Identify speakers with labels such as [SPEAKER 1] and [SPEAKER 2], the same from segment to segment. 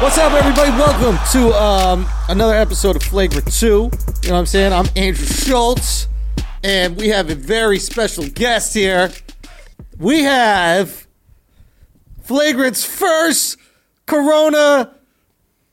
[SPEAKER 1] What's up, everybody? Welcome to um, another episode of Flavor 2. You know what I'm saying? I'm Andrew Schultz, and we have a very special guest here. We have Flagrant's first Corona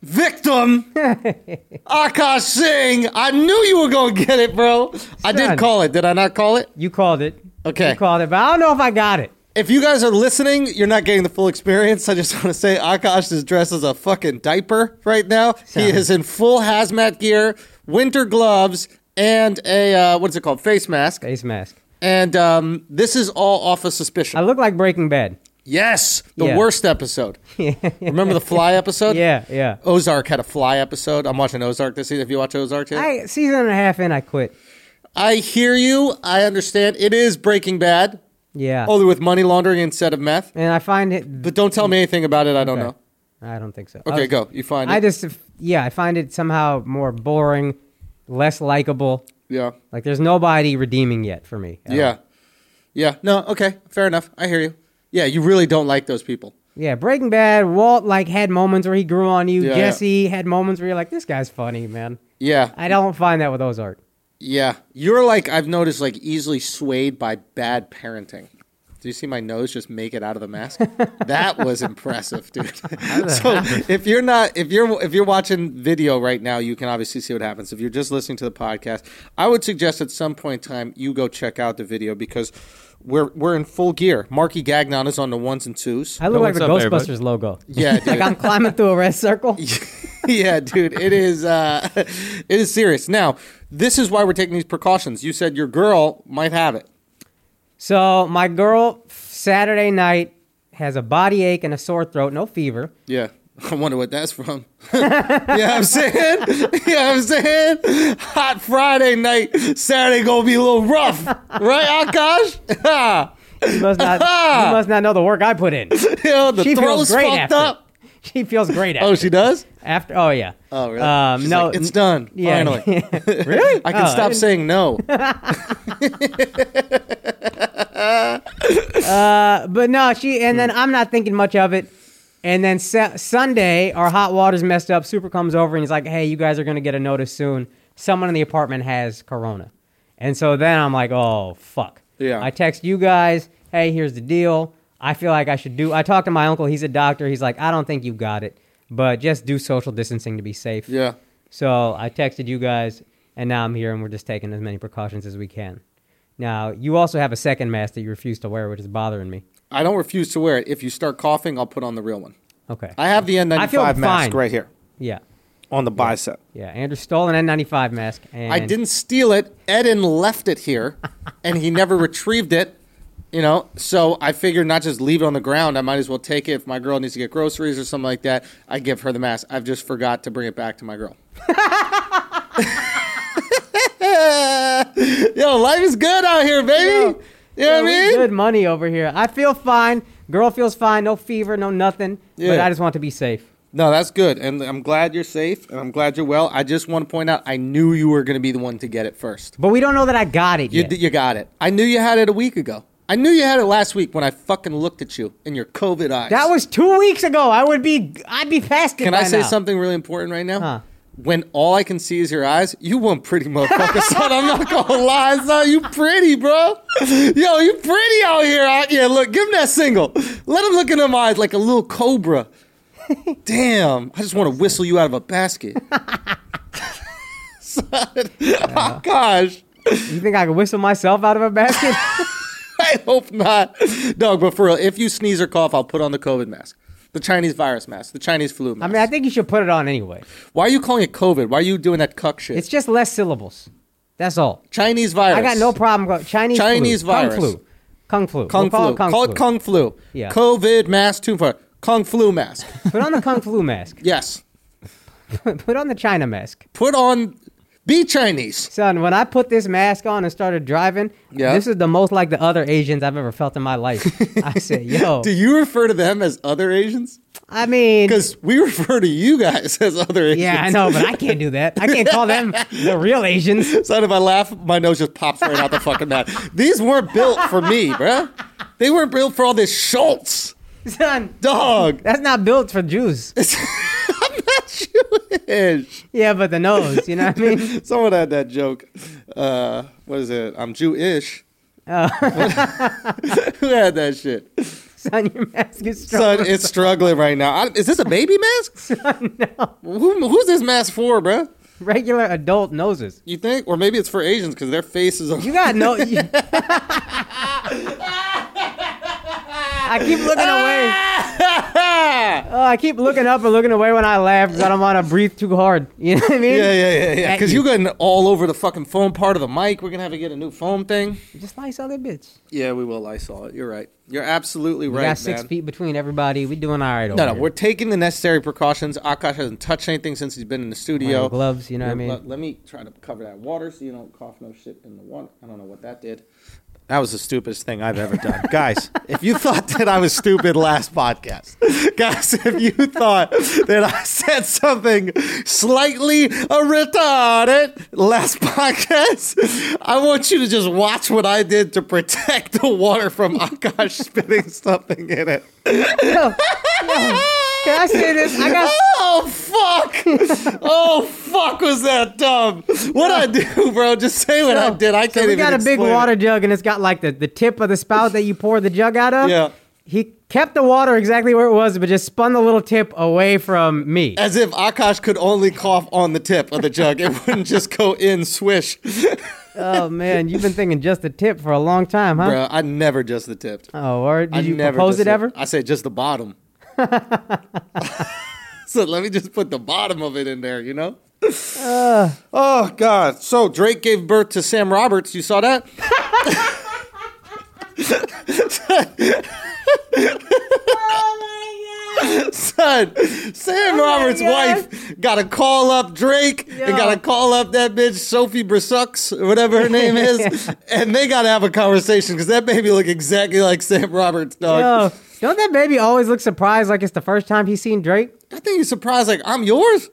[SPEAKER 1] victim, Akash Singh. I knew you were going to get it, bro. I
[SPEAKER 2] Son.
[SPEAKER 1] did call it. Did I not call it?
[SPEAKER 2] You called it.
[SPEAKER 1] Okay.
[SPEAKER 2] You called it, but I don't know if I got it.
[SPEAKER 1] If you guys are listening, you're not getting the full experience. I just want to say Akash is dressed as a fucking diaper right now. He is in full hazmat gear, winter gloves, and a uh, what's it called, face mask.
[SPEAKER 2] Face mask.
[SPEAKER 1] And um, this is all off of
[SPEAKER 2] I
[SPEAKER 1] suspicion.
[SPEAKER 2] look like Breaking Bad.
[SPEAKER 1] Yes, the
[SPEAKER 2] Yeah.
[SPEAKER 1] worst episode. Remember the fly episode?
[SPEAKER 2] Yeah, yeah.
[SPEAKER 1] Ozark had a fly episode. I'm watching Ozark this season. If you watch Ozark, too.
[SPEAKER 2] I season and a half in, I quit.
[SPEAKER 1] I hear you. I understand. It is Breaking Bad,
[SPEAKER 2] Yeah.
[SPEAKER 1] only with money laundering instead of meth.
[SPEAKER 2] and I find it.
[SPEAKER 1] But don't tell me anything about it. I don't know.
[SPEAKER 2] I don't think so. I
[SPEAKER 1] Okay,
[SPEAKER 2] was-
[SPEAKER 1] go. You find
[SPEAKER 2] I
[SPEAKER 1] it.
[SPEAKER 2] just yeah, I find it somehow more boring, less likable.
[SPEAKER 1] Yeah.
[SPEAKER 2] Like there's nobody redeeming yet for me. at all.
[SPEAKER 1] Yeah. Yeah. No, okay. Fair enough. I hear you. Yeah, you really don't like those people.
[SPEAKER 2] Yeah. Breaking Bad. Walt like had moments where he grew on you.
[SPEAKER 1] Yeah, yeah.
[SPEAKER 2] Jesse had moments where you're like, this guy's funny, man.
[SPEAKER 1] Yeah.
[SPEAKER 2] I don't find that with Ozark.
[SPEAKER 1] Yeah. You're like I've noticed like easily swayed by bad parenting. Do you see my nose just make it out of the mask? that was impressive, dude. so if you're not if you're if you're watching video right now, you can obviously see what happens. If you're just listening to the podcast, I would suggest at some point in time you go check out the video because we're we're in full gear. Marky Gagnon is on the ones and twos.
[SPEAKER 2] I look like the
[SPEAKER 3] what's up,
[SPEAKER 2] Ghostbusters
[SPEAKER 3] everybody?
[SPEAKER 2] logo.
[SPEAKER 1] Yeah, dude.
[SPEAKER 2] Like I'm climbing through a red circle.
[SPEAKER 1] yeah, dude, it is uh, it is serious. Now, this is why we're taking these precautions. You said your girl might have it.
[SPEAKER 2] So my girl Saturday night has a body ache and a sore throat, no fever.
[SPEAKER 1] Yeah. I wonder what that's from. yeah, I'm saying. Yeah, I'm saying. Hot Friday night, Saturday gonna be a little rough, right, Akash?
[SPEAKER 2] You must not, you must not know the work I put in.
[SPEAKER 1] you know, the
[SPEAKER 2] She feels
[SPEAKER 1] throat's
[SPEAKER 2] great
[SPEAKER 1] fucked
[SPEAKER 2] after.
[SPEAKER 1] up.
[SPEAKER 2] She feels great after.
[SPEAKER 1] Oh, she does.
[SPEAKER 2] after oh yeah.
[SPEAKER 1] Oh, really?
[SPEAKER 2] Um,
[SPEAKER 1] She's
[SPEAKER 2] no,
[SPEAKER 1] like, it's done.
[SPEAKER 2] yeah.
[SPEAKER 1] Finally,
[SPEAKER 2] really?
[SPEAKER 1] I can
[SPEAKER 2] Oh,
[SPEAKER 1] stop saying no.
[SPEAKER 2] Uh, But no, she and then I'm not thinking much of it. And then Sa- Sunday, our hot water's messed up. Super comes over and he's like, "Hey, you guys are gonna get a notice soon. Someone in the apartment has corona." And so then I'm like, "Oh fuck."
[SPEAKER 1] Yeah.
[SPEAKER 2] I text you guys, "Hey, here's the deal. I feel like I should do." I talked to my uncle. He's a doctor. He's like, "I don't think you got it, but just do social distancing to be safe."
[SPEAKER 1] Yeah.
[SPEAKER 2] So I texted you guys, and now I'm here, and we're just taking as many precautions as we can. Now you also have a second mask that you refuse to wear, which is bothering me.
[SPEAKER 1] I don't refuse to wear it. If you start coughing, I'll put on the real one.
[SPEAKER 2] Okay.
[SPEAKER 1] I have the
[SPEAKER 2] feel
[SPEAKER 1] N95 mask
[SPEAKER 2] fine.
[SPEAKER 1] right here
[SPEAKER 2] yeah.
[SPEAKER 1] on the bicep.
[SPEAKER 2] Yeah. Andrew stole an N95 mask. And
[SPEAKER 1] I didn't steal it. Eden left it here, and he never retrieved it. You know, so I figured not just leave it on the ground. I might as well take it if my girl needs to get groceries or something like that. I give her the mask. I've just forgot to bring it back to my girl. Yo, life is good out here, baby. You know
[SPEAKER 2] Yeah,
[SPEAKER 1] what I
[SPEAKER 2] we
[SPEAKER 1] mean?
[SPEAKER 2] Good money over here. I feel fine. Girl feels fine. No fever. No nothing. But
[SPEAKER 1] Yeah.
[SPEAKER 2] I just want to be safe.
[SPEAKER 1] No, that's good, and I'm glad you're safe, and I'm glad you're well. I just want to point out, I knew you were going to be the one to get it first.
[SPEAKER 2] But we don't know that I got it
[SPEAKER 1] You,
[SPEAKER 2] yet.
[SPEAKER 1] d you got it. I knew you had it a week ago. I knew you had it last week when I fucking looked at you in your COVID eyes.
[SPEAKER 2] that was two weeks ago. I would be. I'd be past it.
[SPEAKER 1] Can
[SPEAKER 2] by
[SPEAKER 1] I say
[SPEAKER 2] now.
[SPEAKER 1] something really important right now?
[SPEAKER 2] Huh.
[SPEAKER 1] When all I can see is your eyes, you weren't pretty, motherfucker. son, I'm not gonna lie, son. You pretty, bro. Yo, you pretty out here. Out here. Look, give him that single. Let him look in them eyes like a little cobra. Damn, I just want to whistle you out of a basket. son. Oh gosh.
[SPEAKER 2] You think I could whistle myself out of a basket?
[SPEAKER 1] I hope not. Dog, but for real, if you sneeze or cough, I'll put on the COVID mask. The Chinese virus mask, the Chinese flu mask.
[SPEAKER 2] I mean, I think you should put it on anyway.
[SPEAKER 1] Why are you calling it COVID? Why are you doing that cuck shit?
[SPEAKER 2] It's just less syllables. That's all.
[SPEAKER 1] Chinese virus.
[SPEAKER 2] I got no problem. Go- Chinese
[SPEAKER 1] Chinese
[SPEAKER 2] flu.
[SPEAKER 1] virus.
[SPEAKER 2] Kung flu.
[SPEAKER 1] Kung
[SPEAKER 2] Kung flu. We'll call
[SPEAKER 1] flu.
[SPEAKER 2] It Kung
[SPEAKER 1] Call
[SPEAKER 2] flu.
[SPEAKER 1] it Kung flu.
[SPEAKER 2] Yeah.
[SPEAKER 1] COVID mask, too far. Kung flu mask.
[SPEAKER 2] Put on the Kung flu mask.
[SPEAKER 1] yes.
[SPEAKER 2] Put on the China mask.
[SPEAKER 1] Put on, be Chinese.
[SPEAKER 2] Son, when I put this mask on and started driving,
[SPEAKER 1] Yeah.
[SPEAKER 2] this is the most like the other Asians I've ever felt in my life. I said, yo,
[SPEAKER 1] Do you refer to them as other Asians?
[SPEAKER 2] I mean,
[SPEAKER 1] Because we refer to you guys as other Asians.
[SPEAKER 2] yeah, I know, but I can't do that. I can't call them the real Asians.
[SPEAKER 1] Son, if I laugh, my nose just pops right out the fucking mouth. These weren't built for me, bruh. They weren't built for all this Schultz.
[SPEAKER 2] Son,
[SPEAKER 1] Dog.
[SPEAKER 2] that's not built for Jews.
[SPEAKER 1] I'm Jewish.
[SPEAKER 2] Yeah, but the nose, you know what I mean?
[SPEAKER 1] Someone had that joke. Uh, what is it? I'm Jewish.
[SPEAKER 2] Oh.
[SPEAKER 1] Who had that shit?
[SPEAKER 2] Son, your mask is strong.
[SPEAKER 1] Son, it's struggling right now. I, is this a baby mask? no. Who, who's this mask for, bruh?
[SPEAKER 2] Regular adult noses.
[SPEAKER 1] You think? Or maybe it's for Asians because their faces are.
[SPEAKER 2] You got no. you- I keep looking away.
[SPEAKER 1] yeah,
[SPEAKER 2] Oh, I keep looking up and looking away when I laugh because I don't want to breathe too hard. You know what I mean?
[SPEAKER 1] yeah, yeah, yeah.
[SPEAKER 2] At
[SPEAKER 1] Because
[SPEAKER 2] you.
[SPEAKER 1] you getting all over the fucking foam part of the mic. We're going to have to get a new foam thing.
[SPEAKER 2] Just like other bitch.
[SPEAKER 1] Yeah, we will. I saw it. You're right. You're absolutely
[SPEAKER 2] We
[SPEAKER 1] right.
[SPEAKER 2] got six
[SPEAKER 1] man.
[SPEAKER 2] feet between everybody. We doing all right over
[SPEAKER 1] No, no,
[SPEAKER 2] here.
[SPEAKER 1] we're taking the necessary precautions. Akash hasn't touched anything since he's been in the
[SPEAKER 2] Wearing
[SPEAKER 1] studio.
[SPEAKER 2] gloves. You know what I mean?
[SPEAKER 1] Let, let me try to cover that water so you don't cough no shit in the water. I don't know what that did. That was the stupidest thing I've ever done. guys, if you thought that I was stupid last podcast, guys, if you thought that I said something slightly retarded last podcast, I want you to just watch what I did to protect the water from Akash spitting something in it.
[SPEAKER 2] Yo, yo, can I say this? I got.
[SPEAKER 1] Oh fuck! oh fuck! Was that dumb? What I do, bro? Just say what I did. I
[SPEAKER 2] so
[SPEAKER 1] can't
[SPEAKER 2] we
[SPEAKER 1] even
[SPEAKER 2] got a big
[SPEAKER 1] explain it.
[SPEAKER 2] water jug and it's got like the, the tip of the spout that you pour the jug out of.
[SPEAKER 1] Yeah.
[SPEAKER 2] He kept the water exactly where it was, but just spun the little tip away from me.
[SPEAKER 1] As if Akash could only cough on the tip of the jug. It wouldn't just go in swish.
[SPEAKER 2] oh man, you've been thinking just the tip for a long time, huh?
[SPEAKER 1] Bro, I never just the tipped.
[SPEAKER 2] Oh, or did
[SPEAKER 1] I
[SPEAKER 2] you
[SPEAKER 1] never
[SPEAKER 2] propose
[SPEAKER 1] just
[SPEAKER 2] it
[SPEAKER 1] the-
[SPEAKER 2] ever?
[SPEAKER 1] I said just the bottom. so let me just put the bottom of it in there, you know?
[SPEAKER 2] Uh.
[SPEAKER 1] oh God. So Drake gave birth to Sam Roberts. You saw that? Son, Sam Roberts'
[SPEAKER 2] Oh God.
[SPEAKER 1] wife got to call up Drake
[SPEAKER 2] Yo.
[SPEAKER 1] and got to call up that bitch Sophie Brisucks, whatever her name is, and they got to have a conversation because that baby look exactly like Sam Roberts, dog.
[SPEAKER 2] Oh, don't that baby always look surprised like it's the first time he's seen Drake?
[SPEAKER 1] I think he's surprised. Like I'm yours.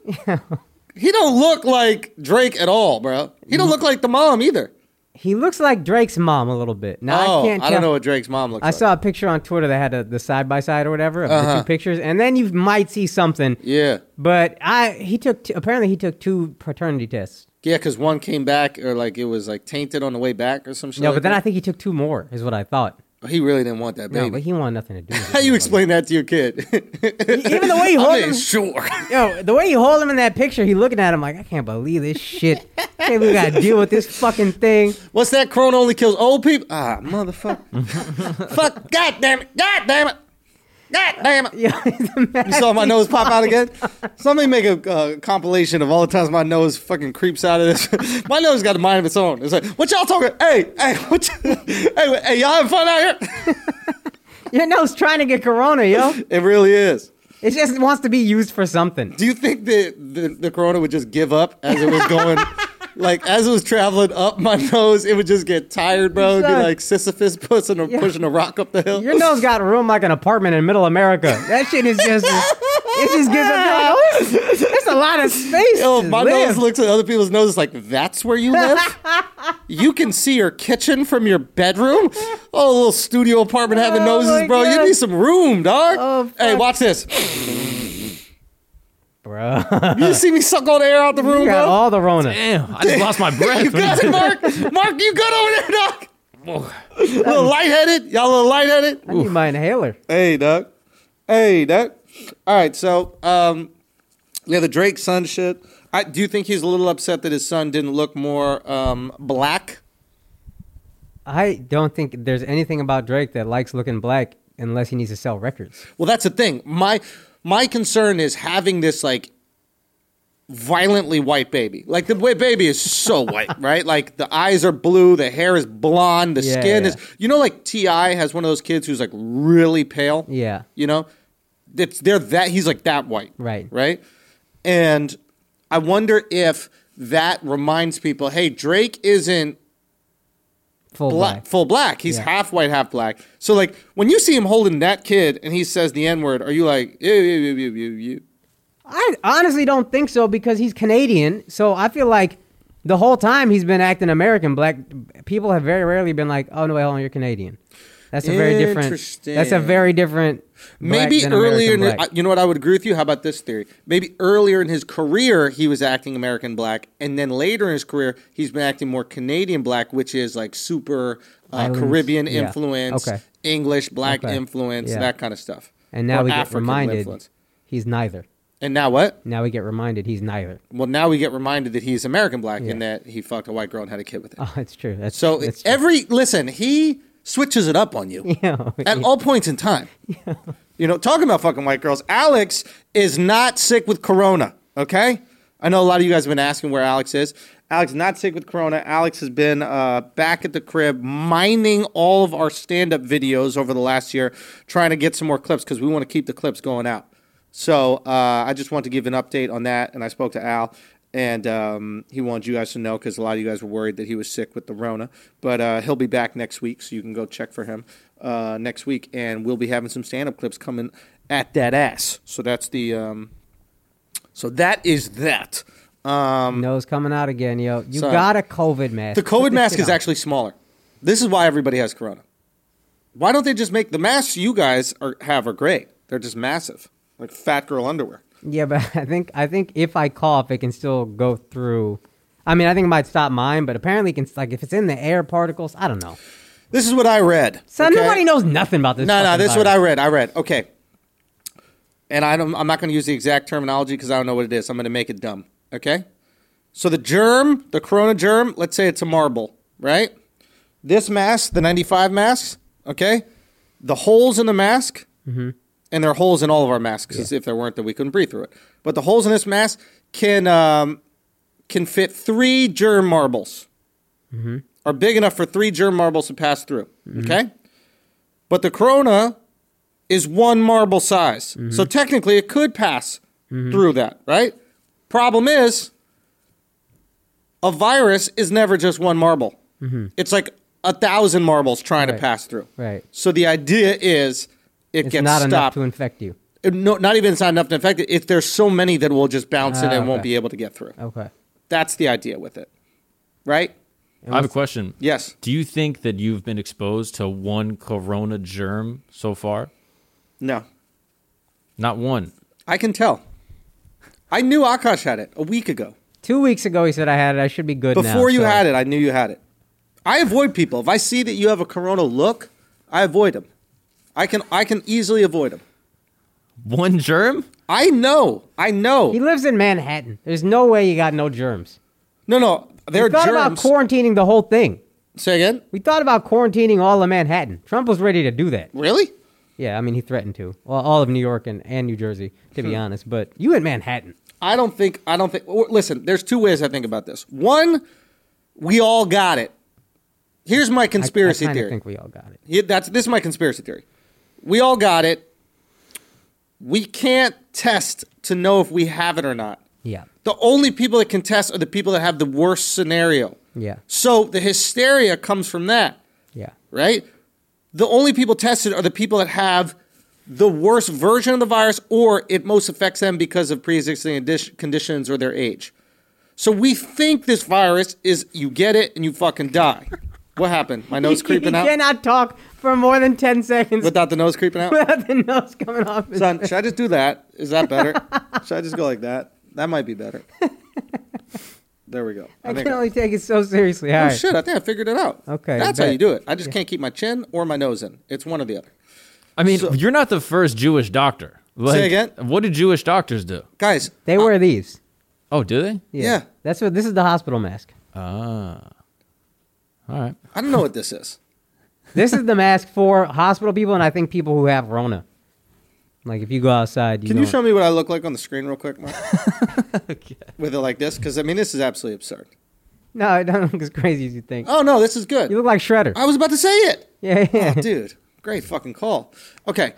[SPEAKER 1] he don't look like Drake at all, bro. He
[SPEAKER 2] Mm.
[SPEAKER 1] don't look like the mom either.
[SPEAKER 2] He looks like Drake's mom a little bit. Now
[SPEAKER 1] oh,
[SPEAKER 2] I can't tell.
[SPEAKER 1] don't know what Drake's mom looks
[SPEAKER 2] I
[SPEAKER 1] like.
[SPEAKER 2] saw a picture on Twitter that had a, the side by side or whatever of
[SPEAKER 1] Uh-huh.
[SPEAKER 2] the two pictures, and then you might see something.
[SPEAKER 1] Yeah,
[SPEAKER 2] But I he took t- apparently he took two paternity tests.
[SPEAKER 1] yeah, because one came back or like it was like tainted on the way back or some shit.
[SPEAKER 2] No,
[SPEAKER 1] like
[SPEAKER 2] but then I
[SPEAKER 1] that.
[SPEAKER 2] think he took two more. Is what I thought.
[SPEAKER 1] he really didn't want that
[SPEAKER 2] No,
[SPEAKER 1] baby.
[SPEAKER 2] but he wanted nothing to do. with
[SPEAKER 1] How
[SPEAKER 2] it.
[SPEAKER 1] you explain that to your kid?
[SPEAKER 2] Even the way he
[SPEAKER 1] I
[SPEAKER 2] holds
[SPEAKER 1] mean,
[SPEAKER 2] him,
[SPEAKER 1] sure.
[SPEAKER 2] yo, the way he hold him in that picture, he looking at him like I can't believe this shit. Can't we gotta deal with this fucking thing.
[SPEAKER 1] What's that? Corona only kills old people. Ah, motherfucker. Fuck. God damn it. God damn it. God damn it.
[SPEAKER 2] Yo, the
[SPEAKER 1] You
[SPEAKER 2] mask-
[SPEAKER 1] saw my nose pop out again? Somebody make a uh, compilation of all the times my nose fucking creeps out of this. my nose got a mind of its own. It's like, what y'all talking? Hey, hey, what y- hey, hey, y'all having fun out here?
[SPEAKER 2] your nose trying to get corona, yo.
[SPEAKER 1] it really is.
[SPEAKER 2] It just wants to be used for something.
[SPEAKER 1] Do you think that the, the corona would just give up as it was going? like, as it was traveling up my nose, it would just get tired, bro. It'd be
[SPEAKER 2] Son.
[SPEAKER 1] like Sisyphus pushing a, pushing a rock up the hill.
[SPEAKER 2] Your nose got room like an apartment in middle America. That shit is just it just gives up. You're like, "Oh, it's- it's a lot of space.
[SPEAKER 1] Yo,
[SPEAKER 2] to
[SPEAKER 1] Oh, my
[SPEAKER 2] live."
[SPEAKER 1] nose looks at other people's noses like that's where you live. you can see your kitchen from your bedroom. Oh, little studio apartment having
[SPEAKER 2] Oh, my
[SPEAKER 1] noses, bro.
[SPEAKER 2] God.
[SPEAKER 1] You need some room, dog.
[SPEAKER 2] Oh,
[SPEAKER 1] hey, watch this.
[SPEAKER 2] bro.
[SPEAKER 1] You see me suck all the air out the room,
[SPEAKER 2] You got
[SPEAKER 1] bro.
[SPEAKER 2] all the Rona.
[SPEAKER 3] Damn, I just lost my breath.
[SPEAKER 1] You
[SPEAKER 3] when
[SPEAKER 1] got
[SPEAKER 3] you-
[SPEAKER 1] it, Mark. Mark, you good over there, dog?
[SPEAKER 3] Whoa.
[SPEAKER 1] A little lightheaded. Y'all a little lightheaded.
[SPEAKER 2] I need my inhaler.
[SPEAKER 1] Hey, Doc. Hey, Doc. All right, so um, yeah, the Drake son shit. I do you think he's a little upset that his son didn't look more um, black?
[SPEAKER 2] I don't think there's anything about Drake that likes looking black unless he needs to sell records.
[SPEAKER 1] Well, that's the thing. My my concern is having this like violently white baby. Like the way baby is so white, right? Like the eyes are blue, the hair is blonde, the
[SPEAKER 2] Yeah,
[SPEAKER 1] skin
[SPEAKER 2] yeah.
[SPEAKER 1] is. You know, like Ti has one of those kids who's like really pale.
[SPEAKER 2] Yeah.
[SPEAKER 1] You know, it's they're that he's like that white.
[SPEAKER 2] Right.
[SPEAKER 1] Right. And I wonder if that reminds people, hey, Drake isn't
[SPEAKER 2] Full
[SPEAKER 1] black,
[SPEAKER 2] black.
[SPEAKER 1] full black. He's
[SPEAKER 2] Yeah.
[SPEAKER 1] half white, half black. So like when you see him holding that kid and he says the N word, are you like ew, ew, ew, ew, ew, ew?
[SPEAKER 2] I honestly don't think so because he's Canadian. So I feel like the whole time he's been acting American, black people have very rarely been like, "Oh no, wait, hold on, you're Canadian." That's a very different. That's a
[SPEAKER 1] Interesting.
[SPEAKER 2] very different. black
[SPEAKER 1] Maybe
[SPEAKER 2] than
[SPEAKER 1] earlier, in,
[SPEAKER 2] American black.
[SPEAKER 1] I- you know what? I would agree with you. How about this theory? Maybe earlier in his career, he was acting American black, and then later in his career, he's been acting more Canadian black, which is like super uh,
[SPEAKER 2] Islands.
[SPEAKER 1] Caribbean
[SPEAKER 2] Yeah.
[SPEAKER 1] influence,
[SPEAKER 2] Okay.
[SPEAKER 1] English black
[SPEAKER 2] Okay.
[SPEAKER 1] influence,
[SPEAKER 2] Yeah.
[SPEAKER 1] that kind of stuff.
[SPEAKER 2] and now
[SPEAKER 1] Or
[SPEAKER 2] we get
[SPEAKER 1] African
[SPEAKER 2] reminded
[SPEAKER 1] influence.
[SPEAKER 2] he's neither.
[SPEAKER 1] And now what?
[SPEAKER 2] Now we get reminded he's neither.
[SPEAKER 1] Well, now we get reminded that he's American black
[SPEAKER 2] Yeah.
[SPEAKER 1] and that he fucked a white girl and had a kid with it.
[SPEAKER 2] Oh, it's true. That's
[SPEAKER 1] so
[SPEAKER 2] that's true.
[SPEAKER 1] every listen, he switches it up on you.
[SPEAKER 2] Yeah.
[SPEAKER 1] at all points in time. You know, talking about fucking white girls, Alex is not sick with corona, okay? I know a lot of you guys have been asking where Alex is. Alex is not sick with corona. Alex has been uh, back at the crib mining all of our stand up videos over the last year, trying to get some more clips because we want to keep the clips going out. So uh, I just want to give an update on that. And I spoke to Al, and um, he wanted you guys to know because a lot of you guys were worried that he was sick with the Rona. But uh, he'll be back next week, so you can go check for him uh, next week. And we'll be having some stand up clips coming at that ass. So that's the. Um, so that is that. Um,
[SPEAKER 2] nose coming out again, yo. You
[SPEAKER 1] So-
[SPEAKER 2] got a COVID mask.
[SPEAKER 1] the
[SPEAKER 2] Put
[SPEAKER 1] COVID
[SPEAKER 2] this
[SPEAKER 1] mask
[SPEAKER 2] shit
[SPEAKER 1] is
[SPEAKER 2] on.
[SPEAKER 1] actually smaller. This is why everybody has corona. Why don't they just make the masks you guys are, have are great? They're just massive, like fat girl underwear.
[SPEAKER 2] Yeah, but I think I think if I cough, it can still go through. I mean, I think it might stop mine, but apparently, it can like if it's in the air particles, I don't know.
[SPEAKER 1] This is what I read.
[SPEAKER 2] So
[SPEAKER 1] okay?
[SPEAKER 2] nobody knows nothing about this.
[SPEAKER 1] No, no,
[SPEAKER 2] fucking
[SPEAKER 1] this is what I
[SPEAKER 2] virus.
[SPEAKER 1] read. I read. Okay. And I don't, I'm not going to use the exact terminology because I don't know what it is. I'm going to make it dumb. Okay. So the germ, the corona germ, let's say it's a marble, right? This mask, the 95 masks, okay? The holes in the mask,
[SPEAKER 2] Mm-hmm.
[SPEAKER 1] and there are holes in all of our masks because if there weren't, then we couldn't breathe through it. But the holes in this mask can, um, can fit three germ marbles,
[SPEAKER 2] Mm-hmm.
[SPEAKER 1] are big enough for three germ marbles to pass through, okay? But the corona is one marble size.
[SPEAKER 2] Mm-hmm.
[SPEAKER 1] So technically it could pass through that, right? Problem is, a virus is never just one marble. It's like a thousand marbles trying to
[SPEAKER 2] Mm-hmm. Right.
[SPEAKER 1] pass through.
[SPEAKER 2] Right.
[SPEAKER 1] So the idea is it
[SPEAKER 2] It's
[SPEAKER 1] gets
[SPEAKER 2] not
[SPEAKER 1] stopped.
[SPEAKER 2] enough to infect you.
[SPEAKER 1] no, not even it's not enough to infect it. If there's so many that will just bounce in
[SPEAKER 2] Ah,
[SPEAKER 1] and won't
[SPEAKER 2] okay.
[SPEAKER 1] be able to get through.
[SPEAKER 2] Okay.
[SPEAKER 1] That's the idea with it, right?
[SPEAKER 3] I have a question.
[SPEAKER 1] Yes.
[SPEAKER 3] Do you think that you've been exposed to one corona germ so far?
[SPEAKER 1] No.
[SPEAKER 3] Not one.
[SPEAKER 1] I can tell. I knew Akash had it a week ago.
[SPEAKER 2] Two weeks ago, he said I had it. I should be good now,
[SPEAKER 1] Before you
[SPEAKER 2] so-
[SPEAKER 1] had it, I knew you had it. I avoid people. If I see that you have a corona look, I avoid them. I can I can easily avoid them.
[SPEAKER 3] One germ?
[SPEAKER 1] I know. I
[SPEAKER 2] He
[SPEAKER 1] know.
[SPEAKER 2] lives in Manhattan. There's no way you got no germs.
[SPEAKER 1] No, no. There
[SPEAKER 2] We
[SPEAKER 1] are
[SPEAKER 2] thought about
[SPEAKER 1] germs.
[SPEAKER 2] quarantining the whole thing.
[SPEAKER 1] Say again.
[SPEAKER 2] We thought about quarantining all of Manhattan. Trump was ready to do that.
[SPEAKER 1] Really?
[SPEAKER 2] Yeah, I mean, he threatened to. Well, all of New York and, and New Jersey, to
[SPEAKER 1] Hmm.
[SPEAKER 2] be honest. But you in Manhattan.
[SPEAKER 1] I don't think. I don't think. or- Listen, there's two ways I think about this. One, we all got it. Here's my
[SPEAKER 2] I-
[SPEAKER 1] conspiracy
[SPEAKER 2] I, kinda
[SPEAKER 1] theory.
[SPEAKER 2] think we all got it.
[SPEAKER 1] Yeah, that's this is my conspiracy theory. We all got it. We can't test to know if we have it or not.
[SPEAKER 2] Yeah.
[SPEAKER 1] The only people that can test are the people that have the worst scenario.
[SPEAKER 2] Yeah.
[SPEAKER 1] So the hysteria comes from that,
[SPEAKER 2] Yeah.
[SPEAKER 1] right? The only people tested are the people that have the worst version of the virus or it most affects them because of pre-existing addi- conditions or their age. So we think this virus is you get it and you fucking die. What happened? My nose creeping
[SPEAKER 2] he
[SPEAKER 1] out
[SPEAKER 2] cannot talk for more than 10 seconds
[SPEAKER 1] without the nose creeping out.
[SPEAKER 2] without the nose coming off his
[SPEAKER 1] Son, should I just do that? Is that better? should I just go like that? That might be better. There we go.
[SPEAKER 2] I
[SPEAKER 1] think
[SPEAKER 2] can only take it so seriously. All
[SPEAKER 1] Oh
[SPEAKER 2] right.
[SPEAKER 1] shit! I think I figured it out.
[SPEAKER 2] Okay,
[SPEAKER 1] that's
[SPEAKER 2] bet.
[SPEAKER 1] how you do it. I just can't keep my chin or my nose in. It's one or the other.
[SPEAKER 3] I mean, you're not the first Jewish doctor. Like,
[SPEAKER 1] again?
[SPEAKER 3] What do Jewish doctors do?
[SPEAKER 1] Guys,
[SPEAKER 2] They wear these.
[SPEAKER 3] Oh, do they?
[SPEAKER 1] Yeah.
[SPEAKER 2] That's what this is the hospital mask.
[SPEAKER 3] Ah. All right.
[SPEAKER 1] I don't know what this is.
[SPEAKER 2] This is the mask for hospital people and I think people who have Rona. Like if you go outside, you
[SPEAKER 1] Can you
[SPEAKER 2] don't-
[SPEAKER 1] show me what I look like on the screen real quick, Mark? With it like this, because I mean, this is absolutely absurd.
[SPEAKER 2] No, it doesn't look as crazy as you think.
[SPEAKER 1] Oh no, this is good.
[SPEAKER 2] You look like Shredder.
[SPEAKER 1] I was about to say it.
[SPEAKER 2] yeah, yeah.
[SPEAKER 1] Oh, dude, great fucking call. Okay,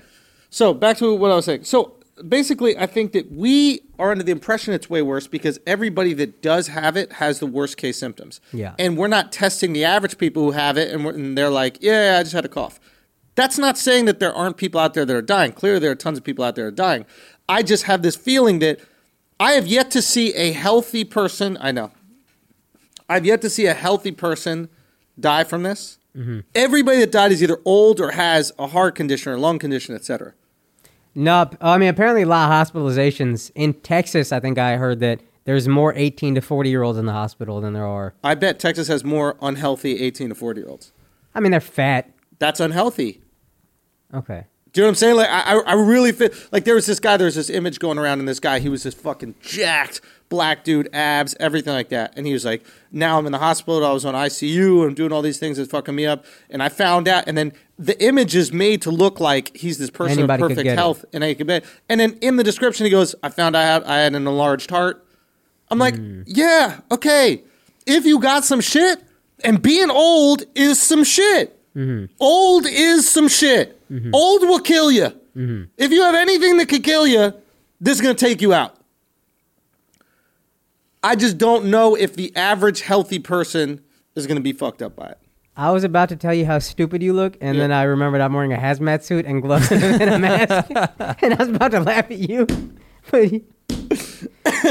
[SPEAKER 1] so back to what I was saying. So basically, I think that we are under the impression it's way worse because everybody that does have it has the worst case symptoms.
[SPEAKER 2] Yeah.
[SPEAKER 1] And we're not testing the average people who have it, and, we're, and they're like, yeah, yeah, I just had a cough. That's not saying that there aren't people out there that are dying. Clearly, there are tons of people out there that are dying. I just have this feeling that I have yet to see a healthy person. I know I've yet to see a healthy person die from this. Everybody that died is either old or has a heart condition or lung condition, etc.
[SPEAKER 2] No, p- I mean apparently a lot of hospitalizations in Texas. I think I heard that there's more 18 to 40 year olds in the hospital than there are.
[SPEAKER 1] I bet Texas has more unhealthy 18 to 40 year olds.
[SPEAKER 2] I mean they're fat.
[SPEAKER 1] That's unhealthy.
[SPEAKER 2] Okay.
[SPEAKER 1] Do you know what I'm saying? Like I, I I really feel like there was this guy. There was this image going around, and this guy, he was this fucking jacked black dude, abs, everything like that. And he was like, "Now I'm in the hospital. I was on ICU. I'm doing all these things that's fucking me up." And I found out, and then the image is made to look like he's this person
[SPEAKER 2] Anybody
[SPEAKER 1] of
[SPEAKER 2] could
[SPEAKER 1] perfect
[SPEAKER 2] get it.
[SPEAKER 1] health, and I could bet. And then in the description, he goes, "I found out I had an enlarged heart." I'm like,
[SPEAKER 2] Hmm.
[SPEAKER 1] "Yeah, okay. If you got some shit, and being old is some shit." Old is some shit.
[SPEAKER 2] Mm-hmm.
[SPEAKER 1] Old will kill you. If you have anything that could kill you, this is going to take you out. I just don't know if the average healthy person is going to be fucked up by it.
[SPEAKER 2] I was about to tell you how stupid you look, and
[SPEAKER 1] Yeah.
[SPEAKER 2] then I remembered I'm wearing a hazmat suit and gloves and a mask, and I was about to laugh at you, but you-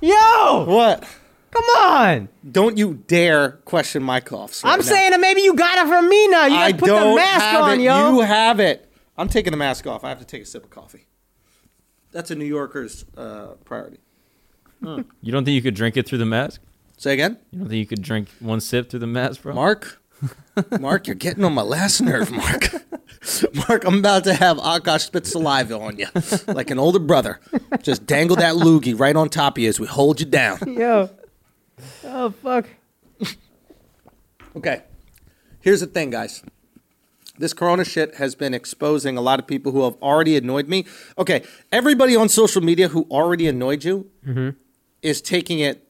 [SPEAKER 2] yo,
[SPEAKER 1] What?
[SPEAKER 2] come on!
[SPEAKER 1] Don't you dare question my coughs. right
[SPEAKER 2] I'm
[SPEAKER 1] now.
[SPEAKER 2] saying that maybe you got it from me now. You
[SPEAKER 1] I
[SPEAKER 2] gotta put
[SPEAKER 1] don't
[SPEAKER 2] the mask
[SPEAKER 1] have
[SPEAKER 2] on,
[SPEAKER 1] it.
[SPEAKER 2] yo.
[SPEAKER 1] You have it. I'm taking the mask off. I have to take a sip of coffee. That's a New Yorker's uh, priority.
[SPEAKER 3] You don't think you could drink it through the mask?
[SPEAKER 1] Say again?
[SPEAKER 3] You don't think you could drink one sip through the mask, bro?
[SPEAKER 1] Mark, Mark, you're getting on my last nerve, Mark. Mark, I'm about to have Akash spit saliva on you like an older brother. Just dangle that loogie right on top of you as we hold you down.
[SPEAKER 2] yo, oh fuck!
[SPEAKER 1] Okay. Here's the thing, guys. This corona shit has been exposing a lot of people who have already annoyed me. Okay, everybody on social media who already annoyed you
[SPEAKER 2] Mm-hmm.
[SPEAKER 1] is taking it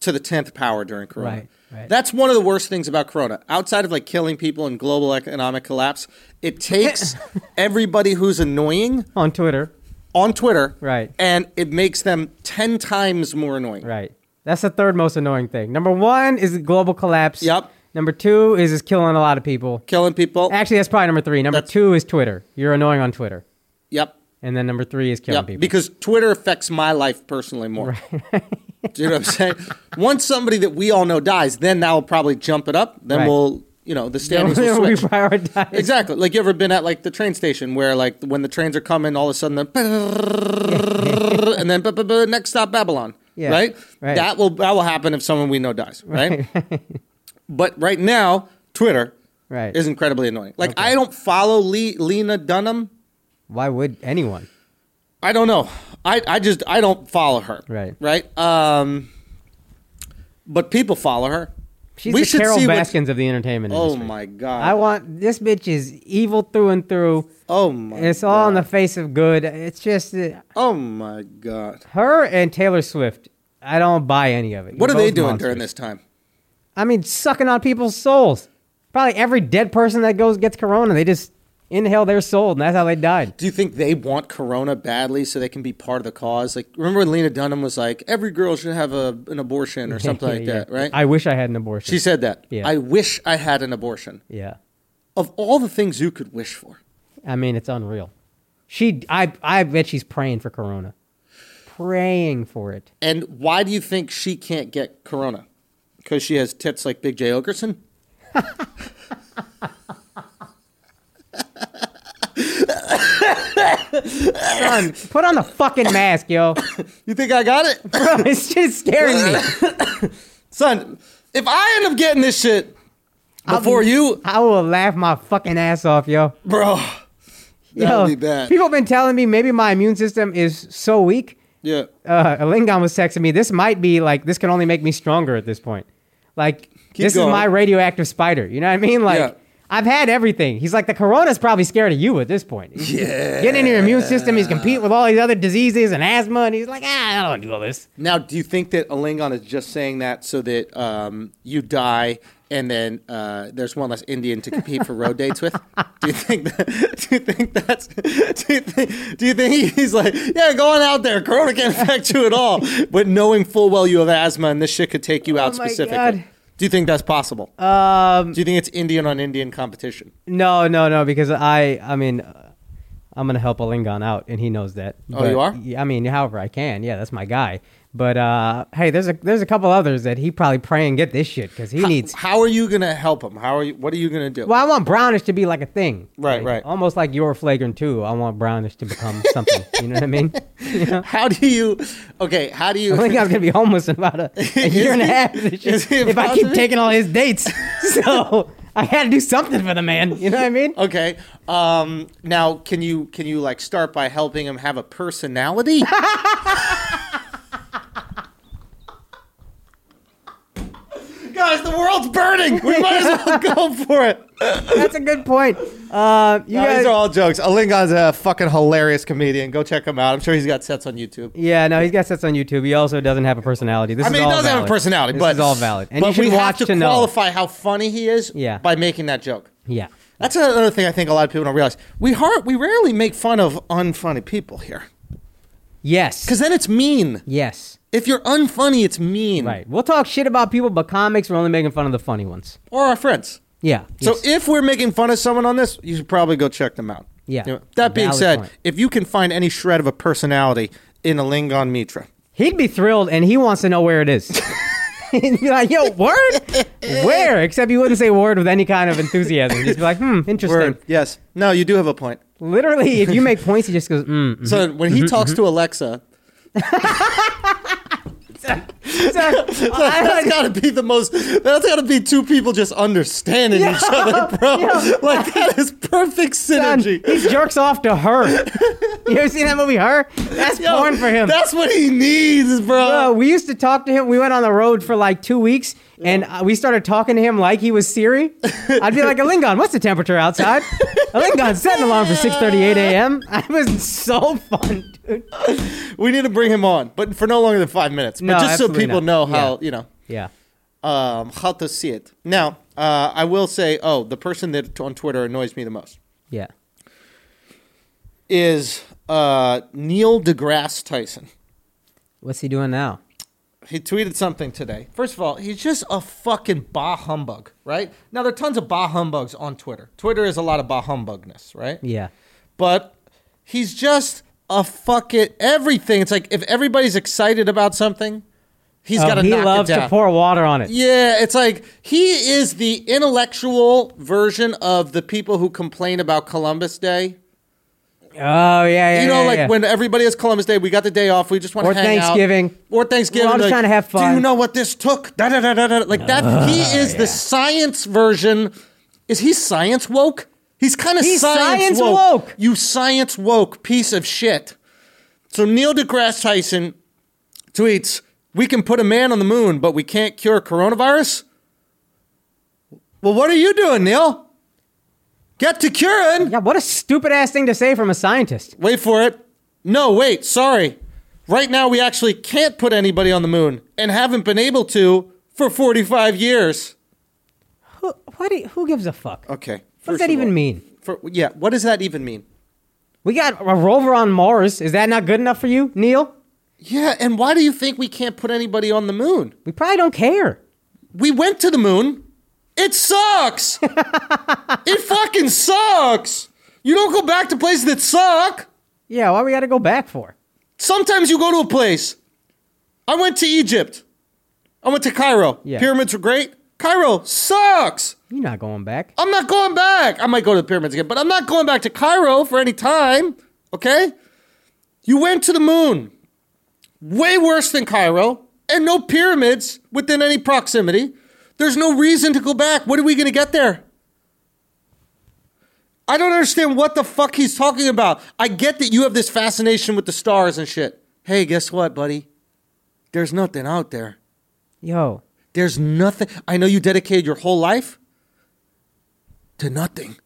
[SPEAKER 1] to the 10th power during corona.
[SPEAKER 2] Right, right.
[SPEAKER 1] That's one of the worst things about corona. Outside of like killing people and global economic collapse, it takes everybody who's annoying
[SPEAKER 2] On Twitter,
[SPEAKER 1] on Twitter
[SPEAKER 2] Right.
[SPEAKER 1] and it makes them 10 times more annoying.
[SPEAKER 2] right? That's the third most annoying thing. Number one is the global collapse.
[SPEAKER 1] Yep.
[SPEAKER 2] Number two is it's killing a lot of people.
[SPEAKER 1] Killing people.
[SPEAKER 2] Actually, that's probably number three. Number
[SPEAKER 1] That's-
[SPEAKER 2] two is Twitter. You're annoying on Twitter.
[SPEAKER 1] yep.
[SPEAKER 2] And then number three is killing
[SPEAKER 1] Yeah,
[SPEAKER 2] people.
[SPEAKER 1] because Twitter affects my life personally more. Do you know what I'm saying? Once somebody that we all know dies, then that will probably jump it up. Then
[SPEAKER 2] Right.
[SPEAKER 1] we'll, you know, the standings
[SPEAKER 2] Then
[SPEAKER 1] will
[SPEAKER 2] we
[SPEAKER 1] switch.
[SPEAKER 2] prioritize.
[SPEAKER 1] Exactly. Like you ever been at like the train station where like when the trains are coming, all of a sudden the and then bu- bu- bu- next stop Babylon.
[SPEAKER 2] Yeah.
[SPEAKER 1] Right?
[SPEAKER 2] Right.
[SPEAKER 1] That will that will happen if someone we know dies. Right. but right now, Twitter
[SPEAKER 2] Right.
[SPEAKER 1] is incredibly annoying. Like I don't follow Lee, Lena Dunham.
[SPEAKER 2] Why would anyone?
[SPEAKER 1] I don't know. I, I just I don't follow her.
[SPEAKER 2] Right.
[SPEAKER 1] Right. Um, but people follow her.
[SPEAKER 2] She's the Carol
[SPEAKER 1] what-
[SPEAKER 2] Baskins of the entertainment
[SPEAKER 1] oh
[SPEAKER 2] industry.
[SPEAKER 1] my god.
[SPEAKER 2] I want this bitch is evil through and through.
[SPEAKER 1] Oh my.
[SPEAKER 2] It's all in the face of good. It's just uh,
[SPEAKER 1] Oh my god.
[SPEAKER 2] her and Taylor Swift. I don't buy any of it.
[SPEAKER 1] What
[SPEAKER 2] You're
[SPEAKER 1] are they
[SPEAKER 2] both
[SPEAKER 1] doing
[SPEAKER 2] monsters.
[SPEAKER 1] during this time?
[SPEAKER 2] I mean, sucking on people's souls. Probably every dead person that goes gets corona. They just inhale their soul, and that's how they died.
[SPEAKER 1] Do you think they want Corona badly so they can be part of the cause? Like, remember when Lena Dunham was like, "Every girl should have a, an abortion" or something like
[SPEAKER 2] Yeah.
[SPEAKER 1] that, right?
[SPEAKER 2] I wish I had an abortion.
[SPEAKER 1] she said that.
[SPEAKER 2] Yeah.
[SPEAKER 1] I wish I had an abortion.
[SPEAKER 2] yeah.
[SPEAKER 1] Of all the things you could wish for,
[SPEAKER 2] I mean, it's unreal. She, I, I bet she's praying for Corona, praying for it.
[SPEAKER 1] And why do you think she can't get corona? Because she has tits like Big J. Ogerson?
[SPEAKER 2] Son, put on the fucking mask, yo.
[SPEAKER 1] You think I got it?
[SPEAKER 2] Bro, this shit is scaring me.
[SPEAKER 1] Son, if I end up getting this shit before you,
[SPEAKER 2] I will laugh my fucking ass off, yo.
[SPEAKER 1] bro,
[SPEAKER 2] yo.
[SPEAKER 1] that would be bad.
[SPEAKER 2] People have been telling me maybe my immune system is so weak.
[SPEAKER 1] yeah.
[SPEAKER 2] Uh, Alingon was texting me. This might be like this can only make me stronger at this point. Like this
[SPEAKER 1] going.
[SPEAKER 2] is my radioactive spider. You know what I mean? Like
[SPEAKER 1] Yeah.
[SPEAKER 2] I've had everything. He's like the corona's probably scared of you at this point.
[SPEAKER 1] Yeah.
[SPEAKER 2] Get in your immune system. He's competing with all these other diseases and asthma, and he's like, ah, I don't want to do all this.
[SPEAKER 1] Now, do you think that Alingon is just saying that so that um, you die and then uh, there's one less Indian to compete for road dates with? Do you think that? Do you think that's? Do you think, do you think he's like, yeah, go on out there. Corona can't affect you at all, but knowing full well you have asthma and this shit could take you out
[SPEAKER 2] Oh my
[SPEAKER 1] specifically.
[SPEAKER 2] God.
[SPEAKER 1] Do you think that's possible? Um, do you think it's Indian on Indian competition?
[SPEAKER 2] No, no, no, because I, I mean, uh, I'm gonna help Olingon out, and he knows that.
[SPEAKER 1] Oh, you are?
[SPEAKER 2] Yeah, I mean, however I can. Yeah, that's my guy. But uh, hey, there's a there's a couple others that he probably pray and get this shit because he needs.
[SPEAKER 1] How are you gonna help him? How are you? What are you gonna do?
[SPEAKER 2] Well, I want brownish to be like a thing.
[SPEAKER 1] Right,
[SPEAKER 2] Like,
[SPEAKER 1] right.
[SPEAKER 2] Almost like your flagrant too. I want brownish to become something. you know what I mean? You know?
[SPEAKER 1] how do you? Okay, how do you?
[SPEAKER 2] I think I'm gonna be homeless in about a, a
[SPEAKER 1] Is
[SPEAKER 2] year and a
[SPEAKER 1] he-
[SPEAKER 2] half. of this shit
[SPEAKER 1] is he
[SPEAKER 2] if I
[SPEAKER 1] about
[SPEAKER 2] keep
[SPEAKER 1] to be?
[SPEAKER 2] taking all his dates, so I gotta do something for the man. You know what I mean?
[SPEAKER 1] Okay. Um, now, can you can you like start by helping him have a personality? Guys, the world's burning. We might as well go for it.
[SPEAKER 2] That's a good point. Uh, you
[SPEAKER 1] No,
[SPEAKER 2] guys,
[SPEAKER 1] these are all jokes. Alingon's a fucking hilarious comedian. Go check him out. I'm sure he's got sets on YouTube.
[SPEAKER 2] yeah, no, he's got sets on YouTube. He also doesn't have a personality. This
[SPEAKER 1] I mean,
[SPEAKER 2] is
[SPEAKER 1] he
[SPEAKER 2] all
[SPEAKER 1] does
[SPEAKER 2] valid.
[SPEAKER 1] have a personality,
[SPEAKER 2] This
[SPEAKER 1] but
[SPEAKER 2] is all valid. And you
[SPEAKER 1] but
[SPEAKER 2] should
[SPEAKER 1] we have
[SPEAKER 2] watch to
[SPEAKER 1] to
[SPEAKER 2] know.
[SPEAKER 1] qualify how funny he is
[SPEAKER 2] Yeah.
[SPEAKER 1] by making that joke.
[SPEAKER 2] Yeah.
[SPEAKER 1] That's another thing I think a lot of people don't realize. We har- we rarely make fun of unfunny people here.
[SPEAKER 2] Yes.
[SPEAKER 1] Because then it's mean.
[SPEAKER 2] yes.
[SPEAKER 1] If you're unfunny, it's mean.
[SPEAKER 2] Right. We'll talk shit about people, but comics, we're only making fun of the funny ones.
[SPEAKER 1] Or our friends.
[SPEAKER 2] Yeah.
[SPEAKER 1] So
[SPEAKER 2] Yes.
[SPEAKER 1] if we're making fun of someone on this, you should probably go check them out.
[SPEAKER 2] Yeah.
[SPEAKER 1] You know, that being
[SPEAKER 2] Valid
[SPEAKER 1] said,
[SPEAKER 2] point.
[SPEAKER 1] if you can find any shred of a personality in a Lingon Mitra,
[SPEAKER 2] he'd be thrilled, and he wants to know where it is. He'd be like, "Yo, word? Where?" Except he wouldn't say word with any kind of enthusiasm. He'd just be like, "Hmm, interesting."
[SPEAKER 1] word, yes. No, you do have a point.
[SPEAKER 2] Mm-hmm. Literally, if you make points, he just goes, "Hmm." mhm."
[SPEAKER 1] So when he talks to Alexa,
[SPEAKER 2] So, I
[SPEAKER 1] that's
[SPEAKER 2] don't-
[SPEAKER 1] got to be the most. That's got to be two people just understanding each other, bro. Like that is perfect
[SPEAKER 2] son,
[SPEAKER 1] synergy.
[SPEAKER 2] he jerks off to her. You ever seen that movie, Her? That's
[SPEAKER 1] Yo,
[SPEAKER 2] porn for him.
[SPEAKER 1] That's what he needs,
[SPEAKER 2] Bro, we used to talk to him. We went on the road for like two weeks, and uh, we started talking to him like he was Siri. I'd be like, "Alingon, what's the temperature outside?" Alingon set an alarm for 6:38 a.m. I was so fun, dude.
[SPEAKER 1] We need to bring him on, but for no longer than five minutes. But
[SPEAKER 2] No,
[SPEAKER 1] just so
[SPEAKER 2] absolutely
[SPEAKER 1] people know
[SPEAKER 2] not.
[SPEAKER 1] how
[SPEAKER 2] Yeah.
[SPEAKER 1] you know
[SPEAKER 2] Yeah,
[SPEAKER 1] um, how to see it. Now, uh, I will say, oh, the person that on Twitter annoys me the most
[SPEAKER 2] yeah.
[SPEAKER 1] is uh, Neil deGrasse Tyson.
[SPEAKER 2] What's he doing now?
[SPEAKER 1] He tweeted something today. First of all, he's just a fucking bah humbug, right? Now there are tons of bah humbugs on Twitter. Twitter is a lot of bah humbugness, right?
[SPEAKER 2] Yeah,
[SPEAKER 1] but he's just a fuck it everything. It's like if everybody's excited about something, he's
[SPEAKER 2] Oh,
[SPEAKER 1] got to
[SPEAKER 2] he
[SPEAKER 1] knock
[SPEAKER 2] loves
[SPEAKER 1] it down.
[SPEAKER 2] to pour water on it.
[SPEAKER 1] yeah, it's like he is the intellectual version of the people who complain about Columbus Day.
[SPEAKER 2] Oh yeah, yeah.
[SPEAKER 1] You know,
[SPEAKER 2] yeah,
[SPEAKER 1] like
[SPEAKER 2] yeah.
[SPEAKER 1] when everybody has Columbus Day, we got the day off. We just want
[SPEAKER 2] Or
[SPEAKER 1] to hang
[SPEAKER 2] Thanksgiving.
[SPEAKER 1] out. Or Thanksgiving.
[SPEAKER 2] We're all just
[SPEAKER 1] like,
[SPEAKER 2] trying to have
[SPEAKER 1] Do you
[SPEAKER 2] fun." Ah,
[SPEAKER 1] know what this took? Da da da da da. Like that. he is the science version. Is he science woke? He's kind of
[SPEAKER 2] He's science woke.
[SPEAKER 1] You science woke piece of shit. So Neil deGrasse Tyson tweets: "We can put a man on the moon, but we can't cure coronavirus." Well, what are you doing, Neil? Get to curing.
[SPEAKER 2] yeah. What a stupid ass thing to say from a scientist.
[SPEAKER 1] Wait for it. No, wait, sorry. Right now, we actually can't put anybody on the moon and haven't been able to for 45 years.
[SPEAKER 2] Who? What? do you- Who gives a fuck? What
[SPEAKER 1] Okay.
[SPEAKER 2] does that even mean?
[SPEAKER 1] For, yeah, what does that even mean?
[SPEAKER 2] We got a rover on Mars. Is that not good enough for you, Neil?
[SPEAKER 1] Yeah, and why do you think we can't put anybody on the moon?
[SPEAKER 2] We probably don't care.
[SPEAKER 1] We went to the moon. It sucks. it fucking sucks. You don't go back to places that suck.
[SPEAKER 2] Yeah, why we got to go back for?
[SPEAKER 1] Sometimes you go to a place. I went to Egypt. I went to Cairo.
[SPEAKER 2] Yeah.
[SPEAKER 1] Pyramids were great. Cairo sucks.
[SPEAKER 2] You're not going back.
[SPEAKER 1] I'm not going back. I might go to the pyramids again, but I'm not going back to Cairo for any time. Okay? You went to the moon. Way worse than Cairo, and no pyramids within any proximity. There's no reason to go back. What are we going to get there? I don't understand what the fuck he's talking about. I get that you have this fascination with the stars and shit. Hey, guess what, buddy? There's nothing out there.
[SPEAKER 2] Yo,
[SPEAKER 1] There's nothing. I know you dedicated your whole life to nothing.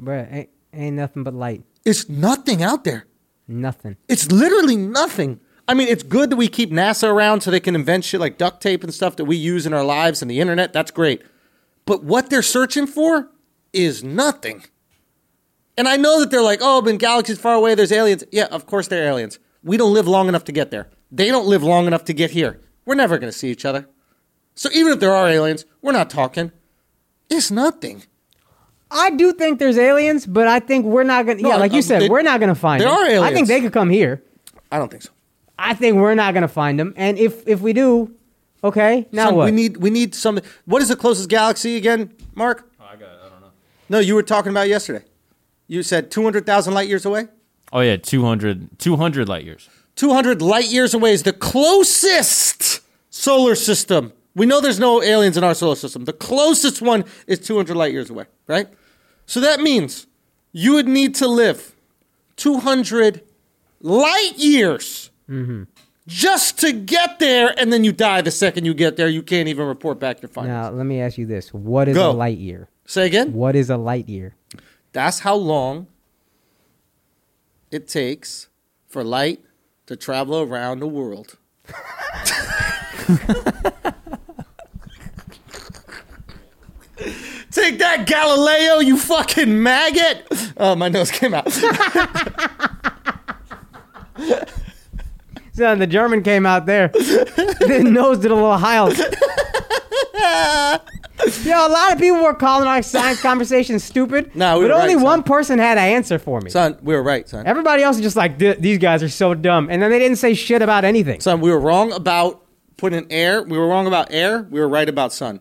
[SPEAKER 2] bruh, ain't, ain't nothing but light.
[SPEAKER 1] It's nothing out there.
[SPEAKER 2] Nothing.
[SPEAKER 1] It's literally nothing. I mean, it's good that we keep NASA around so they can invent shit like duct tape and stuff that we use in our lives and the internet. That's great. But what they're searching for is nothing. And I know that they're like, oh, but in galaxies far away, there's aliens. Yeah, of course they're aliens. We don't live long enough to get there. They don't live long enough to get here. We're never going to see each other. So even if there are aliens, we're not talking. It's nothing.
[SPEAKER 2] I do think there's aliens, but I think we're not gonna.
[SPEAKER 1] No,
[SPEAKER 2] yeah, like
[SPEAKER 1] uh,
[SPEAKER 2] you said,
[SPEAKER 1] they-
[SPEAKER 2] we're not gonna find
[SPEAKER 1] there
[SPEAKER 2] them.
[SPEAKER 1] are
[SPEAKER 2] I think
[SPEAKER 1] aliens.
[SPEAKER 2] they could come here.
[SPEAKER 1] I don't think so.
[SPEAKER 2] I think we're not gonna find them, and if if we do, okay, now
[SPEAKER 1] Son,
[SPEAKER 2] what?
[SPEAKER 1] We need we need some. What is the closest galaxy again, Mark?
[SPEAKER 3] I got. I don't know.
[SPEAKER 1] No, you were talking about yesterday. You said two hundred thousand light years away.
[SPEAKER 3] Oh yeah, 200, 200 light years.
[SPEAKER 1] 200 light years away is the closest solar system. We know there's no aliens in our solar system. The closest one is 200 light years away, right? So that means you would need to live 200 light years Mm-hmm. just to get there, and then you die the second you get there. You can't even report back your findings.
[SPEAKER 2] now let me ask you this: What is
[SPEAKER 1] Go.
[SPEAKER 2] a light year?
[SPEAKER 1] Say again?
[SPEAKER 2] What is a light year?
[SPEAKER 1] That's how long it takes for light to travel around the world. Take that, Galileo, you fucking maggot! Oh, my nose came out.
[SPEAKER 2] Son, the German came out there. the nose did a little howl. Yo, a lot of people were calling our science conversation stupid.
[SPEAKER 1] Nah, we
[SPEAKER 2] but
[SPEAKER 1] were
[SPEAKER 2] only
[SPEAKER 1] right,
[SPEAKER 2] one
[SPEAKER 1] son.
[SPEAKER 2] person had an answer for me.
[SPEAKER 1] son, we were right, son.
[SPEAKER 2] Everybody else is just like, "Th- these guys are so dumb. And then they didn't say shit about anything.
[SPEAKER 1] Son, we were wrong about putting air. We were wrong about air. We were right about sun.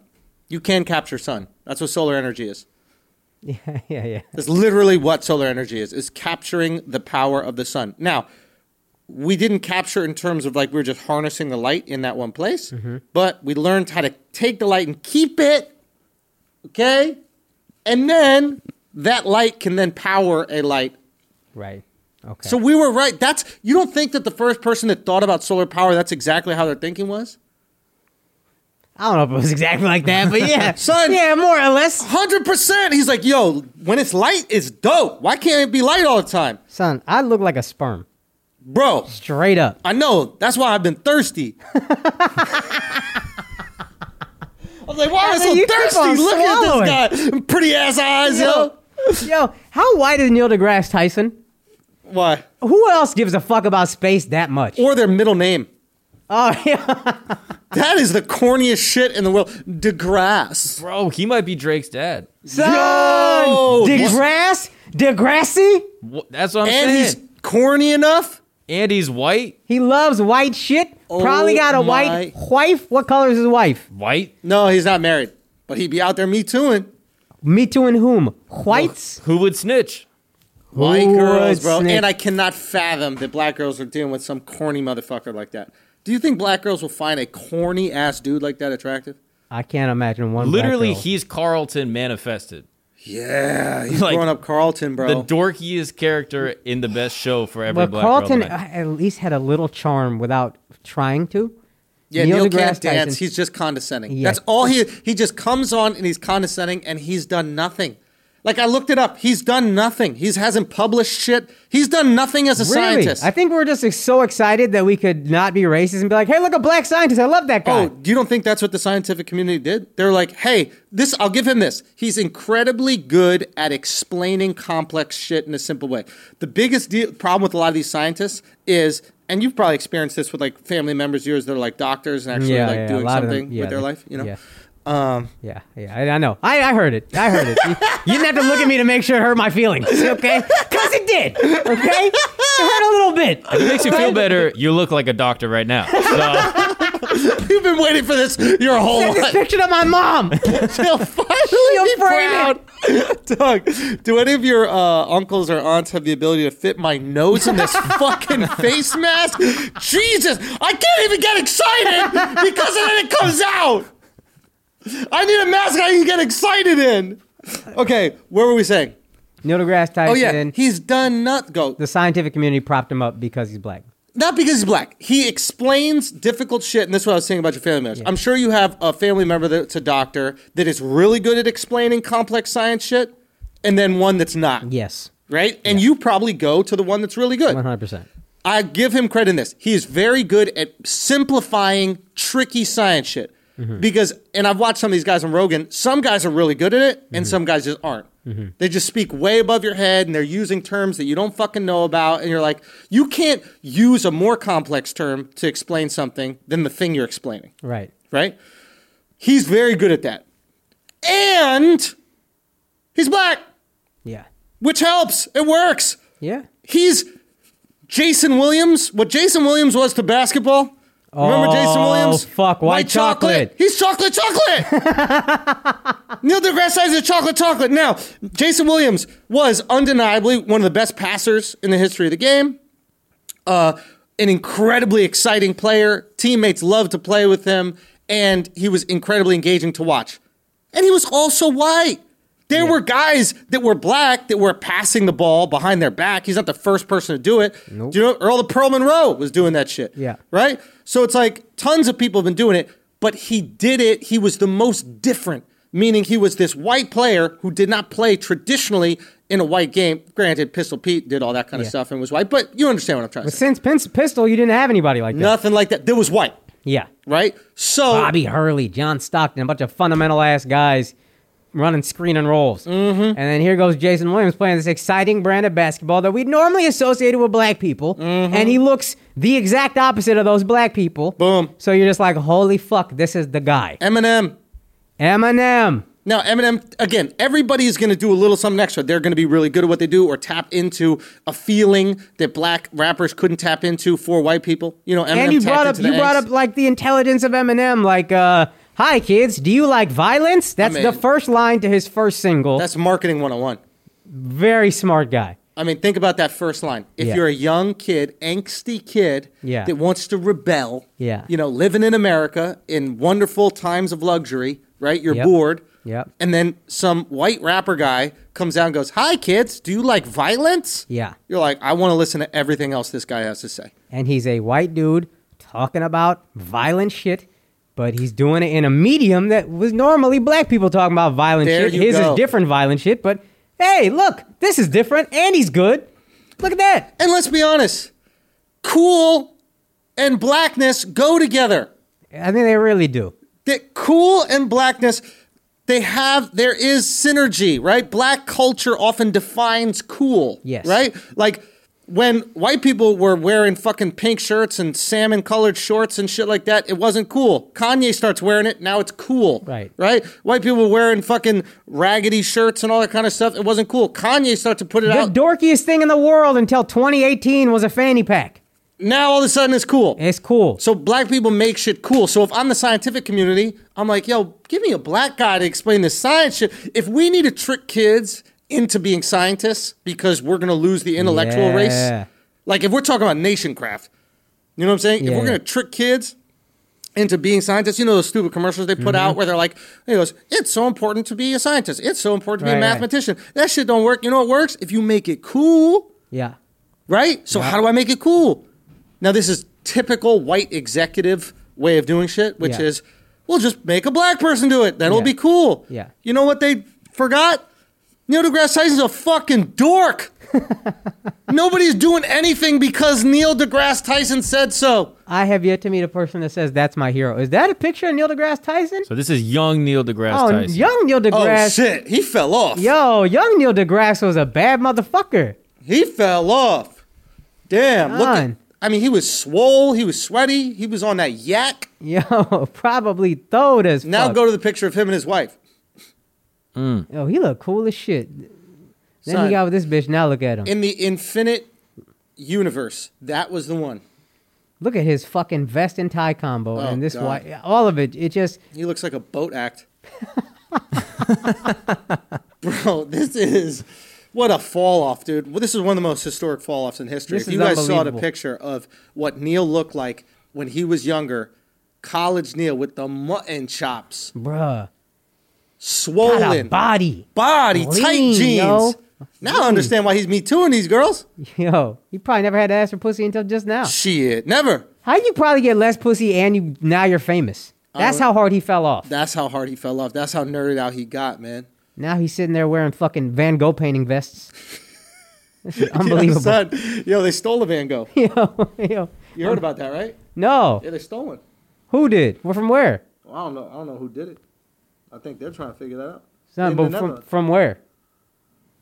[SPEAKER 1] You can capture sun. That's what solar energy is.
[SPEAKER 2] yeah, yeah, yeah.
[SPEAKER 1] That's literally what solar energy is, is capturing the power of the sun. Now, we didn't capture in terms of like we were just harnessing the light in that one place, but we learned how to take the light and keep it, okay? And then that light can then power a light.
[SPEAKER 2] Right. Okay.
[SPEAKER 1] So we were right. That's you don't think that the first person that thought about solar power, that's exactly how their thinking was?
[SPEAKER 2] I don't know if it was exactly like that, but yeah.
[SPEAKER 1] Son.
[SPEAKER 2] Yeah, more or less.
[SPEAKER 1] Hundred percent. He's like, yo, when it's light, it's dope. Why can't it be light all the time?
[SPEAKER 2] Son, I look like a sperm.
[SPEAKER 1] Bro,
[SPEAKER 2] Straight up.
[SPEAKER 1] I know. That's why I've been thirsty. I was like, why am I
[SPEAKER 2] mean, you
[SPEAKER 1] so
[SPEAKER 2] keep on
[SPEAKER 1] thirsty? Look at this guy. Pretty ass eyes, yo.
[SPEAKER 2] Yo, how white is Neil deGrasse Tyson?
[SPEAKER 1] Why?
[SPEAKER 2] Who else gives a fuck about space that much?
[SPEAKER 1] Or their middle name.
[SPEAKER 2] Oh, yeah.
[SPEAKER 1] That is the corniest shit in the world. DeGrasse.
[SPEAKER 3] Bro, he might be Drake's dad.
[SPEAKER 2] Son!
[SPEAKER 1] Yo!
[SPEAKER 2] DeGrasse? Degrassi?
[SPEAKER 3] Wha- That's what I'm
[SPEAKER 1] And
[SPEAKER 3] saying.
[SPEAKER 1] he's corny enough.
[SPEAKER 3] and he's white.
[SPEAKER 2] He loves white shit. Probably
[SPEAKER 1] Oh
[SPEAKER 2] got a
[SPEAKER 1] my-
[SPEAKER 2] white wife. What color is his wife?
[SPEAKER 3] White.
[SPEAKER 1] No, he's not married. But he'd be out there me tooing.
[SPEAKER 2] Me too and whom? Whites?
[SPEAKER 3] Who would snitch?
[SPEAKER 1] White
[SPEAKER 2] Who
[SPEAKER 1] girls,
[SPEAKER 2] would
[SPEAKER 1] bro.
[SPEAKER 2] snitch?
[SPEAKER 1] And I cannot fathom that black girls are dealing with some corny motherfucker like that. Do you think black girls will find a corny ass dude like that attractive?
[SPEAKER 2] I can't imagine one. black
[SPEAKER 3] Literally,
[SPEAKER 2] girl.
[SPEAKER 3] he's Carlton manifested.
[SPEAKER 1] Yeah, he's
[SPEAKER 3] Like,
[SPEAKER 1] growing up Carlton, bro.
[SPEAKER 3] The dorkiest character in the best show for every
[SPEAKER 2] But
[SPEAKER 3] black
[SPEAKER 2] Carlton
[SPEAKER 3] girl. tonight.
[SPEAKER 2] at least had a little charm without trying to.
[SPEAKER 1] Yeah, Neil,
[SPEAKER 2] deGrasse
[SPEAKER 1] can't dance.
[SPEAKER 2] Tyson-
[SPEAKER 1] He's just condescending.
[SPEAKER 2] Yeah.
[SPEAKER 1] That's all he he just comes on and he's condescending and he's done nothing. Like I looked it up. He's done nothing. He's hasn't published shit. He's done nothing as a
[SPEAKER 2] Really?
[SPEAKER 1] scientist.
[SPEAKER 2] I think we're just so excited that we could not be racist and be like, "Hey, look, a black scientist! I love that guy."
[SPEAKER 1] Oh, you don't think that's what the scientific community did? They're like, "Hey, this I'll give him this. He's incredibly good at explaining complex shit in a simple way." The biggest deal, problem with a lot of these scientists is and you've probably experienced this with like family members of yours that are like doctors and actually
[SPEAKER 2] yeah,
[SPEAKER 1] like
[SPEAKER 2] yeah, a
[SPEAKER 1] doing
[SPEAKER 2] lot of them-
[SPEAKER 1] something
[SPEAKER 2] yeah,
[SPEAKER 1] with their
[SPEAKER 2] they-
[SPEAKER 1] life, you know? Um,
[SPEAKER 2] Yeah. yeah, yeah, I, I know. I, I heard it. I heard it. You, you didn't have to look at me to make sure it hurt my feelings, okay? Because it did, okay? It hurt a little bit.
[SPEAKER 3] If it makes you feel better, you look like a doctor right now. So,
[SPEAKER 1] You've been waiting for this your whole
[SPEAKER 2] Send
[SPEAKER 1] life.
[SPEAKER 2] this picture to my mom.
[SPEAKER 1] They'll finally
[SPEAKER 2] She'll
[SPEAKER 1] be
[SPEAKER 2] frame
[SPEAKER 1] proud. Doug, do any of your uh, uncles or aunts have the ability to fit my nose in this fucking face mask? Jesus, I can't even get excited because then it comes out. I need a mask I can get excited in. Okay, where were we saying?
[SPEAKER 2] Neil deGrasse Tyson.
[SPEAKER 1] Oh yeah, he's done not go.
[SPEAKER 2] the scientific community propped him up because he's black.
[SPEAKER 1] not because he's black. He explains difficult shit, and this is what I was saying about your family members. I'm sure you have a family member that's a doctor that is really good at explaining complex science shit, and then one that's not.
[SPEAKER 2] Yes,
[SPEAKER 1] Right? And you probably go to the one that's really good.
[SPEAKER 2] one hundred percent.
[SPEAKER 1] I give him credit in this. He is very good at simplifying tricky science shit. Because, and I've watched some of these guys on Rogan, some guys are really good at it and some guys just aren't. They just speak way above your head and they're using terms that you don't fucking know about. And you're like, you can't use a more complex term to explain something than the thing you're explaining
[SPEAKER 2] Right.
[SPEAKER 1] right? He's very good at that. And He's black,
[SPEAKER 2] Yeah.
[SPEAKER 1] which helps. It works.
[SPEAKER 2] Yeah.
[SPEAKER 1] He's Jason Williams. What Jason Williams was to basketball. Remember Jason
[SPEAKER 2] Oh,
[SPEAKER 1] Williams?
[SPEAKER 2] fuck, white chocolate.
[SPEAKER 1] He's chocolate chocolate. Neil deGrasse Tyson is chocolate chocolate. Now, Jason Williams was undeniably one of the best passers in the history of the game. Uh, an incredibly exciting player. Teammates loved to play with him, and he was incredibly engaging to watch. And he was also white. There were guys that were black that were passing the ball behind their back. He's not the first person to do it. Do you know Earl the Pearl Monroe was doing that shit?
[SPEAKER 2] Yeah.
[SPEAKER 1] Right? So it's like tons of people have been doing it, but he did it. He was the most different, meaning he was this white player who did not play traditionally in a white game. Granted, Pistol Pete did all that kind of
[SPEAKER 2] Yeah.
[SPEAKER 1] stuff and was white, but you understand what I'm trying to
[SPEAKER 2] But
[SPEAKER 1] say.
[SPEAKER 2] since Pin- Pistol, you didn't have anybody like that.
[SPEAKER 1] Nothing like that. There was white,
[SPEAKER 2] Yeah.
[SPEAKER 1] right? So
[SPEAKER 2] Bobby Hurley, John Stockton, a bunch of fundamental ass guys running screen and rolls. Mm-hmm. And then here goes Jason Williams playing this exciting brand of basketball that we normally associated with black people.
[SPEAKER 1] Mm-hmm.
[SPEAKER 2] And he looks the exact opposite of those black people.
[SPEAKER 1] Boom.
[SPEAKER 2] So you're just like, holy fuck, this is the guy.
[SPEAKER 1] Eminem.
[SPEAKER 2] Eminem.
[SPEAKER 1] Now, Eminem, again, everybody's going to do a little something extra. They're going to be really good at what they do or tap into a feeling that black rappers couldn't tap into for white people. You know, Eminem
[SPEAKER 2] and you
[SPEAKER 1] tapped
[SPEAKER 2] brought up
[SPEAKER 1] into the
[SPEAKER 2] you brought
[SPEAKER 1] angst.
[SPEAKER 2] up like the intelligence of Eminem, like uh Hi kids, do you like violence? That's the
[SPEAKER 1] mean-
[SPEAKER 2] first line to his first single.
[SPEAKER 1] That's marketing 101.
[SPEAKER 2] Very smart guy.
[SPEAKER 1] I mean, think about that first line. If
[SPEAKER 2] Yeah.
[SPEAKER 1] you're a young kid, angsty kid
[SPEAKER 2] Yeah.
[SPEAKER 1] that wants to rebel,
[SPEAKER 2] Yeah.
[SPEAKER 1] you know, living in America in wonderful times of luxury, right? You're
[SPEAKER 2] Yep.
[SPEAKER 1] bored.
[SPEAKER 2] Yep.
[SPEAKER 1] And then some white rapper guy comes out and goes, Hi, kids, do you like violence?
[SPEAKER 2] Yeah.
[SPEAKER 1] You're like, I want to listen to everything else this guy has to say.
[SPEAKER 2] And he's a white dude talking about violent shit, but he's doing it in a medium that was normally black people talking about violent
[SPEAKER 1] There
[SPEAKER 2] shit.
[SPEAKER 1] you
[SPEAKER 2] His
[SPEAKER 1] go.
[SPEAKER 2] is different violent shit, but hey, look, this is different and he's good. Look at that.
[SPEAKER 1] And let's be honest, cool and blackness go together.
[SPEAKER 2] I think they really do.
[SPEAKER 1] that cool and blackness they have there is synergy right black culture often defines cool
[SPEAKER 2] Yes.
[SPEAKER 1] right like when white people were wearing fucking pink shirts and salmon colored shorts and shit like that it wasn't cool kanye starts wearing it now it's cool
[SPEAKER 2] Right.
[SPEAKER 1] right white people were wearing fucking raggedy shirts and all that kind of stuff it wasn't cool kanye started to put it
[SPEAKER 2] The
[SPEAKER 1] out
[SPEAKER 2] dorkiest thing in the world until 2018 was a fanny pack.
[SPEAKER 1] now all of a sudden it's cool
[SPEAKER 2] It's cool.
[SPEAKER 1] So black people make shit cool. So if I'm the scientific community, I'm like, yo, give me a black guy to explain this science shit. If we need to trick kids into being scientists because we're gonna lose the intellectual
[SPEAKER 2] Yeah.
[SPEAKER 1] race, like if we're talking about nation craft, you know what I'm saying? If
[SPEAKER 2] Yeah.
[SPEAKER 1] we're gonna trick kids into being scientists, you know those stupid commercials they put
[SPEAKER 2] Mm-hmm.
[SPEAKER 1] out where they're like, he goes, it's so important to be a scientist. It's so important to be
[SPEAKER 2] Right,
[SPEAKER 1] a
[SPEAKER 2] right.
[SPEAKER 1] mathematician. That shit don't work. You know what works? If you make it cool
[SPEAKER 2] yeah.
[SPEAKER 1] right? So how do I make it cool? Now this is typical white executive way of doing shit, which
[SPEAKER 2] Yeah.
[SPEAKER 1] is we'll just make a black person do it. That'll
[SPEAKER 2] Yeah.
[SPEAKER 1] be cool.
[SPEAKER 2] Yeah.
[SPEAKER 1] You know what they forgot? Neil deGrasse Tyson's a fucking dork. Nobody's doing anything because Neil deGrasse Tyson said so.
[SPEAKER 2] I have yet to meet a person that says that's my hero. Is that a picture of Neil deGrasse Tyson?
[SPEAKER 3] So this is young Neil deGrasse
[SPEAKER 2] oh,
[SPEAKER 3] Tyson.
[SPEAKER 2] young Neil
[SPEAKER 1] Oh
[SPEAKER 2] deGrasse.
[SPEAKER 1] shit, he fell off.
[SPEAKER 2] Yo, young Neil deGrasse was a bad motherfucker.
[SPEAKER 1] He fell off. Damn, look at,
[SPEAKER 2] Done.
[SPEAKER 1] I mean, he was swole, he was sweaty, he was on that yak.
[SPEAKER 2] Yo, probably throwed as
[SPEAKER 1] Now
[SPEAKER 2] fuck.
[SPEAKER 1] go to the picture of him and his wife.
[SPEAKER 2] Yo, he looked cool as shit. Then
[SPEAKER 1] Son.
[SPEAKER 2] he got with this bitch. Now look at him.
[SPEAKER 1] in the infinite universe. That was the one.
[SPEAKER 2] look at his fucking vest and tie combo
[SPEAKER 1] Oh,
[SPEAKER 2] and this
[SPEAKER 1] God.
[SPEAKER 2] white. All of it. It just
[SPEAKER 1] He looks like a boat act. Bro, this is what a fall off, dude. Well, this is one of the most historic fall offs in history.
[SPEAKER 2] This
[SPEAKER 1] if
[SPEAKER 2] is
[SPEAKER 1] you guys saw the
[SPEAKER 2] unbelievable.
[SPEAKER 1] picture of what Neil looked like when he was younger, college Neil with the mutton chops,
[SPEAKER 2] bruh. Got a
[SPEAKER 1] swollen
[SPEAKER 2] body.
[SPEAKER 1] body, tight
[SPEAKER 2] Lean,
[SPEAKER 1] jeans.
[SPEAKER 2] yo.
[SPEAKER 1] Now I understand why he's me tooing these girls.
[SPEAKER 2] Yo, you probably never had to ask for pussy until just now.
[SPEAKER 1] Shit, never.
[SPEAKER 2] How you probably get less pussy and you now you're famous. That's how hard he fell off.
[SPEAKER 1] That's how hard he fell off. That's how nerded out he got, man.
[SPEAKER 2] Now he's sitting there wearing fucking Van Gogh painting vests. This is unbelievable.
[SPEAKER 1] Yo, son, yo, they stole the Van Gogh.
[SPEAKER 2] yo, yo.
[SPEAKER 1] You heard about that, right?
[SPEAKER 2] No.
[SPEAKER 1] Yeah, they stole one.
[SPEAKER 2] Who did? Where from where?
[SPEAKER 1] Well, I don't know. I don't know who did it. I think they're trying to figure that out.
[SPEAKER 2] Son,
[SPEAKER 1] In
[SPEAKER 2] but
[SPEAKER 1] the
[SPEAKER 2] from,
[SPEAKER 1] Netherlands.
[SPEAKER 2] from where?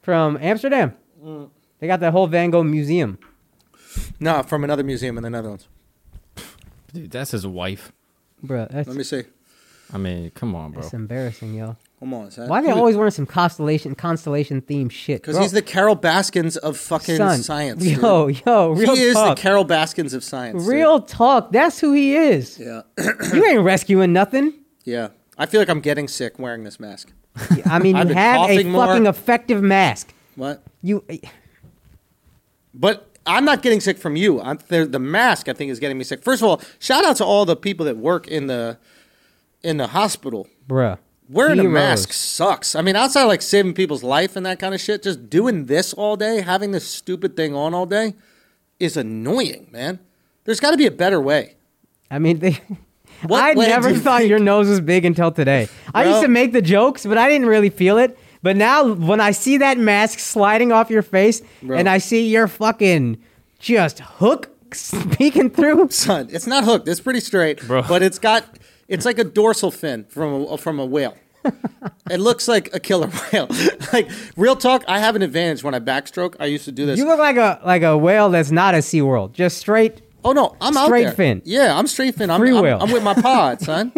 [SPEAKER 2] From Amsterdam.
[SPEAKER 1] Mm.
[SPEAKER 2] They got that whole Van Gogh museum.
[SPEAKER 1] No, from another museum in the Netherlands.
[SPEAKER 3] Dude, that's his wife.
[SPEAKER 2] Bruh, that's,
[SPEAKER 1] Let me see.
[SPEAKER 3] I mean, come on, bro.
[SPEAKER 2] It's embarrassing, yo.
[SPEAKER 1] Come on, son.
[SPEAKER 2] Why are they always wearing some constellation constellation themed shit?
[SPEAKER 1] Because
[SPEAKER 2] bro?
[SPEAKER 1] he's the Carol Baskins of fucking
[SPEAKER 2] Son,
[SPEAKER 1] science. dude.
[SPEAKER 2] Yo, yo, real
[SPEAKER 1] he is
[SPEAKER 2] talk.
[SPEAKER 1] the Carol Baskins of science. dude.
[SPEAKER 2] real talk. That's who he is.
[SPEAKER 1] Yeah,
[SPEAKER 2] you ain't rescuing nothing.
[SPEAKER 1] yeah. I feel like I'm getting sick wearing this mask.
[SPEAKER 2] I mean,
[SPEAKER 1] I've
[SPEAKER 2] you
[SPEAKER 1] been
[SPEAKER 2] have a
[SPEAKER 1] coughing more.
[SPEAKER 2] fucking effective mask.
[SPEAKER 1] What?
[SPEAKER 2] You, eh,
[SPEAKER 1] But I'm not getting sick from you. I'm the, the mask. I think is getting me sick. First of all, shout out to all the people that work in the in the hospital.
[SPEAKER 2] bruh.
[SPEAKER 1] Wearing a
[SPEAKER 2] Heroes.
[SPEAKER 1] mask sucks. I mean, outside like saving people's life and that kind of shit, just doing this all day, having this stupid thing on all day, is annoying, man. There's got to be a better way.
[SPEAKER 2] I mean, they.
[SPEAKER 1] What
[SPEAKER 2] I
[SPEAKER 1] way
[SPEAKER 2] never
[SPEAKER 1] do you
[SPEAKER 2] thought
[SPEAKER 1] think-
[SPEAKER 2] your nose was big until today. I used
[SPEAKER 1] Well-
[SPEAKER 2] to make the jokes, but I didn't really feel it. But now, when I see that mask sliding off your face,
[SPEAKER 1] Bro.
[SPEAKER 2] and I see your fucking just hook peeking through,
[SPEAKER 1] son. It's not hooked. It's pretty straight,
[SPEAKER 3] Bro.
[SPEAKER 1] But it's got it's like a dorsal fin from a, from a whale. it looks like a killer whale. like real talk, I have an advantage when I backstroke. I used to do this.
[SPEAKER 2] you look like a like a whale that's not a Sea World, just straight.
[SPEAKER 1] oh no, I'm
[SPEAKER 2] Straight
[SPEAKER 1] out there.
[SPEAKER 2] fin.
[SPEAKER 1] Yeah, I'm straight fin. I'm,
[SPEAKER 2] Free
[SPEAKER 1] I'm,
[SPEAKER 2] whale.
[SPEAKER 1] I'm with my pod, son.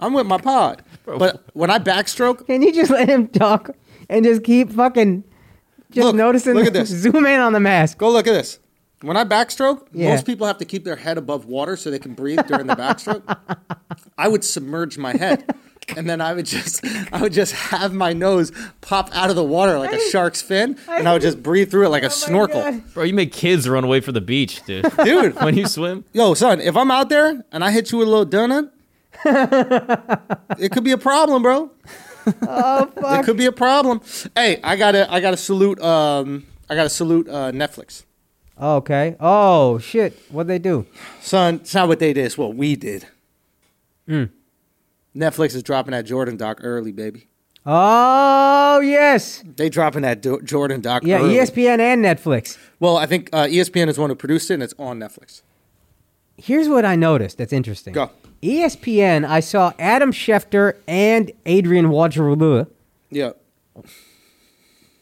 [SPEAKER 1] I'm with my pod. But when I backstroke,
[SPEAKER 2] Can you just let him talk and just keep fucking just
[SPEAKER 1] Look,
[SPEAKER 2] noticing?
[SPEAKER 1] look at this.
[SPEAKER 2] Zoom in on the mask.
[SPEAKER 1] go look at this. When I backstroke,
[SPEAKER 2] Yeah.
[SPEAKER 1] most people have to keep their head above water so they can breathe during the backstroke. I would submerge my head. And then I would just, I would just have my nose pop out of the water like a shark's fin, and I would just breathe through it like a
[SPEAKER 2] Oh my
[SPEAKER 1] snorkel,
[SPEAKER 2] God.
[SPEAKER 3] Bro, you make kids run away from the beach, dude.
[SPEAKER 1] dude.
[SPEAKER 3] when you swim,
[SPEAKER 1] Yo, son, if I'm out there and I hit you with a little donut, it could be a problem, bro.
[SPEAKER 2] Oh fuck!
[SPEAKER 1] It could be a problem. Hey, I gotta, I gotta salute, um, I gotta salute uh, Netflix,
[SPEAKER 2] Okay. Oh shit! What they do?
[SPEAKER 1] son. It's not what they did; it's what we did.
[SPEAKER 2] Hmm.
[SPEAKER 1] Netflix is dropping that Jordan doc early, baby.
[SPEAKER 2] Oh yes.
[SPEAKER 1] They dropping that Do- Jordan doc.
[SPEAKER 2] Yeah, E
[SPEAKER 1] early.
[SPEAKER 2] ESPN and Netflix.
[SPEAKER 1] Well, I think uh, ESPN is the one who produced it, and it's on Netflix.
[SPEAKER 2] Here's what I noticed that's interesting. E
[SPEAKER 1] Go.
[SPEAKER 2] ESPN, I saw Adam Schefter and Adrian Wojnarowski
[SPEAKER 1] Yeah,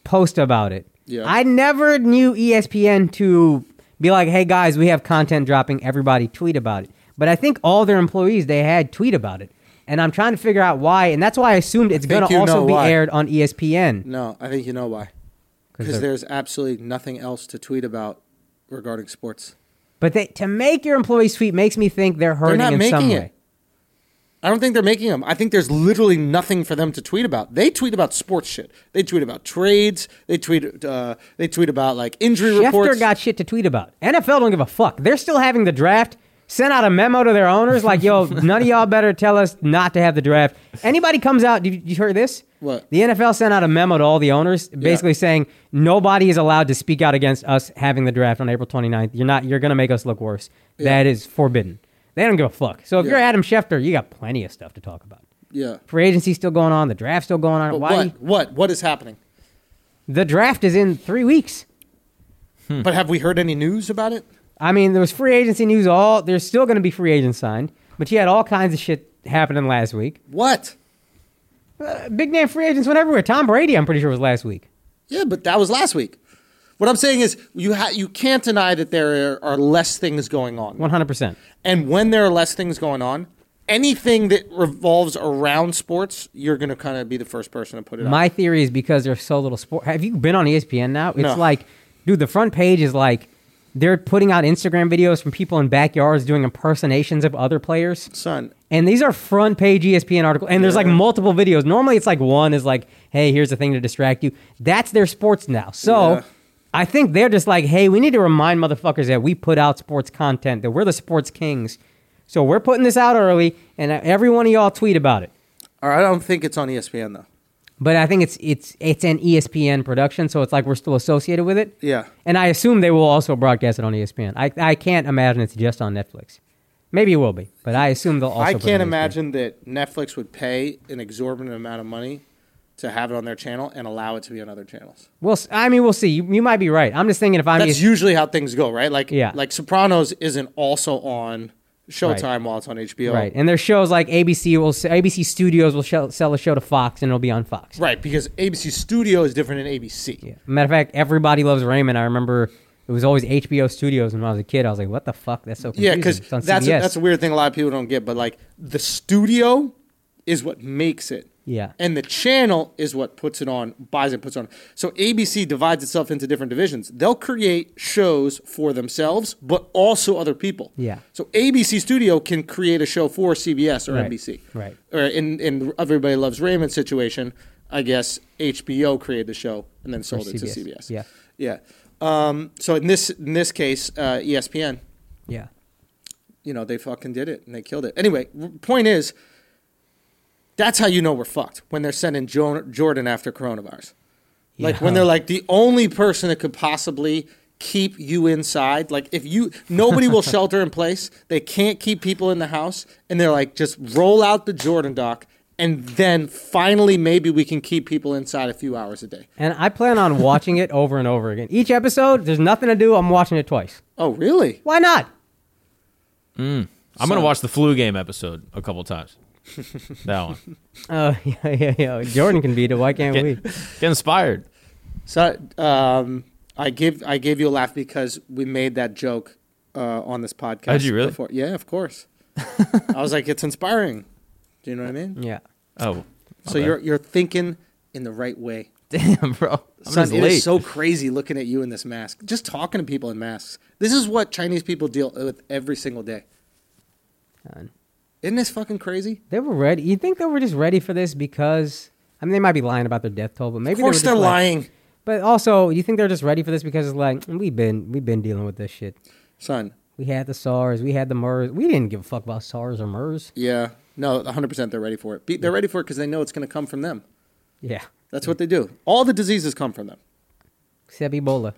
[SPEAKER 2] post about it.
[SPEAKER 1] Yeah.
[SPEAKER 2] I never knew E ESPN to be like, "Hey guys, we have content dropping. Everybody tweet about it." But I think all their employees they had tweet about it, and I'm trying to figure out why. And that's why I assumed it's
[SPEAKER 1] think
[SPEAKER 2] going to
[SPEAKER 1] you
[SPEAKER 2] also
[SPEAKER 1] know
[SPEAKER 2] be
[SPEAKER 1] why.
[SPEAKER 2] aired on E ESPN.
[SPEAKER 1] no, I think you know why.
[SPEAKER 2] 'Cause
[SPEAKER 1] Because
[SPEAKER 2] they're-
[SPEAKER 1] there's absolutely nothing else to tweet about regarding sports.
[SPEAKER 2] But they, to make your employees tweet makes me think they're hurting
[SPEAKER 1] not
[SPEAKER 2] in
[SPEAKER 1] making
[SPEAKER 2] some
[SPEAKER 1] it.
[SPEAKER 2] way.
[SPEAKER 1] I don't think they're making them. I think there's literally nothing for them to tweet about. They tweet about sports shit. They tweet about trades. They tweet. Uh, they tweet about like injury
[SPEAKER 2] Schefter
[SPEAKER 1] reports.
[SPEAKER 2] got shit to tweet about. NFL don't give a fuck. They're still having the draft. Sent out a memo to their owners like, yo, none of y'all better tell us not to have the draft. Anybody comes out, did you, you heard this?
[SPEAKER 1] What?
[SPEAKER 2] The NFL sent out a memo to all the owners basically saying nobody is allowed to speak out against us having the draft on April 29th. You're not you're going to make us look worse. That is forbidden. They don't give a fuck. So if you're
[SPEAKER 1] Yeah.
[SPEAKER 2] Adam Schefter, you got plenty of stuff to talk about.
[SPEAKER 1] yeah.
[SPEAKER 2] Free agency's still going on, the draft's still going on.
[SPEAKER 1] But
[SPEAKER 2] Why?
[SPEAKER 1] what? What? What is happening?
[SPEAKER 2] The draft is in 3 weeks. Hmm.
[SPEAKER 1] But have we heard any news about it?
[SPEAKER 2] I mean, there was free agency news. All there's still going to be free agents signed, but you had all kinds of shit happening last week.
[SPEAKER 1] What?
[SPEAKER 2] Uh, big name free agents went everywhere. Tom Brady, I'm pretty sure, was last week.
[SPEAKER 1] Yeah, but that was last week. What I'm saying is, you ha- you can't deny that there are less things going on.
[SPEAKER 2] 100. percent
[SPEAKER 1] And when there are less things going on, anything that revolves around sports, you're going to kind of be the first person to put it up.
[SPEAKER 2] My theory is because there's so little sport. Have you been on E ESPN now? It's
[SPEAKER 1] No.
[SPEAKER 2] like, dude, the front page is like they're putting out Instagram videos from people in backyards doing impersonations of other players.
[SPEAKER 1] Son,
[SPEAKER 2] And these are E front page ESPN articles, and there's like multiple videos. Normally, it's like one is like, "Hey, here's a thing to distract you." That's their sports now. So,
[SPEAKER 1] Yeah.
[SPEAKER 2] I think they're just like, "Hey, we need to remind motherfuckers that we put out sports content, that we're the sports kings." So we're putting this out early, and every one of y'all tweet about it.
[SPEAKER 1] all right, I don't think it's on E ESPN, though.
[SPEAKER 2] But I think it's it's it's an E ESPN production, so it's like we're still associated with it.
[SPEAKER 1] Yeah.
[SPEAKER 2] And I assume they will also broadcast it on E ESPN. I I can't imagine it's just on Netflix. Maybe it will be, but I assume they'll also.
[SPEAKER 1] I
[SPEAKER 2] put it on E
[SPEAKER 1] can't
[SPEAKER 2] ESPN.
[SPEAKER 1] imagine that Netflix would pay an exorbitant amount of money to have it on their channel and allow it to be on other channels.
[SPEAKER 2] Well, s- I mean, we'll see. You, you might be right. I'm just thinking if I'm
[SPEAKER 1] That's
[SPEAKER 2] just,
[SPEAKER 1] usually how things go, right? Like,
[SPEAKER 2] Yeah.
[SPEAKER 1] like Sopranos isn't also on Showtime
[SPEAKER 2] Right.
[SPEAKER 1] while it's on HBO.
[SPEAKER 2] right, and there's shows like ABC will s- ABC Studios will show, sell a show to Fox, and it'll be on Fox.
[SPEAKER 1] Right, because ABC Studio is different than ABC.
[SPEAKER 2] Yeah. Matter of fact, everybody loves Raymond. I remember it was always HBO Studios when I was a kid. I was like, what the fuck? That's so confusing.
[SPEAKER 1] Yeah, because
[SPEAKER 2] It's on
[SPEAKER 1] that's a,
[SPEAKER 2] CBS.
[SPEAKER 1] that's a weird thing a lot of people don't get. But like the studio is what makes it.
[SPEAKER 2] Yeah.
[SPEAKER 1] And the channel is what puts it on, buys and puts it on. So ABC divides itself into different divisions. They'll create shows for themselves, but also other people.
[SPEAKER 2] Yeah.
[SPEAKER 1] So ABC Studio can create a show for CBS or
[SPEAKER 2] Right.
[SPEAKER 1] NBC.
[SPEAKER 2] Right.
[SPEAKER 1] Or in, in Everybody Loves Raymond situation, I guess HBO created the show and then sold it to
[SPEAKER 2] CBS.
[SPEAKER 1] CBS.
[SPEAKER 2] Yeah.
[SPEAKER 1] Yeah. Um, so in this in this case, uh, ESPN
[SPEAKER 2] Yeah.
[SPEAKER 1] you know, they fucking did it and they killed it. Anyway, r- point is, that's how you know we're fucked when they're sending jo- Jordan after coronavirus. Like when
[SPEAKER 2] Yeah.
[SPEAKER 1] they're like the only person that could possibly keep you inside. Like if you nobody will shelter in place, they can't keep people in the house, and they're like just roll out the Jordan doc, and then finally maybe we can keep people inside a few hours a day.
[SPEAKER 2] And I plan on watching it over and over again. Each episode, there's nothing to do. I'm watching it twice.
[SPEAKER 1] Oh really?
[SPEAKER 2] Why not?
[SPEAKER 3] I'm gonna watch the flu game episode a couple times. that one.
[SPEAKER 2] Oh, yeah, yeah, yeah. Jordan can beat it. Why can't we?
[SPEAKER 3] Get, get inspired.
[SPEAKER 1] So um, I give I gave you a laugh because we made that joke uh, on this podcast.
[SPEAKER 3] Oh, did you really?
[SPEAKER 1] Before. Yeah, of course. I was like, it's inspiring. Do you know what I mean?
[SPEAKER 2] Yeah.
[SPEAKER 3] Oh,
[SPEAKER 1] So you're you're thinking in the right way.
[SPEAKER 3] damn, bro. I'm
[SPEAKER 1] Son,
[SPEAKER 3] just
[SPEAKER 1] it
[SPEAKER 3] late.
[SPEAKER 1] is so crazy looking at you in this mask. Just talking to people in masks. This is what Chinese people deal with every single day. Isn't this fucking crazy?
[SPEAKER 2] They were ready. You think they were just ready for this because I mean they might be lying about their death toll, but
[SPEAKER 1] Of
[SPEAKER 2] maybe
[SPEAKER 1] course
[SPEAKER 2] they
[SPEAKER 1] they're
[SPEAKER 2] were just like-
[SPEAKER 1] lying.
[SPEAKER 2] But also, you think they're just ready for this because it's like we've been we've been dealing with this shit.
[SPEAKER 1] Son,
[SPEAKER 2] We had the SARS, we had the MERS. We didn't give a fuck about SARS or MERS.
[SPEAKER 1] yeah. No, 100% they're ready for it. Be- They're ready for it because they know it's going to come from them.
[SPEAKER 2] Yeah,
[SPEAKER 1] That's what they do. All the diseases come from them.
[SPEAKER 2] except Ebola.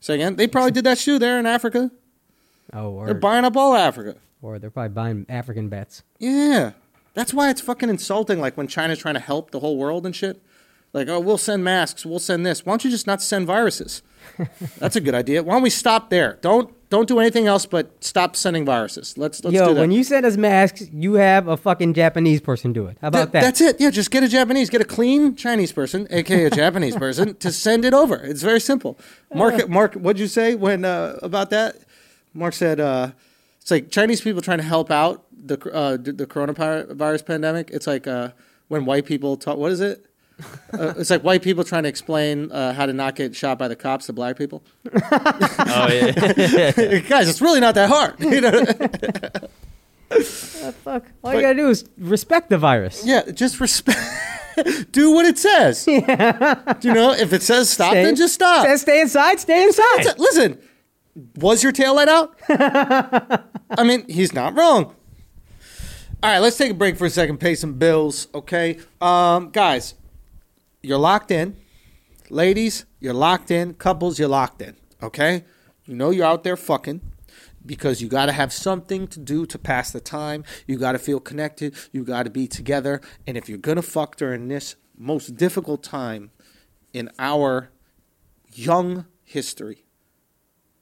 [SPEAKER 1] Say again. They probably did that shoe there in Africa.
[SPEAKER 2] Oh, or
[SPEAKER 1] They're buying up all Africa.
[SPEAKER 2] or they're probably buying African bets.
[SPEAKER 1] Yeah. That's why it's fucking insulting. Like when China's trying to help the whole world and shit. Like, oh, we'll send masks. We'll send this. Why don't you just not send viruses? That's a good idea. Why don't we stop there? Don't don't do anything else but stop sending viruses. Let's let's do
[SPEAKER 2] Yo,
[SPEAKER 1] that.
[SPEAKER 2] when you send us masks, you have a fucking Japanese person do it. How
[SPEAKER 1] Th-
[SPEAKER 2] about that?
[SPEAKER 1] That's it. Yeah, just get a Japanese, get a clean Chinese person, aka a Japanese person, to send it over. It's very simple. Mark, Mark, what'd you say when uh, about that? Mark said, uh, "It's like Chinese people trying to help out the cr- uh, d- the coronavirus pandemic. It's like uh, when white people talk. What is it? Uh, it's like white people trying to explain uh, how to not get shot by the cops to black people.
[SPEAKER 3] oh yeah.
[SPEAKER 1] Guys, it's really not that hard. You know?
[SPEAKER 2] Fuck. All you gotta do is respect the virus.
[SPEAKER 1] Yeah, just respect. Do what it says. Do you know if it says stop,
[SPEAKER 2] Stay-
[SPEAKER 1] then just stop.
[SPEAKER 2] Says stay inside. Stay inside.
[SPEAKER 1] Listen, listen, was your tail light out? I mean, he's not wrong. All right, let's take a break for a second, pay some bills, okay? Um, guys, you're locked in. Ladies, you're locked in. Couples, you're locked in, okay? You know you're out there fucking because you got to have something to do to pass the time. You got to feel connected. You got to be together. And if you're going to fuck during this most difficult time in our young history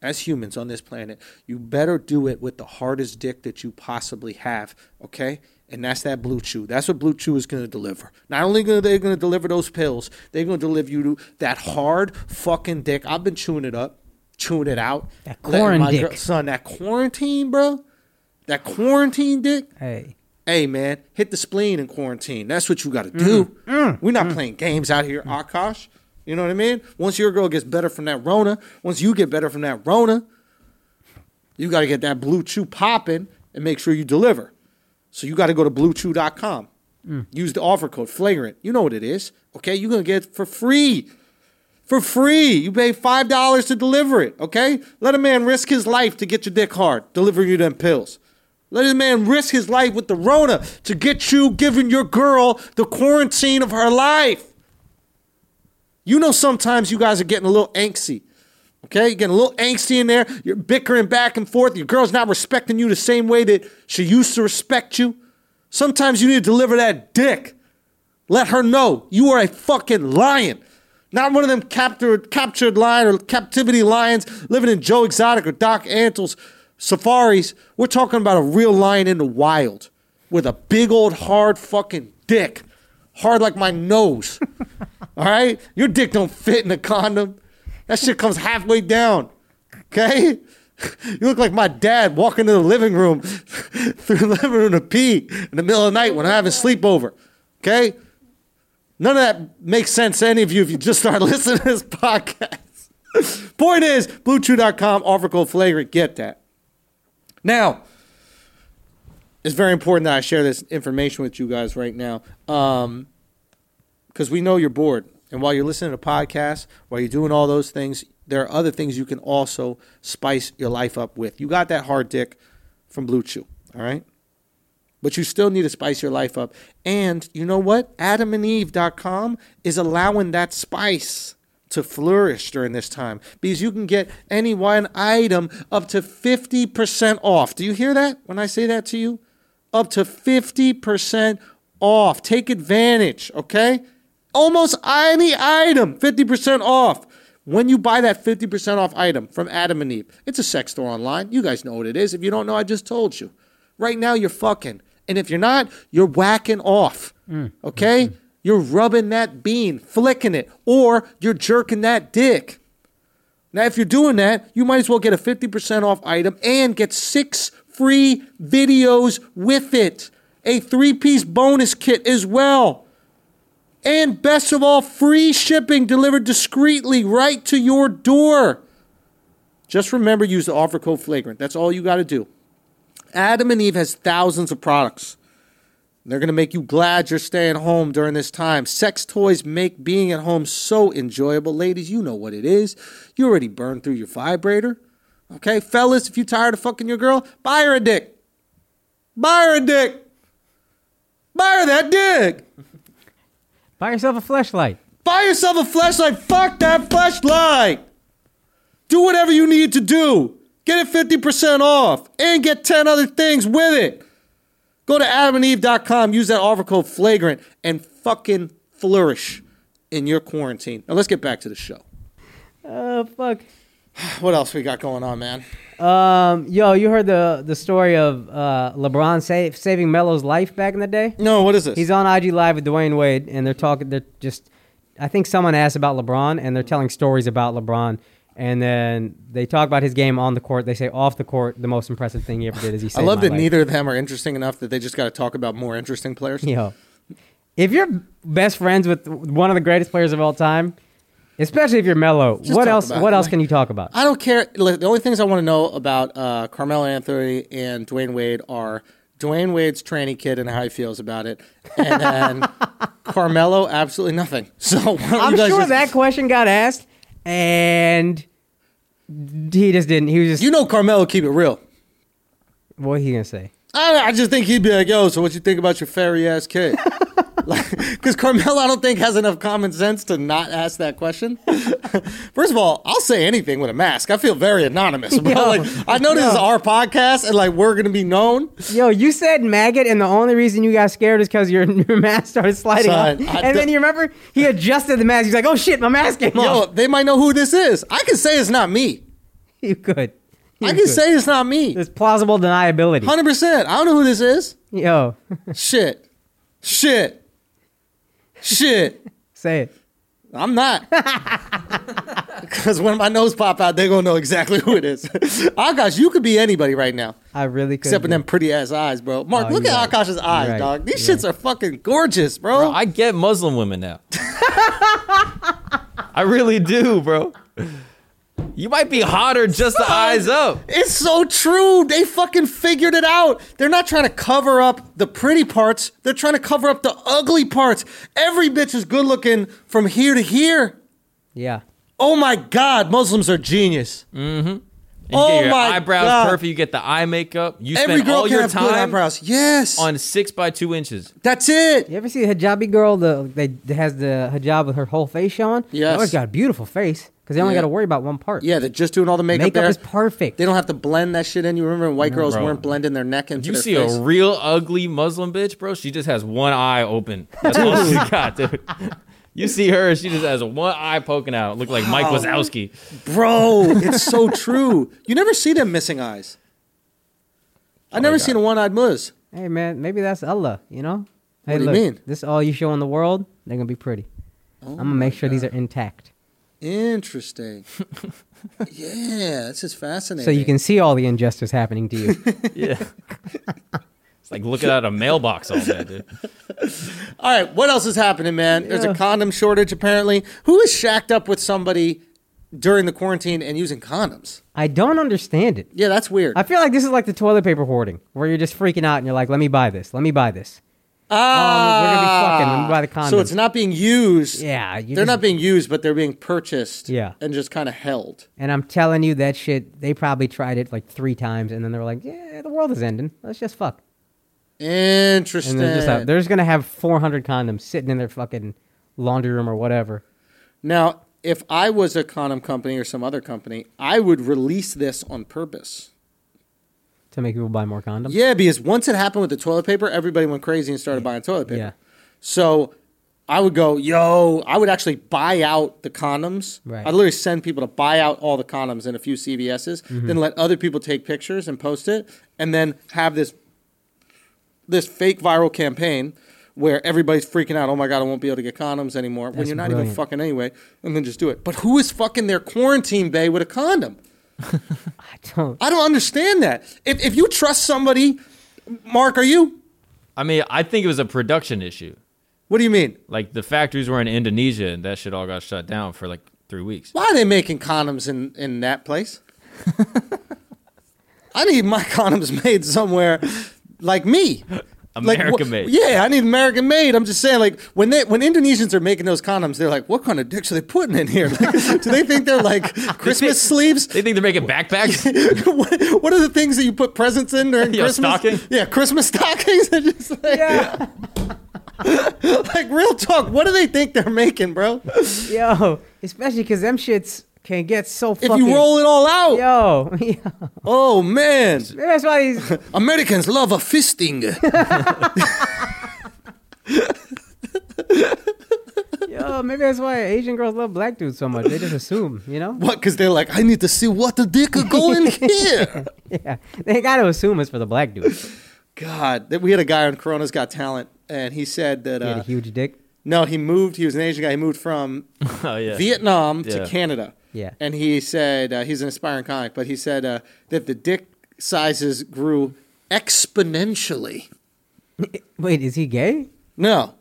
[SPEAKER 1] as humans on this planet, you better do it with the hardest dick that you possibly have, okay? And that's that blue chew. That's what blue chew is going to deliver. Not only are they going to deliver those pills, they're going to deliver you that hard fucking dick. I've been chewing it up, chewing it out.
[SPEAKER 2] That
[SPEAKER 1] Letting
[SPEAKER 2] quarant
[SPEAKER 1] my
[SPEAKER 2] dick.
[SPEAKER 1] girl- son, that quarantine, bro. That quarantine dick.
[SPEAKER 2] Hey.
[SPEAKER 1] Hey man, hit the spleen in quarantine. That's what you got to do.
[SPEAKER 2] Mm,
[SPEAKER 1] We're not playing games out here, Akash. You know what I mean? Once your girl gets better from that Rona, once you get better from that Rona, you got to get that Blue Chew popping and make sure you deliver. So you got to go to bluechew.com. Use the offer code flagrant. You know what it is. Okay, you're going to get it for free. For free. You pay $5 to deliver it. Okay? Let a man risk his life to get your dick hard, delivering you them pills. Let a man risk his life with the Rona to get you giving your girl the quarantine of her life. You know, sometimes you guys are getting a little angsty. Okay, you're getting a little angsty in there. You're bickering back and forth. Your girl's not respecting you the same way that she used to respect you. Sometimes you need to deliver that dick. Let her know you are a fucking lion. Not one of them captured, captured lion or captivity lions living in Joe Exotic or Doc Antle's safaris. We're talking about a real lion in the wild with a big old hard fucking dick, hard like my nose. All right, your dick don't fit in a condom. That shit comes halfway down. Okay, You look like my dad walking into the living room through the living room to pee in the middle of the night when I'm having sleepover. Okay? None of that makes sense to any of you if you just start listening to this podcast. Point is, bluechew.com, offer code flagrant, get that. Now, it's very important that I share this information with you guys right now because we know you're bored. And while you're listening to podcasts, while you're doing all those things, there are other things you can also spice your life up with. You got that hard dick from Blue Chew, all right? But you still need to spice your life up. And you know what? AdamandEve.com is allowing that spice to flourish during this time because you can get any one item up to 50% off. Do you hear that when I say that to you? Up to 50% off. Take advantage, okay? Almost any item, 50% off. When you buy that 50% off item from Adam and Eve, it's a sex store online. You guys know what it is. If you don't know, I just told you. Right now, you're fucking. And if you're not, you're whacking off. Okay? You're rubbing that bean, flicking it, or you're jerking that dick. Now, if you're doing that, you might as well get a 50% off item and get six free videos with it, a three piece bonus kit as well. And best of all, free shipping delivered discreetly right to your door. Just remember, use the offer code flagrant. That's all you got to do. Adam and Eve has thousands of products. They're going to make you glad you're staying home during this time. Sex toys make being at home so enjoyable. Ladies, you know what it is. You already burned through your vibrator. Okay, fellas, if you're tired of fucking your girl, buy her a dick. Buy her a dick. Buy her that dick.
[SPEAKER 2] Buy yourself a flashlight.
[SPEAKER 1] Buy yourself a flashlight. Fuck that flashlight. Do whatever you need to do. Get it 50% off and get 10 other things with it. Go to adamandeve.com, use that offer code flagrant, and fucking flourish in your quarantine. Now let's get back to the show. Uh,
[SPEAKER 2] Oh fuck.
[SPEAKER 1] What else we got going on, man?
[SPEAKER 2] Um, yo, you heard the the story of uh, LeBron sa- saving Melo's life back in the day?
[SPEAKER 1] No, what is this?
[SPEAKER 2] He's on IG Live with Dwayne Wade, and they're talking. They're just, I think someone asked about LeBron, and they're telling stories about LeBron, and then they talk about his game on the court. They say off the court, the most impressive thing he ever did is he.
[SPEAKER 1] I
[SPEAKER 2] Saved
[SPEAKER 1] love
[SPEAKER 2] my
[SPEAKER 1] that
[SPEAKER 2] life.
[SPEAKER 1] neither of them are interesting enough that they just got to talk about more interesting players.
[SPEAKER 2] Yo, if you're best friends with one of the greatest players of all time, especially if you're Melo, what
[SPEAKER 1] talk
[SPEAKER 2] else?
[SPEAKER 1] about
[SPEAKER 2] What
[SPEAKER 1] it,
[SPEAKER 2] else
[SPEAKER 1] like-
[SPEAKER 2] can you talk about?
[SPEAKER 1] I don't care. Look, The only things I want to know about uh, Carmelo Anthony and Dwayne Wade are Dwayne Wade's tranny kid and how he feels about it, and then Carmelo absolutely nothing. So why don't
[SPEAKER 2] I'm
[SPEAKER 1] you guys
[SPEAKER 2] sure
[SPEAKER 1] just-
[SPEAKER 2] that question got asked, and he just didn't. He was just.
[SPEAKER 1] you know Carmelo keep it real.
[SPEAKER 2] what he gonna say?
[SPEAKER 1] I, I just think he'd be like, yo, so what you think about your fairy ass kid? Because Carmelo, I don't think, has enough common sense to not ask that question. First of all, I'll say anything with a mask. I feel very anonymous. bro.
[SPEAKER 2] Yo,
[SPEAKER 1] like, I know this is our podcast and like we're going to be known.
[SPEAKER 2] Yo, you said maggot, and the only reason you got scared is because your, your mask started sliding
[SPEAKER 1] Son,
[SPEAKER 2] off.
[SPEAKER 1] I
[SPEAKER 2] and then
[SPEAKER 1] don't-
[SPEAKER 2] you remember he adjusted the mask. He's like, "Oh shit, my mask came
[SPEAKER 1] Yo,
[SPEAKER 2] off."
[SPEAKER 1] they might know who this is. I can say it's not me.
[SPEAKER 2] You could. You
[SPEAKER 1] I can
[SPEAKER 2] could.
[SPEAKER 1] say it's not me.
[SPEAKER 2] there's plausible deniability.
[SPEAKER 1] 100%. I don't know who this is.
[SPEAKER 2] Yo,
[SPEAKER 1] Shit. Shit. Shit.
[SPEAKER 2] say it.
[SPEAKER 1] I'm not. Because when my nose pop out, they're going to know exactly who it is. Akash, you could be anybody right now.
[SPEAKER 2] I really could.
[SPEAKER 1] Except for
[SPEAKER 2] be.
[SPEAKER 1] them pretty ass eyes, bro. Mark,
[SPEAKER 2] Oh,
[SPEAKER 1] look
[SPEAKER 2] you're
[SPEAKER 1] at
[SPEAKER 2] right.
[SPEAKER 1] Akash's eyes,
[SPEAKER 2] You're right.
[SPEAKER 1] dog. These
[SPEAKER 2] You're
[SPEAKER 1] shits are fucking gorgeous, bro.
[SPEAKER 3] Bro, I get Muslim women now. I really do, bro. You might be hotter just the eyes up.
[SPEAKER 1] it's so true. They fucking figured it out. They're not trying to cover up the pretty parts, they're trying to cover up the ugly parts. Every bitch is good looking from here to here.
[SPEAKER 2] Yeah.
[SPEAKER 1] Oh my God, Muslims are genius.
[SPEAKER 3] You get
[SPEAKER 1] Oh
[SPEAKER 3] your
[SPEAKER 1] my
[SPEAKER 3] eyebrows
[SPEAKER 1] God.
[SPEAKER 3] perfect. You get the eye makeup. You
[SPEAKER 1] Every
[SPEAKER 3] spend
[SPEAKER 1] girl
[SPEAKER 3] all
[SPEAKER 1] can
[SPEAKER 3] your
[SPEAKER 1] have good
[SPEAKER 3] time
[SPEAKER 1] eyebrows. Yes,
[SPEAKER 3] on six by two inches.
[SPEAKER 1] that's it.
[SPEAKER 2] You ever see a hijabi girl that that has the hijab with her whole face showing? They
[SPEAKER 1] Yes.
[SPEAKER 2] always got a beautiful face because they only
[SPEAKER 1] Yeah.
[SPEAKER 2] got to worry about one part.
[SPEAKER 1] Yeah, they're just doing all the makeup,
[SPEAKER 2] Makeup
[SPEAKER 1] there.
[SPEAKER 2] is perfect.
[SPEAKER 1] They don't have to blend that shit in. You remember when white girls
[SPEAKER 3] bro.
[SPEAKER 1] weren't blending their neck into
[SPEAKER 3] You
[SPEAKER 1] their
[SPEAKER 3] see
[SPEAKER 1] face?
[SPEAKER 3] a real ugly Muslim bitch, bro. She just has one eye open. That's all she got, dude. You see her, she just has one eye poking out. Look like Mike Wazowski.
[SPEAKER 1] Bro, it's so true. You never see them missing eyes.
[SPEAKER 2] Oh,
[SPEAKER 1] I've never
[SPEAKER 3] God.
[SPEAKER 1] seen a one-eyed Muz.
[SPEAKER 2] Hey man, maybe that's Allah. You know. Hey,
[SPEAKER 1] do you
[SPEAKER 2] look,
[SPEAKER 1] mean? Oh
[SPEAKER 2] This all you show in the world. They're gonna be pretty. I'm gonna make sure these are intact.
[SPEAKER 1] Interesting. yeah, this is fascinating.
[SPEAKER 2] So you can see all the injustice happening to you.
[SPEAKER 3] Yeah. it's like looking at a mailbox all day, dude.
[SPEAKER 1] All right, what else is happening, man? There's a
[SPEAKER 2] Yeah.
[SPEAKER 1] condom shortage apparently. Who is shacked up with somebody during the quarantine and using condoms?
[SPEAKER 2] I don't understand it.
[SPEAKER 1] Yeah, that's weird.
[SPEAKER 2] I feel like this is like the toilet paper hoarding, where you're just freaking out and you're like, "Let me buy this. Let me buy this." um, we're gonna be fucking when we buy the
[SPEAKER 1] Ah. So
[SPEAKER 2] condoms.
[SPEAKER 1] it's not being used.
[SPEAKER 2] Yeah, you
[SPEAKER 1] They're
[SPEAKER 2] just-
[SPEAKER 1] not being used, but they're being purchased
[SPEAKER 2] Yeah.
[SPEAKER 1] and just kind of held.
[SPEAKER 2] And I'm telling you that shit. They probably tried it like three times, and then they were like, "Yeah, the world is ending. Let's just fuck."
[SPEAKER 1] Interesting.
[SPEAKER 2] And they're just out. They're just gonna have 400 condoms sitting in their fucking laundry room or whatever.
[SPEAKER 1] Now, if I was a condom company or some other company, I would release this on purpose.
[SPEAKER 2] to make people buy more condoms.
[SPEAKER 1] Yeah, because once it happened with the toilet paper, everybody went crazy and started buying toilet paper.
[SPEAKER 2] Yeah.
[SPEAKER 1] So I would go, yo, I would actually buy out the condoms.
[SPEAKER 2] Right.
[SPEAKER 1] I'd literally send people to buy out all the condoms in a few CVS's,
[SPEAKER 2] Mm-hmm.
[SPEAKER 1] then let other people take pictures and post it, and then have this this fake viral campaign where everybody's freaking out, oh my god, I won't be able to get condoms anymore when
[SPEAKER 2] That's
[SPEAKER 1] you're not even
[SPEAKER 2] brilliant.
[SPEAKER 1] fucking anyway, and then just do it. But who is fucking their quarantine bay with a condom?
[SPEAKER 2] I don't.
[SPEAKER 1] I don't understand that. If if you trust somebody, Mark, are you?
[SPEAKER 3] I mean, I think it was a production issue.
[SPEAKER 1] What do you mean?
[SPEAKER 3] Like the factories were in Indonesia and that shit all got shut down for like three weeks.
[SPEAKER 1] Why are they making condoms in, in that place? I need my condoms made somewhere like me. Like,
[SPEAKER 3] American
[SPEAKER 1] wh-
[SPEAKER 3] made.
[SPEAKER 1] Yeah, I need American made. I'm just saying, like when they when Indonesians are making those condoms, they're like, what kind of dicks are they putting in here? Like, do they think they're like Christmas sleeves?
[SPEAKER 3] They think they're making backpacks.
[SPEAKER 1] what, what are the things that you put presents in during
[SPEAKER 3] Yeah,
[SPEAKER 1] Christmas?
[SPEAKER 3] stocking.
[SPEAKER 1] Yeah, Christmas stockings. They're just like,
[SPEAKER 2] Yeah.
[SPEAKER 1] like real talk. What do they think they're making, bro?
[SPEAKER 2] Yo, especially because them shits can get so
[SPEAKER 1] If
[SPEAKER 2] fucking.
[SPEAKER 1] you roll it all out,
[SPEAKER 2] Yo, yo.
[SPEAKER 1] oh man.
[SPEAKER 2] Maybe that's why these.
[SPEAKER 1] Americans love a fisting.
[SPEAKER 2] Yo, maybe that's why Asian girls love black dudes so much. They just assume, you know.
[SPEAKER 1] What? Because they're like, I need to see what the dick could go in here.
[SPEAKER 2] Yeah, they gotta assume it's for the black dude.
[SPEAKER 1] God, that- we had a guy on Corona's Got Talent, and he said that
[SPEAKER 2] He had
[SPEAKER 1] uh,
[SPEAKER 2] a huge dick.
[SPEAKER 1] no, he moved. He was an Asian guy. He moved from
[SPEAKER 3] oh, yeah.
[SPEAKER 1] Vietnam
[SPEAKER 3] Yeah.
[SPEAKER 1] to Canada.
[SPEAKER 2] Yeah.
[SPEAKER 1] and he said uh, he's an aspiring comic, but he said uh, that the dick sizes grew exponentially.
[SPEAKER 2] Wait, is he gay?
[SPEAKER 1] No,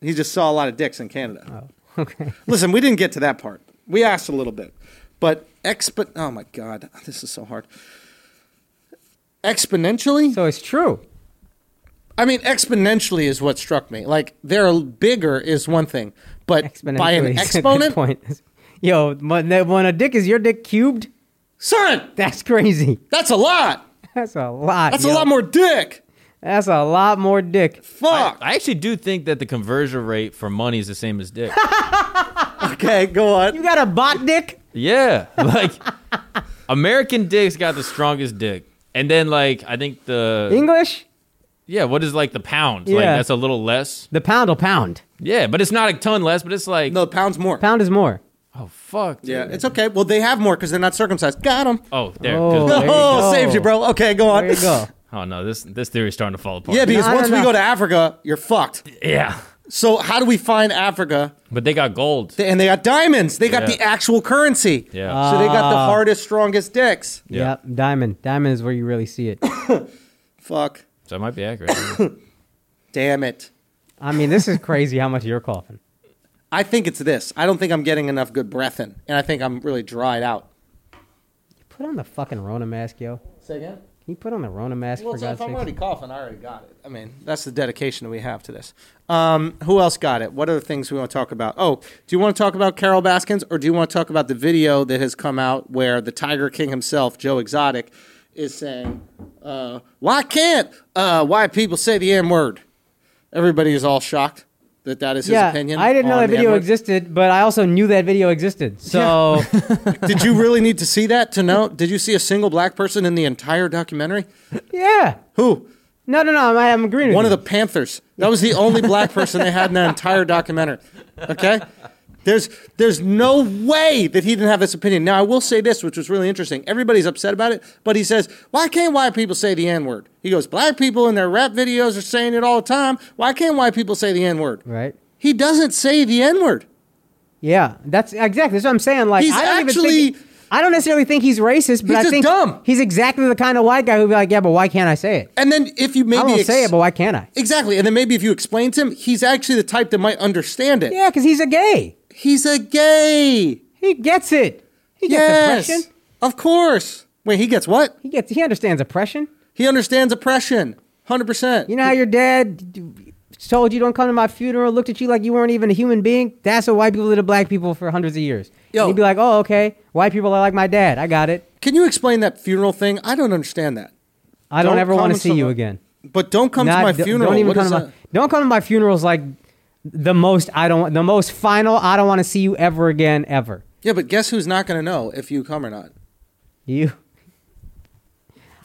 [SPEAKER 1] he just saw a lot of dicks in Canada.
[SPEAKER 2] Okay.
[SPEAKER 1] Listen, we didn't get to that part. We asked a little bit, but expo. Oh my god, this is so hard. Exponentially,
[SPEAKER 2] So it's true.
[SPEAKER 1] I mean, exponentially is what struck me. Like they're bigger is one thing, but
[SPEAKER 2] Exponentially.
[SPEAKER 1] by an
[SPEAKER 2] is a good
[SPEAKER 1] exponent,
[SPEAKER 2] Point. Yo, when that- when a dick is your dick cubed,
[SPEAKER 1] son,
[SPEAKER 2] that's crazy.
[SPEAKER 1] that's a lot.
[SPEAKER 2] That's a lot.
[SPEAKER 1] That's
[SPEAKER 2] yo.
[SPEAKER 1] a lot more dick.
[SPEAKER 2] That's a lot more dick.
[SPEAKER 3] I,
[SPEAKER 1] Fuck.
[SPEAKER 3] I actually do think that the conversion rate for money is the same as dick.
[SPEAKER 1] okay, go on.
[SPEAKER 2] You got a bot dick?
[SPEAKER 3] yeah. Like American dicks got the strongest dick. And then like I think the
[SPEAKER 2] English?
[SPEAKER 3] Yeah, what is like the pound? Like
[SPEAKER 2] Yeah.
[SPEAKER 3] that's a little less.
[SPEAKER 2] The pound will pound.
[SPEAKER 3] Yeah, but it's not a ton less, but it's like
[SPEAKER 1] No pounds more.
[SPEAKER 2] Pound is more.
[SPEAKER 3] oh fuck.
[SPEAKER 1] Yeah,
[SPEAKER 3] dude.
[SPEAKER 1] it's okay. Well, they have more because they're not circumcised. Got them.
[SPEAKER 3] Oh, there.
[SPEAKER 2] Oh,
[SPEAKER 3] good.
[SPEAKER 2] there you
[SPEAKER 1] Oh,
[SPEAKER 2] go.
[SPEAKER 1] saved you, bro. Okay, go on.
[SPEAKER 2] There you go.
[SPEAKER 3] Oh no, this this theory's starting to fall apart.
[SPEAKER 1] Yeah, because
[SPEAKER 2] No, no,
[SPEAKER 1] once we
[SPEAKER 2] no.
[SPEAKER 1] go to Africa, you're fucked.
[SPEAKER 3] yeah.
[SPEAKER 1] So how do we find Africa?
[SPEAKER 3] But they got gold.
[SPEAKER 1] They- and they got diamonds. They got
[SPEAKER 3] Yeah.
[SPEAKER 1] the actual currency.
[SPEAKER 3] Yeah.
[SPEAKER 1] So they got the
[SPEAKER 2] Ah.
[SPEAKER 1] hardest, strongest dicks.
[SPEAKER 3] Yeah.
[SPEAKER 2] Yep, diamond. Diamond is where you really see it.
[SPEAKER 1] Fuck.
[SPEAKER 3] So that might be accurate.
[SPEAKER 1] Damn it.
[SPEAKER 2] I mean, this is crazy how much you're coughing.
[SPEAKER 1] I think it's this. I don't think I'm getting enough good breath in, and I think I'm really dried out.
[SPEAKER 2] Put on the fucking Rona mask, yo. Can
[SPEAKER 1] Say again.
[SPEAKER 2] you put on the Rona mask
[SPEAKER 1] Well,
[SPEAKER 2] for
[SPEAKER 1] so
[SPEAKER 2] God's
[SPEAKER 1] if I'm
[SPEAKER 2] sake?
[SPEAKER 1] already coughing, I already got it. I mean, that's the dedication we have to this. Um, who else got it? What are the things we want to talk about? Oh, do you want to talk about Carol Baskins, or do you want to talk about the video that has come out where the Tiger King himself, Joe Exotic, is saying, uh, "Why can't uh, white people say the N word?" Everybody is all shocked that that is his
[SPEAKER 2] yeah,
[SPEAKER 1] opinion.
[SPEAKER 2] I didn't know
[SPEAKER 1] on
[SPEAKER 2] that
[SPEAKER 1] the
[SPEAKER 2] video
[SPEAKER 1] N-word.
[SPEAKER 2] existed, but I also knew that video existed. So
[SPEAKER 1] Did you really need to see that to know? Did you see a single black person in the entire documentary?
[SPEAKER 2] yeah.
[SPEAKER 1] Who?
[SPEAKER 2] No, no, no. I'm, I'm agreeing with
[SPEAKER 1] One of
[SPEAKER 2] you.
[SPEAKER 1] the Panthers. That was the only black person they had in that entire documentary. Okay? There's there's no way that he didn't have this opinion. Now I will say this, which was really interesting. Everybody's upset about it, but he says, Why can't white people say the N-word? He goes, Black people in their rap videos are saying it all the time. Why can't white people say the N-word?
[SPEAKER 2] right.
[SPEAKER 1] He doesn't say the N-word.
[SPEAKER 2] Yeah, that's exactly that's what I'm saying. Like,
[SPEAKER 1] He's
[SPEAKER 2] I don't
[SPEAKER 1] actually-
[SPEAKER 2] even think, I don't necessarily think he's racist, but
[SPEAKER 1] He's
[SPEAKER 2] I
[SPEAKER 1] just
[SPEAKER 2] think
[SPEAKER 1] dumb.
[SPEAKER 2] he's exactly the kind of white guy who'd be like, yeah, but why can't I say it?
[SPEAKER 1] And then if you maybe
[SPEAKER 2] I won't
[SPEAKER 1] ex-
[SPEAKER 2] say it, but why can't I?
[SPEAKER 1] exactly, and then maybe if you explain to him, he's actually the type that might understand it.
[SPEAKER 2] Yeah, because he's a gay.
[SPEAKER 1] He's a gay.
[SPEAKER 2] He gets it. He gets
[SPEAKER 1] Yes,
[SPEAKER 2] oppression.
[SPEAKER 1] of course. Wait, he gets what?
[SPEAKER 2] He gets. He understands oppression.
[SPEAKER 1] He understands oppression, hundred percent.
[SPEAKER 2] You know how your dad d- told you don't come to my funeral, looked at you like you weren't even a human being? That's what white people did to black people for hundreds of years.
[SPEAKER 1] Yo.
[SPEAKER 2] And you'd be like, oh, okay, white people are like my dad. I got it.
[SPEAKER 1] Can you explain that funeral thing? I don't understand that.
[SPEAKER 2] I don't,
[SPEAKER 1] Don't
[SPEAKER 2] ever
[SPEAKER 1] come
[SPEAKER 2] want to
[SPEAKER 1] to
[SPEAKER 2] see you
[SPEAKER 1] my-
[SPEAKER 2] again.
[SPEAKER 1] But don't come
[SPEAKER 2] Nah,
[SPEAKER 1] to my
[SPEAKER 2] don't-
[SPEAKER 1] funeral.
[SPEAKER 2] Don't even
[SPEAKER 1] What
[SPEAKER 2] come
[SPEAKER 1] is
[SPEAKER 2] to my,
[SPEAKER 1] that?
[SPEAKER 2] don't come to my funerals like the most I don't want the most final I don't want to see you ever again ever.
[SPEAKER 1] Yeah, but guess who's not going to know if you come or not?
[SPEAKER 2] You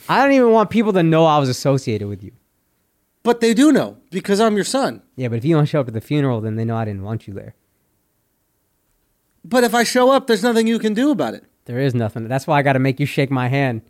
[SPEAKER 2] I don't even want people to know I was associated with you.
[SPEAKER 1] But they do know because I'm your son.
[SPEAKER 2] Yeah, but if you don't show up to the funeral, then they know I didn't want you there.
[SPEAKER 1] But if I show up, there's nothing you can do about it.
[SPEAKER 2] There is nothing. That's why I got to make you shake my hand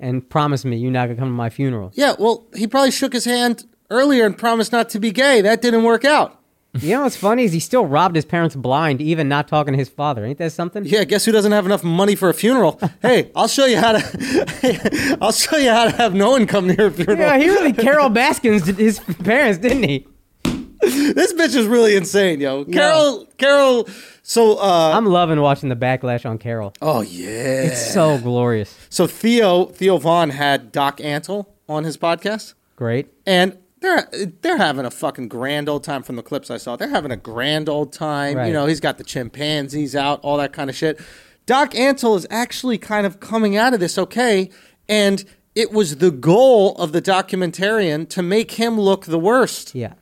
[SPEAKER 2] and promise me you're not going to come to my funeral.
[SPEAKER 1] Yeah, well, he probably shook his hand earlier and promised not to be gay. That didn't work out.
[SPEAKER 2] you know what's funny is he still robbed his parents blind, even not talking to his father. Ain't that something?
[SPEAKER 1] Yeah, guess who doesn't have enough money for a funeral? hey, I'll show you how to. I'll show you how to have no one come to your funeral.
[SPEAKER 2] Yeah, he really Carol Baskins did his parents, didn't he?
[SPEAKER 1] this bitch is really insane, yo. Carol, Carol. So, uh,
[SPEAKER 2] I'm loving watching the backlash on Carol.
[SPEAKER 1] oh yeah.
[SPEAKER 2] It's so glorious.
[SPEAKER 1] So Theo Theo Vaughn had Doc Antle on his podcast.
[SPEAKER 2] Great.
[SPEAKER 1] and they're they're having a fucking grand old time from the clips I saw. They're having a grand old time.
[SPEAKER 2] Right.
[SPEAKER 1] You know, he's got the chimpanzees out, all that kind of shit. Doc Antle is actually kind of coming out of this okay, and it was the goal of the documentarian to make him look the worst.
[SPEAKER 2] Yeah.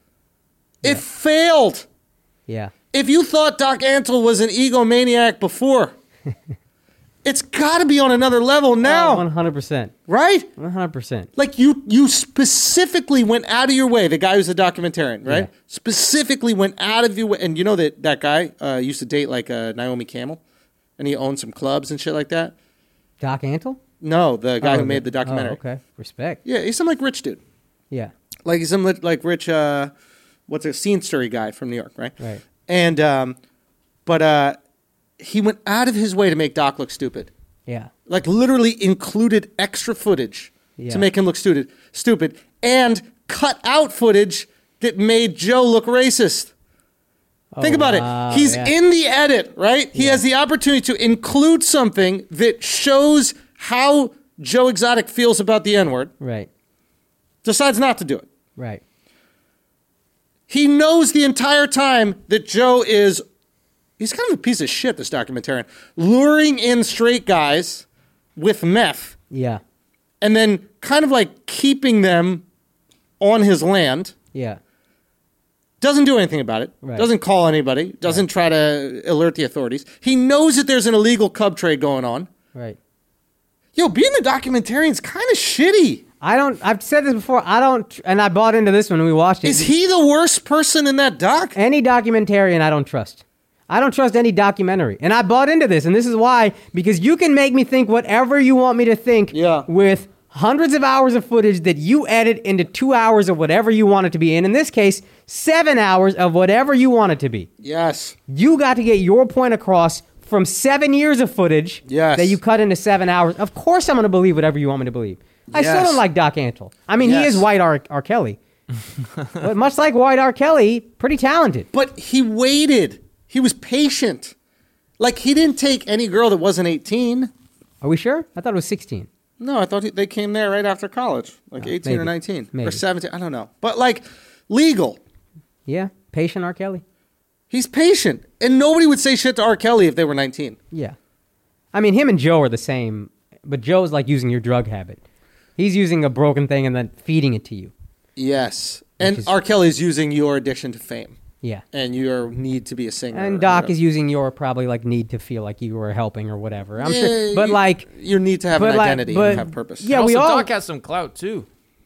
[SPEAKER 1] It failed.
[SPEAKER 2] Yeah.
[SPEAKER 1] If you thought Doc Antle was an egomaniac before, it's got to be on another level
[SPEAKER 2] Oh,
[SPEAKER 1] now,
[SPEAKER 2] 100%.
[SPEAKER 1] right?
[SPEAKER 2] 100%.
[SPEAKER 1] like you you specifically went out of your way the guy who's a documentarian right
[SPEAKER 2] Yeah.
[SPEAKER 1] specifically went out of your way and you know that that guy uh, used to date like uh, naomi camel and he owned some clubs and shit like that
[SPEAKER 2] Doc Antle?
[SPEAKER 1] no the guy
[SPEAKER 2] Oh,
[SPEAKER 1] who made the documentary
[SPEAKER 2] oh, okay. Respect.
[SPEAKER 1] yeah he's some like rich dude
[SPEAKER 2] Yeah.
[SPEAKER 1] like he's some li- like rich uh what's a scene story guy from new york right
[SPEAKER 2] Right.
[SPEAKER 1] and um but uh he went out of his way to make doc look stupid
[SPEAKER 2] Yeah.
[SPEAKER 1] like literally included extra footage
[SPEAKER 2] Yeah.
[SPEAKER 1] to make him look stupid, stupid, and cut out footage that made Joe look racist. Think
[SPEAKER 2] Oh,
[SPEAKER 1] about
[SPEAKER 2] wow,
[SPEAKER 1] it. He's
[SPEAKER 2] yeah.
[SPEAKER 1] in the edit, right? He has the opportunity to include something that shows how Joe Exotic feels about the N word,
[SPEAKER 2] Right.
[SPEAKER 1] decides not to do it.
[SPEAKER 2] Right.
[SPEAKER 1] He knows the entire time that Joe is, he's kind of a piece of shit, this documentarian, luring in straight guys with meth.
[SPEAKER 2] Yeah.
[SPEAKER 1] and then kind of like keeping them on his land.
[SPEAKER 2] Yeah.
[SPEAKER 1] Doesn't do anything about it.
[SPEAKER 2] Right.
[SPEAKER 1] Doesn't call anybody. Doesn't try to alert the authorities. He knows that there's an illegal cub trade going on.
[SPEAKER 2] Right.
[SPEAKER 1] Yo, being a documentarian's kind of shitty.
[SPEAKER 2] I don't, I've said this before. I don't, and I bought into this one when we watched it.
[SPEAKER 1] Is he the worst person in that doc?
[SPEAKER 2] any documentarian I don't trust. I don't trust any documentary. And I bought into this, and this is why because you can make me think whatever you want me to think
[SPEAKER 1] Yeah.
[SPEAKER 2] with hundreds of hours of footage that you edit into two hours of whatever you want it to be. And in this case, seven hours of whatever you want it to be.
[SPEAKER 1] Yes.
[SPEAKER 2] You got to get your point across from seven years of footage
[SPEAKER 1] Yes.
[SPEAKER 2] that you cut into seven hours. Of course, I'm going to believe whatever you want me to believe. I still
[SPEAKER 1] Yes.
[SPEAKER 2] don't like Doc Antle. I mean, he
[SPEAKER 1] Yes.
[SPEAKER 2] is White R. R. Kelly. but much like White R. Kelly, pretty talented.
[SPEAKER 1] But he waited. He was patient. Like he didn't take any girl that wasn't 18.
[SPEAKER 2] Are we sure? I thought it was 16.
[SPEAKER 1] No, I thought he, they came there right after college, like 18
[SPEAKER 2] Uh, maybe.
[SPEAKER 1] or 19
[SPEAKER 2] Maybe.
[SPEAKER 1] or 17. I don't know. But like legal.
[SPEAKER 2] Yeah, patient R. Kelly.
[SPEAKER 1] He's patient, and nobody would say shit to R. Kelly if they were 19.
[SPEAKER 2] Yeah. I mean, him and Joe are the same, but Joe's like using your drug habit. He's using a broken thing and then feeding it to you.
[SPEAKER 1] Yes, and
[SPEAKER 2] is-
[SPEAKER 1] R. Kelly's using your addiction to fame
[SPEAKER 2] Yeah.
[SPEAKER 1] and your need to be a singer.
[SPEAKER 2] And
[SPEAKER 1] or
[SPEAKER 2] Doc
[SPEAKER 1] whatever.
[SPEAKER 2] is using your probably like need to feel like you were helping or whatever. I'm sure,
[SPEAKER 1] Yeah,
[SPEAKER 2] but
[SPEAKER 1] you-
[SPEAKER 2] like,
[SPEAKER 1] your need to have
[SPEAKER 2] but
[SPEAKER 1] an
[SPEAKER 2] like-
[SPEAKER 1] identity
[SPEAKER 2] but-
[SPEAKER 1] and have purpose.
[SPEAKER 2] yeah,
[SPEAKER 3] And
[SPEAKER 2] we
[SPEAKER 3] also,
[SPEAKER 2] all-
[SPEAKER 3] Doc has some clout too.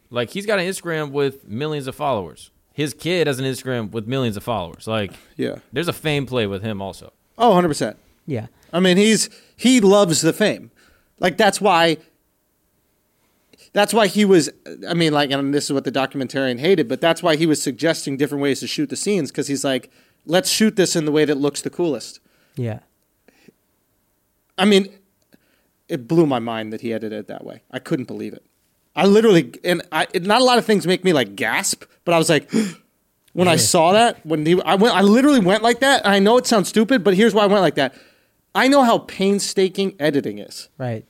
[SPEAKER 3] Like he's got an Instagram with millions of followers. His kid has an Instagram with millions of followers. Like
[SPEAKER 1] yeah.
[SPEAKER 3] there's a fame play with him also.
[SPEAKER 1] Oh, 100 percent.
[SPEAKER 2] yeah,
[SPEAKER 1] I mean, he's he loves the fame. Like that's why. That's why he was. I mean, like, and this is what the documentarian hated, but that's why he was suggesting different ways to shoot the scenes because he's like, let's shoot this in the way that looks the coolest.
[SPEAKER 2] Yeah.
[SPEAKER 1] I mean, it blew my mind that he edited it that way. I couldn't believe it. I literally, and I, it, not a lot of things make me like gasp, but I was like, when I saw that, when he, I went, I literally went like that. And I know it sounds stupid, but here's why I went like that. I know how painstaking editing is.
[SPEAKER 2] Right.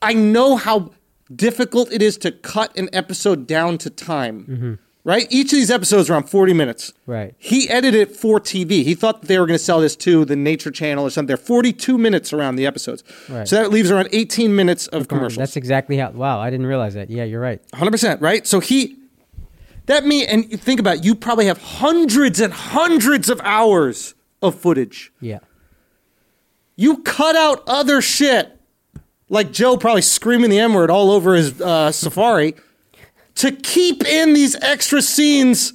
[SPEAKER 1] I know how difficult it is to cut an episode down to time. Right? Each of these episodes are around 40 minutes.
[SPEAKER 2] Mm-hmm. Right.
[SPEAKER 1] He edited it for TV. He thought that they were going to sell this to the Nature Channel or something. They're 42 minutes around the episodes.
[SPEAKER 2] Right.
[SPEAKER 1] So that leaves around 18 minutes of commercials.
[SPEAKER 2] That's exactly how. Wow, I didn't realize that. Yeah, you're right.
[SPEAKER 1] 100%, right? So he that mean and you think about it, you probably have hundreds and hundreds of hours of footage.
[SPEAKER 2] Yeah.
[SPEAKER 1] You cut out other shit, like Joe probably screaming the N word all over his uh, safari, to keep in these extra scenes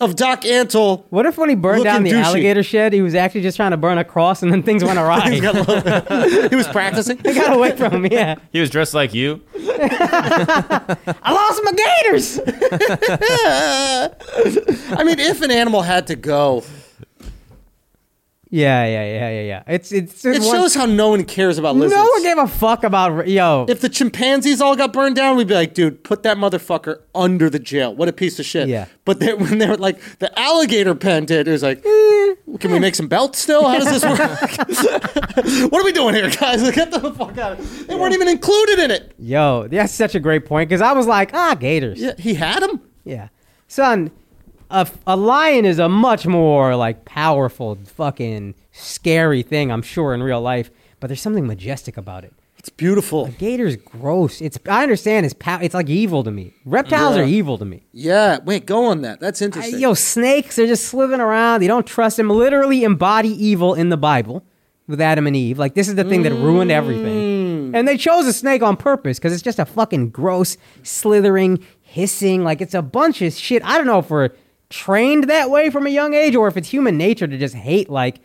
[SPEAKER 1] of Doc Antle.
[SPEAKER 2] What if when he burned
[SPEAKER 1] Looking
[SPEAKER 2] down the
[SPEAKER 1] douchey.
[SPEAKER 2] alligator shed, he was actually just trying to burn a cross and then things went awry?
[SPEAKER 1] Got a little- he was practicing.
[SPEAKER 2] I got away from him, yeah.
[SPEAKER 3] He was dressed like you.
[SPEAKER 2] I lost my gators!
[SPEAKER 1] I mean, if an animal had to go,
[SPEAKER 2] Yeah, yeah, yeah, yeah, yeah. It's, it's,
[SPEAKER 1] it
[SPEAKER 2] it's one-
[SPEAKER 1] shows how no one cares about lizards.
[SPEAKER 2] No one gave a fuck about. Yo.
[SPEAKER 1] if the chimpanzees all got burned down, we'd be like, dude, put that motherfucker under the jail. What a piece of shit.
[SPEAKER 2] Yeah.
[SPEAKER 1] But they, when they were like, the alligator pen did, it was like, can we make some belts still? How does this work? what are we doing here, guys? Get the fuck out of They weren't even included in it.
[SPEAKER 2] Yo, that's such a great point because I was like, ah, gators.
[SPEAKER 1] Yeah, he had them.
[SPEAKER 2] Yeah. Son, a, a lion is a much more like powerful, fucking scary thing, I'm sure, in real life, but there's something majestic about it.
[SPEAKER 1] It's beautiful.
[SPEAKER 2] Gator's gross. It's I understand it's pow- it's like evil to me. Reptiles are
[SPEAKER 1] Yeah.
[SPEAKER 2] evil to me.
[SPEAKER 1] Yeah. Wait, go on that. That's
[SPEAKER 2] I-
[SPEAKER 1] interesting.
[SPEAKER 2] yo, snakes are just slithering around. They don't trust him. Literally embody evil in the Bible with Adam and Eve. Like this is the thing that ruined everything. And they chose a snake on purpose because it's just a fucking gross slithering, hissing. Like it's a bunch of shit. I don't know if we're trained that way from a young age or if it's human nature to just hate like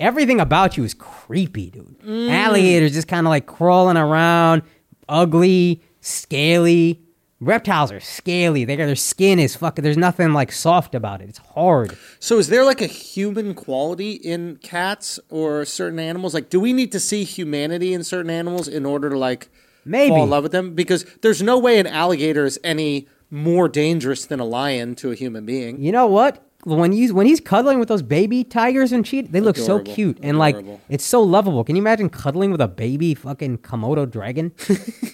[SPEAKER 2] everything about you is creepy, dude. Alligators just kind of like crawling around, ugly, scaly. Reptiles are scaly. They got their skin is fucking. There's nothing like soft about it. It's hard.
[SPEAKER 1] so is there like a human quality in cats or certain animals? Like, do we need to see humanity in certain animals in order to like
[SPEAKER 2] Maybe.
[SPEAKER 1] fall in love with them? Because there's no way an alligator is any more dangerous than a lion to a human being.
[SPEAKER 2] You know what? When he's when he's cuddling with those baby tigers and cheetah, they look so
[SPEAKER 1] Adorable.
[SPEAKER 2] cute and like
[SPEAKER 1] Adorable.
[SPEAKER 2] it's so lovable. Can you imagine cuddling with a baby fucking Komodo dragon?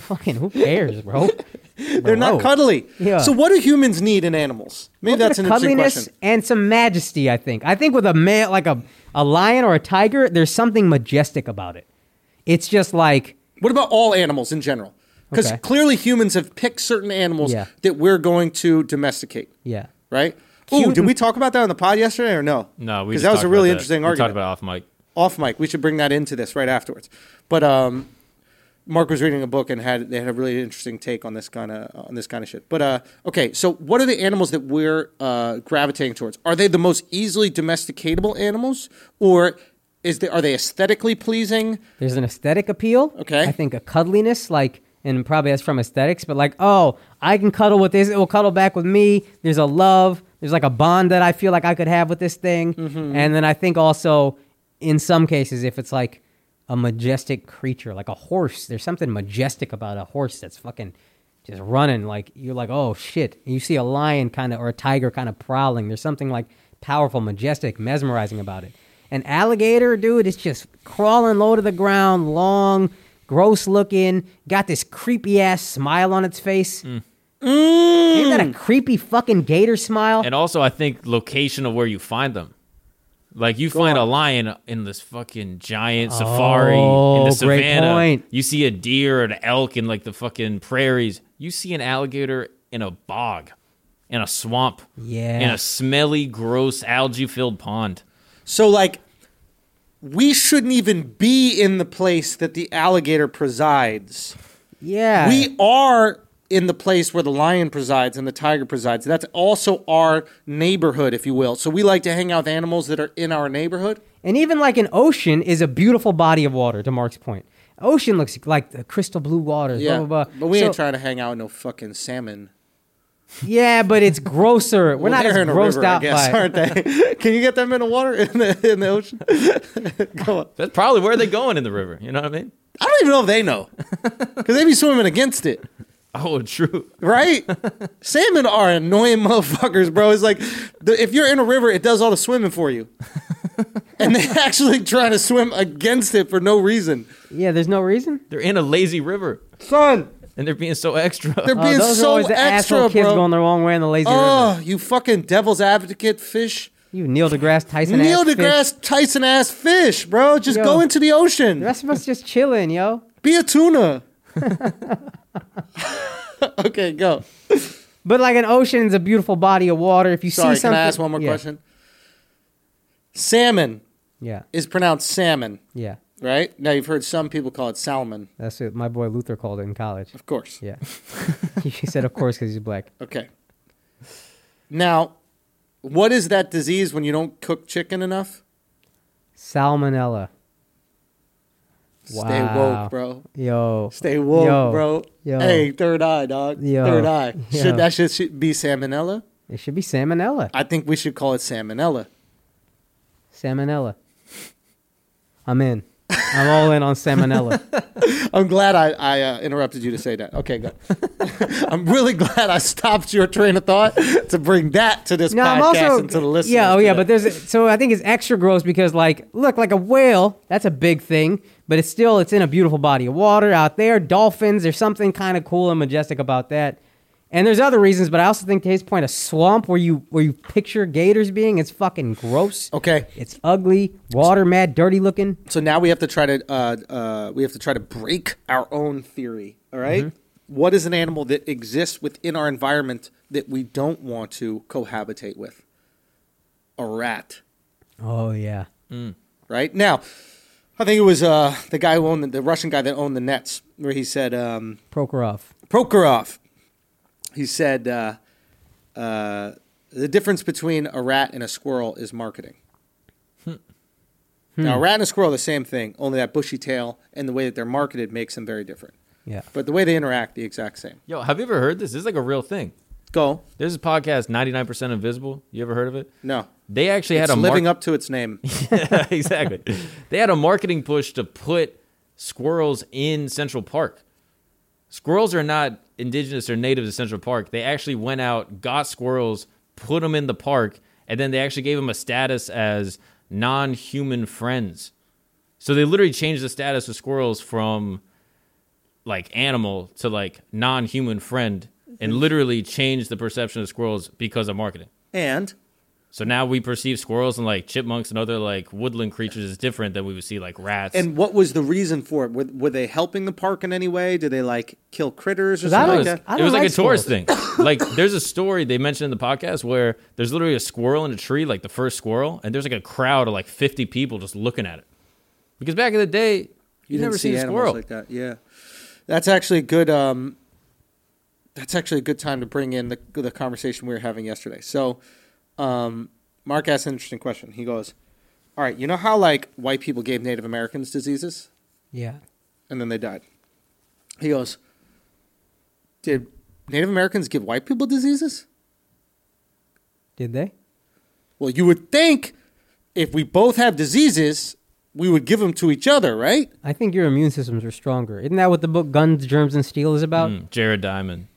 [SPEAKER 2] fucking who cares, bro?
[SPEAKER 1] They're not cuddly.
[SPEAKER 2] Yeah.
[SPEAKER 1] So what do humans need in animals? Maybe
[SPEAKER 2] little
[SPEAKER 1] that's an
[SPEAKER 2] bit of
[SPEAKER 1] interesting
[SPEAKER 2] cuddliness
[SPEAKER 1] question.
[SPEAKER 2] and some majesty. I think. I think with a male, like a a lion or a tiger, there's something majestic about it. It's just like
[SPEAKER 1] What about all animals in general? Because
[SPEAKER 2] Okay.
[SPEAKER 1] clearly humans have picked certain animals
[SPEAKER 2] Yeah.
[SPEAKER 1] that we're going to domesticate,
[SPEAKER 2] yeah,
[SPEAKER 1] right? Ooh,
[SPEAKER 2] Cute
[SPEAKER 1] did
[SPEAKER 2] and-
[SPEAKER 1] we talk about that on the pod yesterday or no?
[SPEAKER 3] No, we
[SPEAKER 1] because
[SPEAKER 3] just
[SPEAKER 1] that was
[SPEAKER 3] talked
[SPEAKER 1] a
[SPEAKER 3] about
[SPEAKER 1] really
[SPEAKER 3] that.
[SPEAKER 1] interesting
[SPEAKER 3] we
[SPEAKER 1] argument.
[SPEAKER 3] Talked about it off mic.
[SPEAKER 1] off mic. We should bring that into this right afterwards. But um, Mark was reading a book and had they had a really interesting take on this kind of on this kind of shit. But uh, okay, so what are the animals that we're uh, gravitating towards? Are they the most easily domesticatable animals, or is they, are they aesthetically pleasing?
[SPEAKER 2] there's an aesthetic appeal.
[SPEAKER 1] Okay.
[SPEAKER 2] I think a cuddliness, like, and probably that's from aesthetics, but like, oh, I can cuddle with this. It will cuddle back with me. There's a love. There's like a bond that I feel like I could have with this thing. And then I think also, in some cases, if it's like a majestic creature, like a horse, there's something majestic about a horse that's fucking just running. Like you're like, oh shit. And you see a lion kind of or a tiger kind of prowling. There's something like powerful, majestic, mesmerizing about it. An alligator, dude, it's just crawling low to the ground, long, gross looking, got this creepy ass smile on its face.
[SPEAKER 3] Mm.
[SPEAKER 2] Isn't that a creepy fucking gator smile?
[SPEAKER 3] And also, I think location of where you find them. Like you find a lion in this fucking giant safari in
[SPEAKER 2] Oh,
[SPEAKER 3] the
[SPEAKER 2] great
[SPEAKER 3] savannah.
[SPEAKER 2] point.
[SPEAKER 3] You see a deer or an elk in like the fucking prairies. You see an alligator in a bog, in a swamp,
[SPEAKER 2] Yeah.
[SPEAKER 3] in a smelly, gross, algae-filled pond.
[SPEAKER 1] So like, we shouldn't even be in the place that the alligator presides.
[SPEAKER 2] yeah.
[SPEAKER 1] we are in the place where the lion presides and the tiger presides. That's also our neighborhood, if you will. So we like to hang out with animals that are in our neighborhood.
[SPEAKER 2] And even like an ocean is a beautiful body of water, to Mark's point. Ocean looks like the crystal blue waters,
[SPEAKER 1] Yeah,
[SPEAKER 2] blah, blah, blah.
[SPEAKER 1] but we
[SPEAKER 2] So-
[SPEAKER 1] ain't trying to hang out with no fucking salmon.
[SPEAKER 2] Yeah, but it's grosser. We're
[SPEAKER 1] Well,
[SPEAKER 2] not as
[SPEAKER 1] they're in a
[SPEAKER 2] grossed
[SPEAKER 1] river, I
[SPEAKER 2] out
[SPEAKER 1] guess,
[SPEAKER 2] by it.
[SPEAKER 1] aren't they? Can you get them in the water in the in the ocean? Go on.
[SPEAKER 3] That's probably where they're going in the river. You know what I mean?
[SPEAKER 1] I don't even know if they know because they be swimming against it.
[SPEAKER 3] Oh, true.
[SPEAKER 1] Right? Salmon are annoying motherfuckers, bro. It's like the, if you're in a river, it does all the swimming for you. and they actually try to swim against it for no reason.
[SPEAKER 2] Yeah, there's no reason.
[SPEAKER 3] They're in a lazy river,
[SPEAKER 1] Son,
[SPEAKER 3] and they're being so extra.
[SPEAKER 1] they're
[SPEAKER 2] Oh,
[SPEAKER 1] being
[SPEAKER 2] those are
[SPEAKER 1] so
[SPEAKER 2] always the
[SPEAKER 1] extra,
[SPEAKER 2] asshole kids
[SPEAKER 1] bro.
[SPEAKER 2] going the wrong way in the lazy river.
[SPEAKER 1] oh, you fucking devil's advocate fish.
[SPEAKER 2] You Neil deGrasse Tyson. ass
[SPEAKER 1] Neil
[SPEAKER 2] fish.
[SPEAKER 1] deGrasse Tyson ass fish, bro. Just
[SPEAKER 2] Yo.
[SPEAKER 1] go into the ocean.
[SPEAKER 2] The rest of us just chilling, yo.
[SPEAKER 1] Be a tuna. okay, go.
[SPEAKER 2] But like an ocean is a beautiful body of water. If you
[SPEAKER 1] Sorry,
[SPEAKER 2] see something,
[SPEAKER 1] can I ask one more
[SPEAKER 2] Yeah.
[SPEAKER 1] question? Salmon
[SPEAKER 2] Yeah,
[SPEAKER 1] is pronounced salmon.
[SPEAKER 2] yeah.
[SPEAKER 1] right? Now you've heard some people call it salmon,
[SPEAKER 2] That's what my boy Luther called it in college.
[SPEAKER 1] of course.
[SPEAKER 2] Yeah, he said, of course, because he's black.
[SPEAKER 1] Okay. Now, what is that disease when you don't cook chicken enough?
[SPEAKER 2] Salmonella,
[SPEAKER 1] Stay
[SPEAKER 2] Wow.
[SPEAKER 1] woke, bro.
[SPEAKER 2] yo.
[SPEAKER 1] Stay woke,
[SPEAKER 2] Yo.
[SPEAKER 1] bro.
[SPEAKER 2] Yo.
[SPEAKER 1] Hey, third eye, dog.
[SPEAKER 2] Yo.
[SPEAKER 1] Third eye.
[SPEAKER 2] Yo.
[SPEAKER 1] Should that should, should be salmonella?
[SPEAKER 2] It should be salmonella.
[SPEAKER 1] I think we should call it salmonella.
[SPEAKER 2] Salmonella. I'm in. I'm all in on salmonella.
[SPEAKER 1] I'm glad I, I uh, interrupted you to say that. Okay, go. I'm really glad I stopped your train of thought to bring that to this
[SPEAKER 2] No,
[SPEAKER 1] podcast
[SPEAKER 2] I'm also
[SPEAKER 1] and to the listeners.
[SPEAKER 2] yeah, oh yeah,
[SPEAKER 1] today.
[SPEAKER 2] but there's so I think it's extra gross because like look like a whale that's a big thing, but it's still it's in a beautiful body of water out there. Dolphins, there's something kind of cool and majestic about that. And there's other reasons, but I also think to his point, a swamp where you where you picture gators being, it's fucking gross.
[SPEAKER 1] okay.
[SPEAKER 2] It's ugly, water mad, dirty looking.
[SPEAKER 1] so now we have to try to uh, uh, we have to try to break our own theory all right? What is an animal that exists within our environment that we don't want to cohabitate with a rat
[SPEAKER 2] Oh yeah.
[SPEAKER 1] right now i think it was uh, the guy who owned the, the russian guy that owned the nets where he said um,
[SPEAKER 2] Prokhorov.
[SPEAKER 1] Prokhorov. He said uh, uh, the difference between a rat and a squirrel is marketing. Now, a rat and a squirrel are the same thing, only that bushy tail and the way that they're marketed makes them very different.
[SPEAKER 2] Yeah.
[SPEAKER 1] But the way they interact, the exact same.
[SPEAKER 3] Yo, have you ever heard this? This is like a real thing.
[SPEAKER 1] Go.
[SPEAKER 3] There's a podcast, 99% Invisible. You ever heard of it?
[SPEAKER 1] No.
[SPEAKER 3] They actually
[SPEAKER 1] It's
[SPEAKER 3] had a
[SPEAKER 1] living
[SPEAKER 3] mark-
[SPEAKER 1] up to its name.
[SPEAKER 3] Yeah, exactly. they had a marketing push to put squirrels in Central Park. Squirrels are not indigenous or native to Central Park. They actually went out, got squirrels, put them in the park, and then they actually gave them a status as non-human friends. So they literally changed the status of squirrels from like animal to like non-human friend and literally changed the perception of squirrels because of marketing.
[SPEAKER 1] and
[SPEAKER 3] So now we perceive squirrels and like chipmunks and other like woodland creatures as different than we would see like rats.
[SPEAKER 1] and what was the reason for it? Were, were they helping the park in any way? Did they like kill critters or
[SPEAKER 2] I
[SPEAKER 3] it
[SPEAKER 1] something
[SPEAKER 3] was,
[SPEAKER 1] like
[SPEAKER 2] don't-
[SPEAKER 1] that?
[SPEAKER 2] I
[SPEAKER 3] it was like,
[SPEAKER 2] like
[SPEAKER 3] a tourist thing. like there's a story they mentioned in the podcast where there's literally a squirrel in a tree, like the first squirrel, and there's like a crowd of like 50 people just looking at it. Because back in the day, you,
[SPEAKER 1] didn't
[SPEAKER 3] never seen a
[SPEAKER 1] animals
[SPEAKER 3] squirrel.
[SPEAKER 1] like that. Yeah, that's actually a good. Um, that's actually a good time to bring in the the conversation we were having yesterday. So, um, Mark asked an interesting question. He goes, "All right, you know how like white people gave Native Americans diseases
[SPEAKER 2] Yeah.
[SPEAKER 1] and then they died." He goes, "Did Native Americans give white people diseases?"
[SPEAKER 2] Did they?
[SPEAKER 1] Well, you would think if we both have diseases, we would give them to each other, right?
[SPEAKER 2] I think your immune systems are stronger. Isn't that what the book Guns, Germs, and Steel is about?
[SPEAKER 3] Mm, Jared Diamond.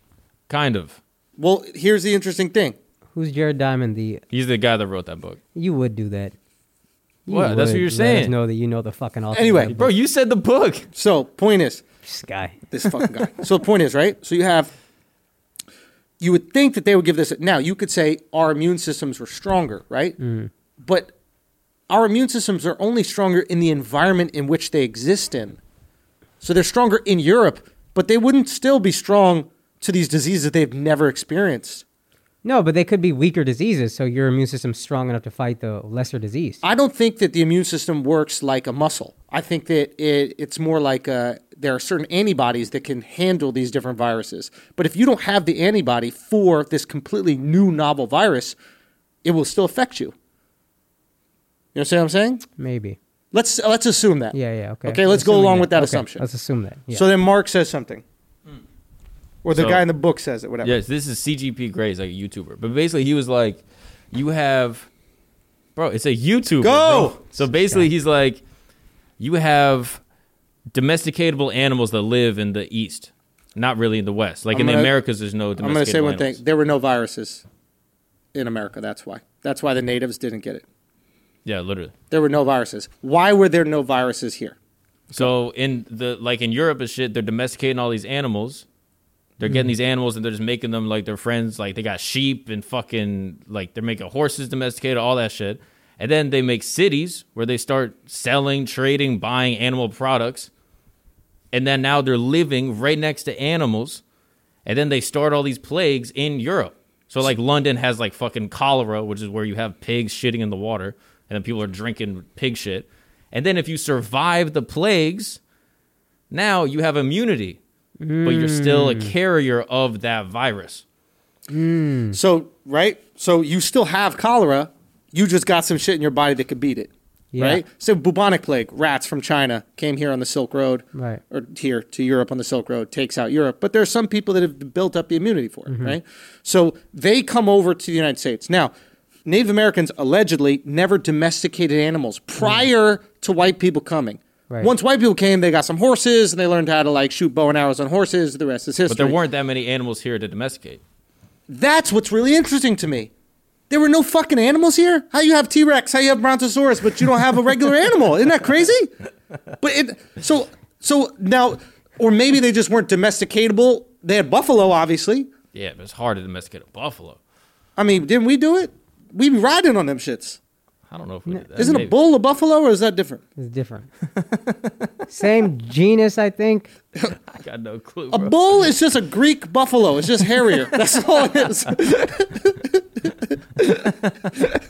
[SPEAKER 3] Kind of.
[SPEAKER 1] Well, here's the interesting thing.
[SPEAKER 2] Who's Jared Diamond? The
[SPEAKER 3] He's the guy that wrote that book.
[SPEAKER 2] you would do that. You
[SPEAKER 3] What? That's
[SPEAKER 2] would
[SPEAKER 3] what you're
[SPEAKER 2] let us
[SPEAKER 3] saying.
[SPEAKER 2] know that you know the fucking author.
[SPEAKER 1] Anyway,
[SPEAKER 3] Bro, you said the book.
[SPEAKER 1] So, point is,
[SPEAKER 2] this guy.
[SPEAKER 1] this fucking guy. so the point is, right? So you have, you would think that they would give this. Now you could say our immune systems were stronger, right? But our immune systems are only stronger in the environment in which they exist in. So they're stronger in Europe, but they wouldn't still be strong to these diseases that they've never experienced.
[SPEAKER 2] No, but they could be weaker diseases, so your immune system's strong enough to fight the lesser disease.
[SPEAKER 1] I don't think that the immune system works like a muscle. I think that it, it's more like uh there are certain antibodies that can handle these different viruses. But if you don't have the antibody for this completely new novel virus, it will still affect you. You understand what I'm saying?
[SPEAKER 2] Maybe.
[SPEAKER 1] Let's let's assume that.
[SPEAKER 2] Yeah, yeah, okay.
[SPEAKER 1] Okay, let's go
[SPEAKER 2] Assuming
[SPEAKER 1] along with that
[SPEAKER 2] Okay,
[SPEAKER 1] assumption.
[SPEAKER 2] Let's assume that. Yeah.
[SPEAKER 1] So then Mark says something. Or the
[SPEAKER 3] Hmm. So-
[SPEAKER 1] guy in the book says it, whatever.
[SPEAKER 3] Yes, this is CGP Gray's like a YouTuber. But basically he was like, You have Bro, it's a YouTuber.
[SPEAKER 1] Go!
[SPEAKER 3] bro. So basically he's like, You have domesticatable animals that live in the east. Not really in the west. Like
[SPEAKER 1] I'm
[SPEAKER 3] in the
[SPEAKER 1] gonna-
[SPEAKER 3] Americas there's no domesticatable
[SPEAKER 1] I'm going to say one
[SPEAKER 3] animals.
[SPEAKER 1] thing. There were no viruses in America. That's why. That's why the natives didn't get it.
[SPEAKER 3] Yeah, literally.
[SPEAKER 1] There were no viruses. Why were there no viruses here?
[SPEAKER 3] So in the like in Europe and shit, they're domesticating all these animals. They're getting these animals and they're just making them like their friends. Like they got sheep and fucking like they're making horses domesticated, all that shit. And then they make cities where they start selling, trading, buying animal products. And then now they're living right next to animals. And then they start all these plagues in Europe. So like London has like fucking cholera, which is where you have pigs shitting in the water, and then people are drinking pig shit. And then if you survive the plagues, now you have immunity, but you're still
[SPEAKER 1] Hmm.
[SPEAKER 3] a carrier of that virus.
[SPEAKER 2] Hmm.
[SPEAKER 1] So, right? So you still have cholera. You just got some shit in your body that could beat it.
[SPEAKER 2] Yeah.
[SPEAKER 1] Right? So bubonic plague, rats from China came here on the Silk Road.
[SPEAKER 2] Right.
[SPEAKER 1] Or here to Europe on the Silk Road, takes out Europe. But there are some people that have built up the immunity for it,
[SPEAKER 2] Mm-hmm.
[SPEAKER 1] right? So they come over to the United States. Now, Native Americans allegedly never domesticated animals prior to white people coming.
[SPEAKER 2] Mm. Right.
[SPEAKER 1] Once white people came, they got some horses and they learned how to like shoot bow and arrows on horses. The rest is history.
[SPEAKER 3] But there weren't that many animals here to domesticate.
[SPEAKER 1] That's what's really interesting to me. There were no fucking animals here. How you have T Rex? How you have Brontosaurus? But you don't have a regular animal. Isn't that crazy? But it so so now, or maybe they just weren't domesticatable. They had buffalo, obviously.
[SPEAKER 3] Yeah, but it's hard to domesticate a buffalo.
[SPEAKER 1] I mean, didn't we do it? We be riding on them shits.
[SPEAKER 3] I don't know if we did that.
[SPEAKER 1] Isn't a
[SPEAKER 3] Uh, Maybe.
[SPEAKER 1] bull a buffalo, or is that different?
[SPEAKER 2] It's different. Same genus, I think.
[SPEAKER 3] I got no clue.
[SPEAKER 1] A
[SPEAKER 3] bro.
[SPEAKER 1] bull is just a Greek buffalo. It's just hairier. That's all it is.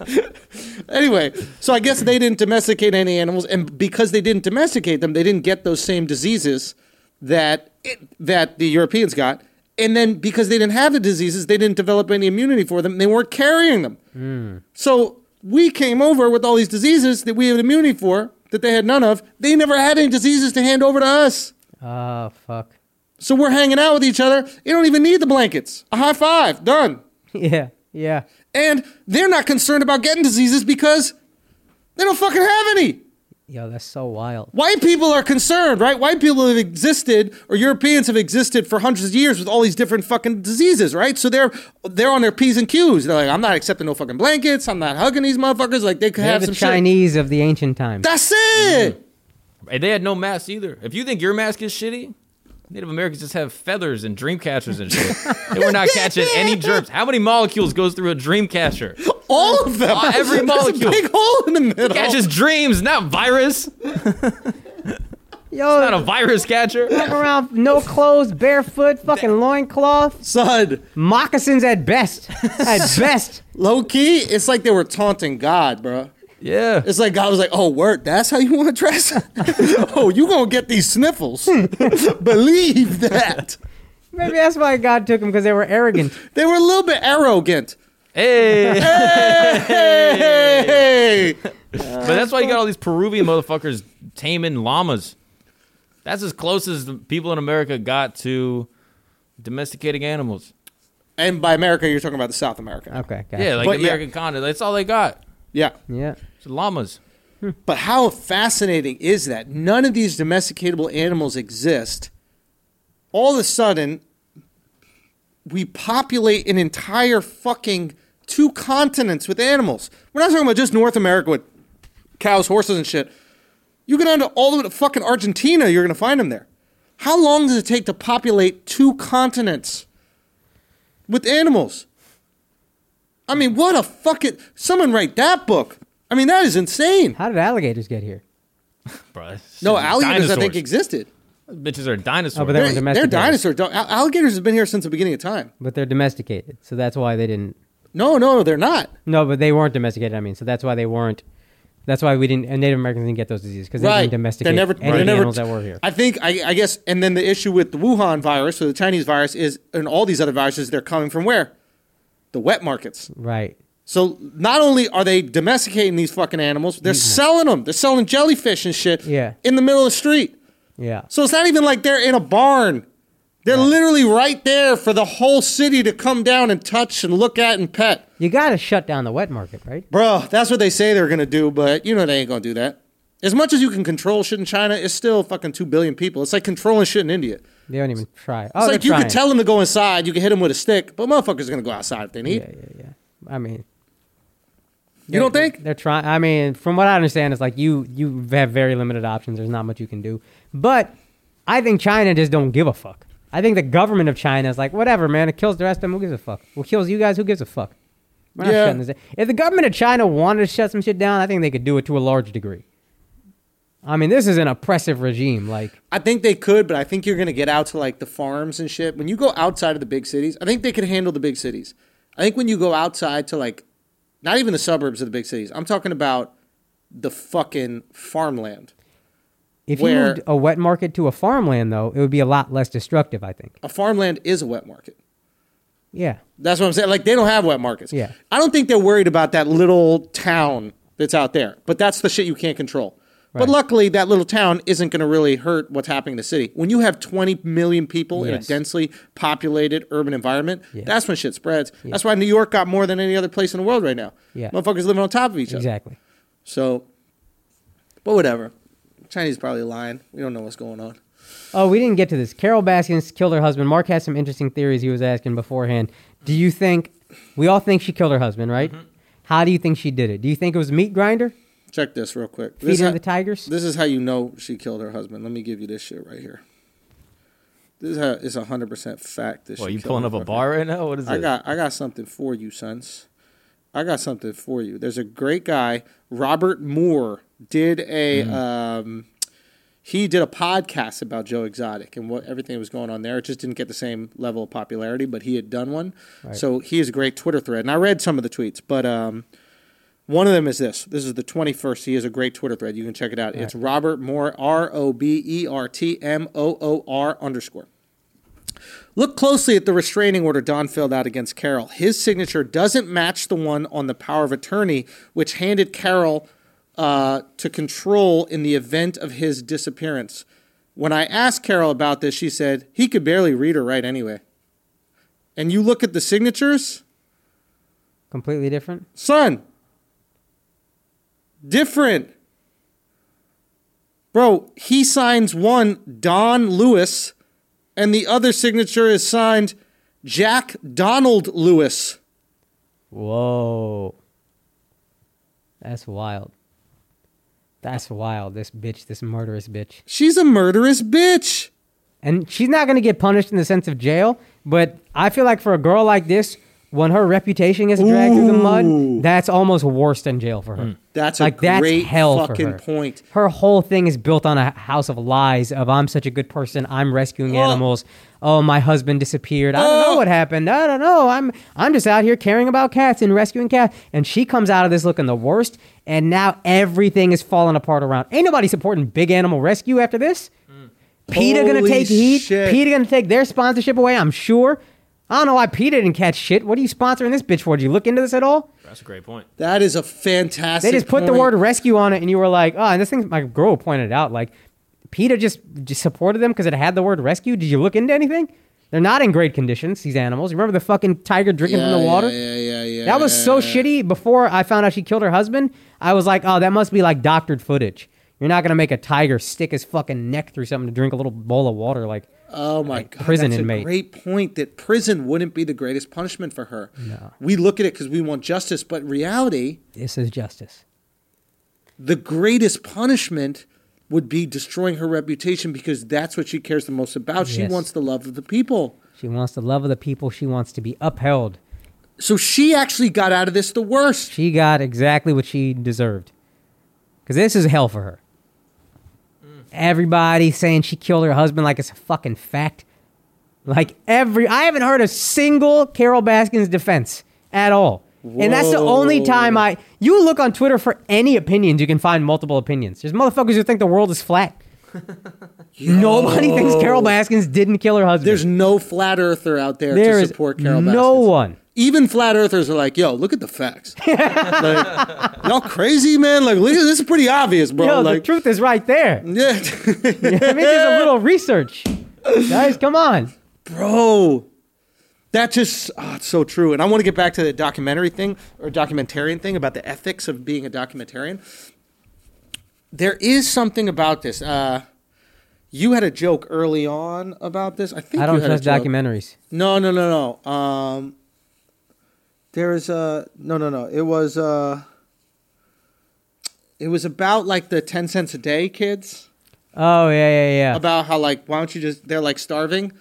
[SPEAKER 1] anyway, so I guess they didn't domesticate any animals, and because they didn't domesticate them, they didn't get those same diseases that that the Europeans got. And then because they didn't have the diseases, they didn't develop any immunity for them. They weren't carrying them. So we came over with all these diseases that we had immunity for that they had none of. They never had any diseases to hand over to us.
[SPEAKER 2] Oh fuck.
[SPEAKER 1] So we're hanging out with each other. You don't even need the blankets. A high five, done.
[SPEAKER 2] Yeah, yeah.
[SPEAKER 1] And they're not concerned about getting diseases because they don't fucking have any.
[SPEAKER 2] Yo, that's so wild.
[SPEAKER 1] White people are concerned, right? White people have existed, or Europeans have existed for hundreds of years with all these different fucking diseases, right? So they're they're on their p's and q's. They're like, I'm not accepting no fucking blankets. I'm not hugging these motherfuckers. Like they could
[SPEAKER 2] They're
[SPEAKER 1] have
[SPEAKER 2] the
[SPEAKER 1] some shit.
[SPEAKER 2] Chinese of the ancient times.
[SPEAKER 1] That's it.
[SPEAKER 3] And they had no masks either. If you think your mask is shitty, Native Americans just have feathers and dream catchers and shit. they were not catching any germs. How many molecules goes through a dream catcher?
[SPEAKER 1] All of them.
[SPEAKER 3] Uh, every
[SPEAKER 1] There's
[SPEAKER 3] molecule.
[SPEAKER 1] A big hole in the middle.
[SPEAKER 3] Catches dreams, not virus.
[SPEAKER 2] Yo,
[SPEAKER 3] Not a virus catcher.
[SPEAKER 2] walk around no clothes, barefoot, fucking loincloth,
[SPEAKER 1] Son,
[SPEAKER 2] moccasins at best. At best.
[SPEAKER 1] low key, it's like they were taunting God, bro.
[SPEAKER 3] Yeah.
[SPEAKER 1] It's like God was like, "Oh, word, that's how you want to dress. oh, you gonna get these sniffles? Believe that."
[SPEAKER 2] Maybe that's why God took them because they were arrogant.
[SPEAKER 1] They were a little bit arrogant.
[SPEAKER 3] Hey.
[SPEAKER 1] Hey,
[SPEAKER 3] but that's why you got all these Peruvian motherfuckers taming llamas. That's as close as the people in America got to domesticating animals.
[SPEAKER 1] and by America, you're talking about the South America.
[SPEAKER 2] Okay, gotcha.
[SPEAKER 3] Yeah, like
[SPEAKER 1] But
[SPEAKER 3] the
[SPEAKER 1] yeah.
[SPEAKER 3] American continent. That's all they got.
[SPEAKER 1] Yeah,
[SPEAKER 2] Yeah.
[SPEAKER 3] It's llamas.
[SPEAKER 1] but how fascinating is that? None of these domesticatable animals exist. All of a sudden, we populate an entire fucking two continents with animals. We're not talking about just North America with cows, horses, and shit. You go down to all the way to fucking Argentina, you're gonna find them there. How long does it take to populate two continents with animals? I mean, what a fucking someone write that book. I mean, that is insane.
[SPEAKER 2] How did alligators get here?
[SPEAKER 3] Bro, that's-
[SPEAKER 1] No, alligators I think
[SPEAKER 3] dinosaurs.
[SPEAKER 1] existed.
[SPEAKER 3] bitches are dinosaurs.
[SPEAKER 2] Oh, but they're-
[SPEAKER 1] They're, they're
[SPEAKER 2] domesticated.
[SPEAKER 1] dinosaurs. Don't- al- Alligators have been here since the beginning of time.
[SPEAKER 2] But they're domesticated, so that's why they didn't.
[SPEAKER 1] No, no, they're not.
[SPEAKER 2] No, but they weren't domesticated. I mean, so that's why they weren't. That's why we didn't. And Native Americans didn't get those diseases because they
[SPEAKER 1] right.
[SPEAKER 2] didn't domesticate
[SPEAKER 1] They're never,
[SPEAKER 2] any
[SPEAKER 1] they're never-
[SPEAKER 2] animals that were here.
[SPEAKER 1] I think, I, I guess, and then the issue with the Wuhan virus or the Chinese virus is, and all these other viruses, they're coming from where? The wet markets.
[SPEAKER 2] right.
[SPEAKER 1] So not only are they domesticating these fucking animals, they're selling them. They're selling jellyfish and shit
[SPEAKER 2] Mm-hmm. Yeah.
[SPEAKER 1] in the middle of the street.
[SPEAKER 2] Yeah.
[SPEAKER 1] So it's not even like they're in a barn. They're literally right there for the whole city to come down and touch and look at and pet.
[SPEAKER 2] You got to shut down the wet market, right?
[SPEAKER 1] Bro, that's what they say they're going to do, but you know they ain't going to do that. As much as you can control shit in China, it's still fucking 2 billion people. It's like controlling shit in India.
[SPEAKER 2] They don't even try. Oh,
[SPEAKER 1] It's
[SPEAKER 2] they're
[SPEAKER 1] like you
[SPEAKER 2] trying.
[SPEAKER 1] can tell them to go inside, you can hit them with a stick, but motherfuckers are going to go outside if they need.
[SPEAKER 2] Yeah, yeah, yeah. I mean,
[SPEAKER 1] You don't think?
[SPEAKER 2] They're trying. I mean, from what I understand, it's like you you have very limited options. There's not much you can do. But I think China just don't give a fuck. I think the government of China is like, whatever, man. It kills the rest of them. Who gives a fuck? Well, kills you guys. Who gives a fuck? We're not
[SPEAKER 1] Yeah.
[SPEAKER 2] shutting this. down. If the government of China wanted to shut some shit down, I think they could do it to a large degree. I mean, this is an oppressive regime. Like,
[SPEAKER 1] I think they could, but I think you're going to get out to like the farms and shit. When you go outside of the big cities, I think they could handle the big cities. I think when you go outside to like not even the suburbs of the big cities, I'm talking about the fucking farmland.
[SPEAKER 2] if you
[SPEAKER 1] Where-
[SPEAKER 2] moved a wet market to a farmland, though, it would be a lot less destructive. I think.
[SPEAKER 1] A farmland is a wet market.
[SPEAKER 2] Yeah.
[SPEAKER 1] That's what I'm saying. Like they don't have wet markets.
[SPEAKER 2] Yeah.
[SPEAKER 1] I don't think they're worried about that little town that's out there. But that's the shit you can't control. But
[SPEAKER 2] Right.
[SPEAKER 1] luckily, that little town isn't going to really hurt what's happening in the city. When you have 20 million people in a
[SPEAKER 2] Yes.
[SPEAKER 1] densely populated urban environment, that's when shit spreads. That's why New York got more than any other place in the world right now.
[SPEAKER 2] Yeah.
[SPEAKER 1] Motherfuckers living on top of each other.
[SPEAKER 2] Exactly.
[SPEAKER 1] So, but whatever. Chinese probably lying. We don't know what's going on.
[SPEAKER 2] Oh, we didn't get to this. Carol Baskins killed her husband. Mark has some interesting theories he was asking beforehand. Do you think we all think she killed her husband, right? How do you think she did it? Do you think it was a meat grinder?
[SPEAKER 1] Check this real quick. This is
[SPEAKER 2] Feeding
[SPEAKER 1] how-
[SPEAKER 2] the tigers?
[SPEAKER 1] This is how you know she killed her husband. Let me give you this shit right here. This is how it's hundred percent fact. This.
[SPEAKER 3] Well,
[SPEAKER 1] she
[SPEAKER 3] you
[SPEAKER 1] killed
[SPEAKER 3] pulling
[SPEAKER 1] her
[SPEAKER 3] up a
[SPEAKER 1] husband.
[SPEAKER 3] bar right now? What is
[SPEAKER 1] I
[SPEAKER 3] it?
[SPEAKER 1] got I got something for you, sons. I got something for you. There's a great guy, Robert Moore, did a
[SPEAKER 3] Hmm.
[SPEAKER 1] um, he did a podcast about Joe Exotic and what everything that was going on there. It just didn't get the same level of popularity, but he had done one. So he is a great Twitter thread, and I read some of the tweets, but um, one of them is this. This is the 21st. He has a great Twitter thread. You can check it out. It's Robert Moore, R O B E R T M O O R underscore. Look closely at the restraining order Don filled out against Carroll. His signature doesn't match the one on the power of attorney, which handed Carroll uh, to control in the event of his disappearance. When I asked Carroll about this, she said he could barely read or write anyway. And you look at the signatures,
[SPEAKER 2] Completely different.
[SPEAKER 1] son. Different. Bro, he signs one Don Lewis, and the other signature is signed Jack Donald Lewis.
[SPEAKER 2] Whoa. That's wild. That's wild. This bitch, this murderous bitch.
[SPEAKER 1] She's a murderous bitch.
[SPEAKER 2] And she's not going to get punished in the sense of jail, but I feel like for a girl like this, when her reputation gets dragged through the mud, that's almost worse than jail for her.
[SPEAKER 1] That's
[SPEAKER 2] like
[SPEAKER 1] a
[SPEAKER 2] that's
[SPEAKER 1] great
[SPEAKER 2] hell
[SPEAKER 1] fucking
[SPEAKER 2] for her.
[SPEAKER 1] point.
[SPEAKER 2] Her whole thing is built on a house of lies of I'm such a good person, I'm rescuing animals. Oh, my husband disappeared. I don't
[SPEAKER 1] Oh.
[SPEAKER 2] know what happened. I don't know. I'm I'm just out here caring about cats and rescuing cats. And she comes out of this looking the worst, and now everything is falling apart around. Ain't nobody supporting big animal rescue after this. PETA gonna
[SPEAKER 1] Mm. Holy
[SPEAKER 2] take heat.
[SPEAKER 1] shit.
[SPEAKER 2] PETA gonna take their sponsorship away, I'm sure. I don't know why PETA didn't catch shit. What are you sponsoring this bitch for? Did you look into this at all?
[SPEAKER 3] That's a great point.
[SPEAKER 1] That is a fantastic
[SPEAKER 2] They just put the
[SPEAKER 1] point.
[SPEAKER 2] word rescue on it, and you were like, oh, and this thing, my girl pointed out, like, PETA just, just supported them because it had the word rescue. Did you look into anything? They're not in great conditions, these animals. You remember the fucking tiger drinking
[SPEAKER 1] yeah,
[SPEAKER 2] from the water?
[SPEAKER 1] Yeah, yeah, yeah, yeah.
[SPEAKER 2] that was
[SPEAKER 1] yeah,
[SPEAKER 2] so
[SPEAKER 1] yeah.
[SPEAKER 2] shitty. Before I found out she killed her husband, I was like, oh, that must be like doctored footage. You're not going to make a tiger stick his fucking neck through something to drink a little bowl of water. Like,
[SPEAKER 1] Oh my god,
[SPEAKER 2] prison
[SPEAKER 1] that's
[SPEAKER 2] inmate.
[SPEAKER 1] A great point that prison wouldn't be the greatest punishment for her. No. We look at it because we want justice, but reality,
[SPEAKER 2] this is justice.
[SPEAKER 1] the greatest punishment would be destroying her reputation because that's what she cares the most about. She
[SPEAKER 2] Yes.
[SPEAKER 1] wants the love of the people.
[SPEAKER 2] She wants the love of the people. She wants to be upheld.
[SPEAKER 1] So she actually got out of this the worst.
[SPEAKER 2] She got exactly what she deserved. Because this is hell for her.
[SPEAKER 1] Mm.
[SPEAKER 2] Everybody saying she killed her husband like it's a fucking fact. Like every, I haven't heard a single Carol Baskins defense at all. And that's the only
[SPEAKER 1] Whoa.
[SPEAKER 2] time I, you look on Twitter for any opinions, you can find multiple opinions. There's motherfuckers who think the world is flat. Nobody thinks Carol Baskins didn't kill her husband.
[SPEAKER 1] There's no flat earther out there,
[SPEAKER 2] There
[SPEAKER 1] to
[SPEAKER 2] is
[SPEAKER 1] support Carol
[SPEAKER 2] no
[SPEAKER 1] Baskins.
[SPEAKER 2] one.
[SPEAKER 1] Even flat earthers are like, yo, look at the facts. Like, y'all crazy, man? Like, look, at- this is pretty obvious, bro.
[SPEAKER 2] Yo,
[SPEAKER 1] like,
[SPEAKER 2] the truth is right there.
[SPEAKER 1] yeah.
[SPEAKER 2] I mean, just a little research. Guys, come on.
[SPEAKER 1] bro. That just oh, it's so true. And I want to get back to the documentary thing or documentarian thing about the ethics of being a documentarian. There is something about this. Uh, you had a joke early on about this. I think
[SPEAKER 2] I
[SPEAKER 1] you
[SPEAKER 2] don't
[SPEAKER 1] had a
[SPEAKER 2] trust
[SPEAKER 1] joke.
[SPEAKER 2] documentaries.
[SPEAKER 1] No, no, no, no. Um, there is a no, no, no. It was uh, it was about like the ten cents a day kids.
[SPEAKER 2] Oh yeah, yeah, yeah.
[SPEAKER 1] About how like why don't you just they're like starving,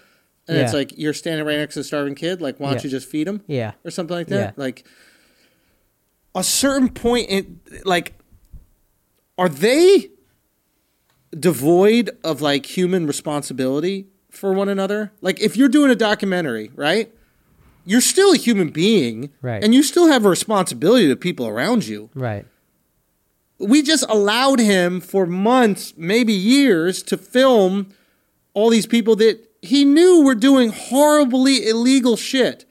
[SPEAKER 1] and it's
[SPEAKER 2] Yeah.
[SPEAKER 1] like you're standing right next to the starving kid. Like why don't
[SPEAKER 2] Yeah.
[SPEAKER 1] you just feed them?
[SPEAKER 2] yeah.
[SPEAKER 1] or something like that.
[SPEAKER 2] Yeah.
[SPEAKER 1] Like a certain point in like are they devoid of like human responsibility for one another? Like if you're doing a documentary, right? You're still a human being
[SPEAKER 2] Right.
[SPEAKER 1] and you still have a responsibility to people around you.
[SPEAKER 2] Right.
[SPEAKER 1] We just allowed him for months, maybe years to film all these people that he knew were doing horribly illegal shit.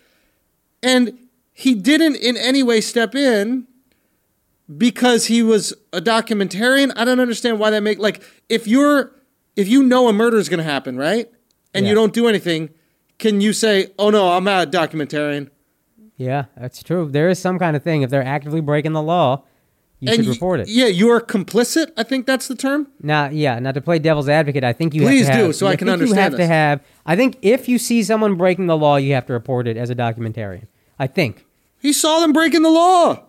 [SPEAKER 1] And he didn't in any way step in because he was a documentarian. I don't understand why that make like if you're if you know a murder is going to happen, right? And you
[SPEAKER 2] Yeah.
[SPEAKER 1] don't do anything, can you say, "Oh no, I'm not a documentarian."
[SPEAKER 2] Yeah, that's true. There is some kind of thing. If they're actively breaking the law, you should
[SPEAKER 1] y-
[SPEAKER 2] report it.
[SPEAKER 1] Yeah, you are complicit. I think that's the term.
[SPEAKER 2] Now, yeah. Now to play devil's advocate, I think you
[SPEAKER 1] Please
[SPEAKER 2] have to
[SPEAKER 1] do,
[SPEAKER 2] have,
[SPEAKER 1] so I can
[SPEAKER 2] think You have
[SPEAKER 1] understand
[SPEAKER 2] to
[SPEAKER 1] this.
[SPEAKER 2] have. I think if you see someone breaking the law, you have to report it as a documentarian. I think.
[SPEAKER 1] He saw them breaking the law.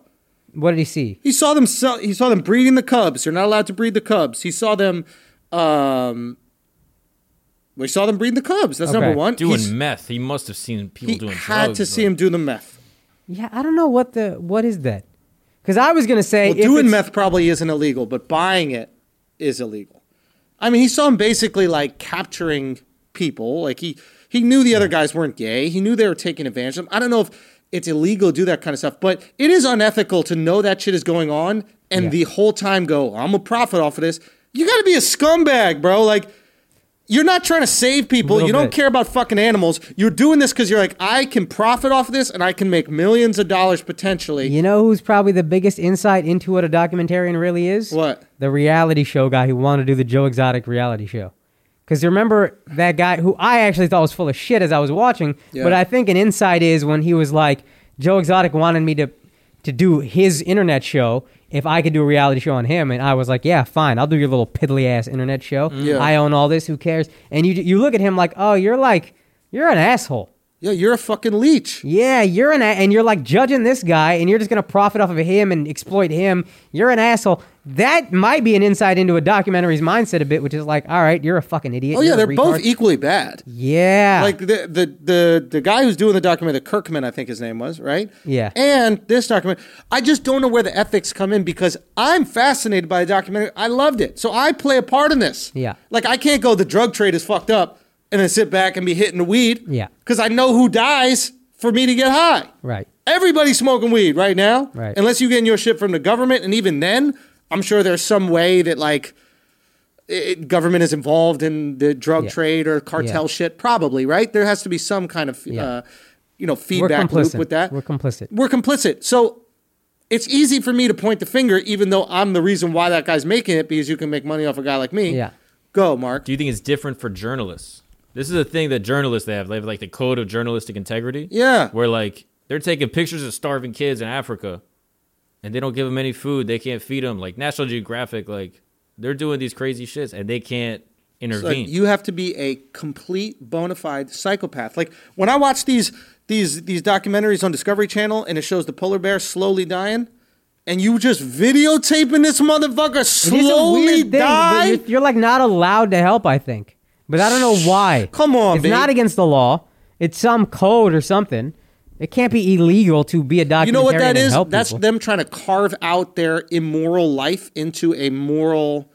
[SPEAKER 2] What did he see?
[SPEAKER 1] He saw them. Sell, he saw them breeding the cubs. They're not allowed to breed the cubs. He saw them. Um, we saw them breed the cubs. That's number
[SPEAKER 2] Okay.
[SPEAKER 1] one.
[SPEAKER 3] Doing
[SPEAKER 1] He's-
[SPEAKER 3] meth. He must have seen people
[SPEAKER 1] he
[SPEAKER 3] doing
[SPEAKER 1] had
[SPEAKER 3] drugs.
[SPEAKER 1] to see him do the meth.
[SPEAKER 2] Yeah, I don't know what the what is that. Because I was gonna say
[SPEAKER 1] Well,
[SPEAKER 2] if
[SPEAKER 1] doing
[SPEAKER 2] it's-
[SPEAKER 1] meth probably isn't illegal, but buying it is illegal. I mean, he saw him basically like capturing people. Like he he knew the other guys weren't gay. He knew they were taking advantage of them. I don't know if it's illegal to do that kind of stuff, but it is unethical to know that shit is going on and
[SPEAKER 2] Yeah.
[SPEAKER 1] the whole time go, "I'm a profit off of this." You got to be a scumbag, bro. Like you're not trying to save people.
[SPEAKER 2] Little
[SPEAKER 1] You don't
[SPEAKER 2] bit.
[SPEAKER 1] care about fucking animals. You're doing this because you're like, I can profit off of this and I can make millions of dollars potentially.
[SPEAKER 2] You know who's probably the biggest insight into what a documentarian really is?
[SPEAKER 1] What?
[SPEAKER 2] The reality show guy who wanted to do the Joe Exotic reality show. Because remember that guy who I actually thought was full of shit as I was watching,
[SPEAKER 1] Yeah.
[SPEAKER 2] but I think an insight is when he was like, Joe Exotic wanted me to, to do his internet show if I could do a reality show on him. And I was like, yeah, fine, I'll do your little piddly ass internet show.
[SPEAKER 1] Yeah.
[SPEAKER 2] I own all this, who cares? And you, you look at him like, oh, you're like, you're an asshole.
[SPEAKER 1] Yeah, you're a fucking leech.
[SPEAKER 2] Yeah, you're an a- and you're like judging this guy, and you're just gonna profit off of him and exploit him. You're an asshole. That might be an insight into a documentary's mindset a bit, which is like, all right, you're a fucking idiot.
[SPEAKER 1] Oh
[SPEAKER 2] you're
[SPEAKER 1] yeah,
[SPEAKER 2] a
[SPEAKER 1] they're both
[SPEAKER 2] retard.
[SPEAKER 1] equally bad.
[SPEAKER 2] yeah,
[SPEAKER 1] Like the, the the the guy who's doing the document, the Kirkman, I think his name was, right?
[SPEAKER 2] Yeah.
[SPEAKER 1] And this document, I just don't know where the ethics come in because I'm fascinated by the documentary. I loved it, so I play a part in this.
[SPEAKER 2] Yeah.
[SPEAKER 1] Like I can't go. The drug trade is fucked up, and then sit back and be hitting the weed.
[SPEAKER 2] Yeah.
[SPEAKER 1] Because I know who dies for me to get high.
[SPEAKER 2] right.
[SPEAKER 1] Everybody's smoking weed right now.
[SPEAKER 2] Right.
[SPEAKER 1] Unless you're getting your shit from the government. And even then, I'm sure there's some way that, like, it, government is involved in the drug
[SPEAKER 2] Yeah.
[SPEAKER 1] trade or cartel
[SPEAKER 2] Yeah.
[SPEAKER 1] shit. Probably, right? There has to be some kind of, uh, you know,
[SPEAKER 2] We're
[SPEAKER 1] feedback loop
[SPEAKER 2] complicit
[SPEAKER 1] with that.
[SPEAKER 2] We're complicit.
[SPEAKER 1] We're complicit. So it's easy for me to point the finger, even though I'm the reason why that guy's making it because you can make money off a guy like me.
[SPEAKER 2] Yeah.
[SPEAKER 1] Go, Mark.
[SPEAKER 3] Do you think it's different for journalists? This is a thing that journalists they have. They have like the code of journalistic integrity.
[SPEAKER 1] Yeah.
[SPEAKER 3] Where like they're taking pictures of starving kids in Africa, and they don't give them any food. They can't feed them. Like National Geographic, like they're doing these crazy shits, and they can't
[SPEAKER 1] It's like
[SPEAKER 3] intervene.
[SPEAKER 1] you have to be a complete bona fide psychopath. Like when I watch these these these documentaries on Discovery Channel and it shows the polar bear slowly dying, and you just videotaping this motherfucker
[SPEAKER 2] It is a
[SPEAKER 1] slowly
[SPEAKER 2] weird thing. but
[SPEAKER 1] die.
[SPEAKER 2] You're, you're like not allowed to help. I think, but I don't know why.
[SPEAKER 1] Come on,
[SPEAKER 2] it's
[SPEAKER 1] babe.
[SPEAKER 2] not against the law. It's some code or something. It can't be illegal to be a documentarian.
[SPEAKER 1] you know what that
[SPEAKER 2] and
[SPEAKER 1] is?
[SPEAKER 2] help
[SPEAKER 1] That's
[SPEAKER 2] people.
[SPEAKER 1] them trying to carve out their immoral life into a moral.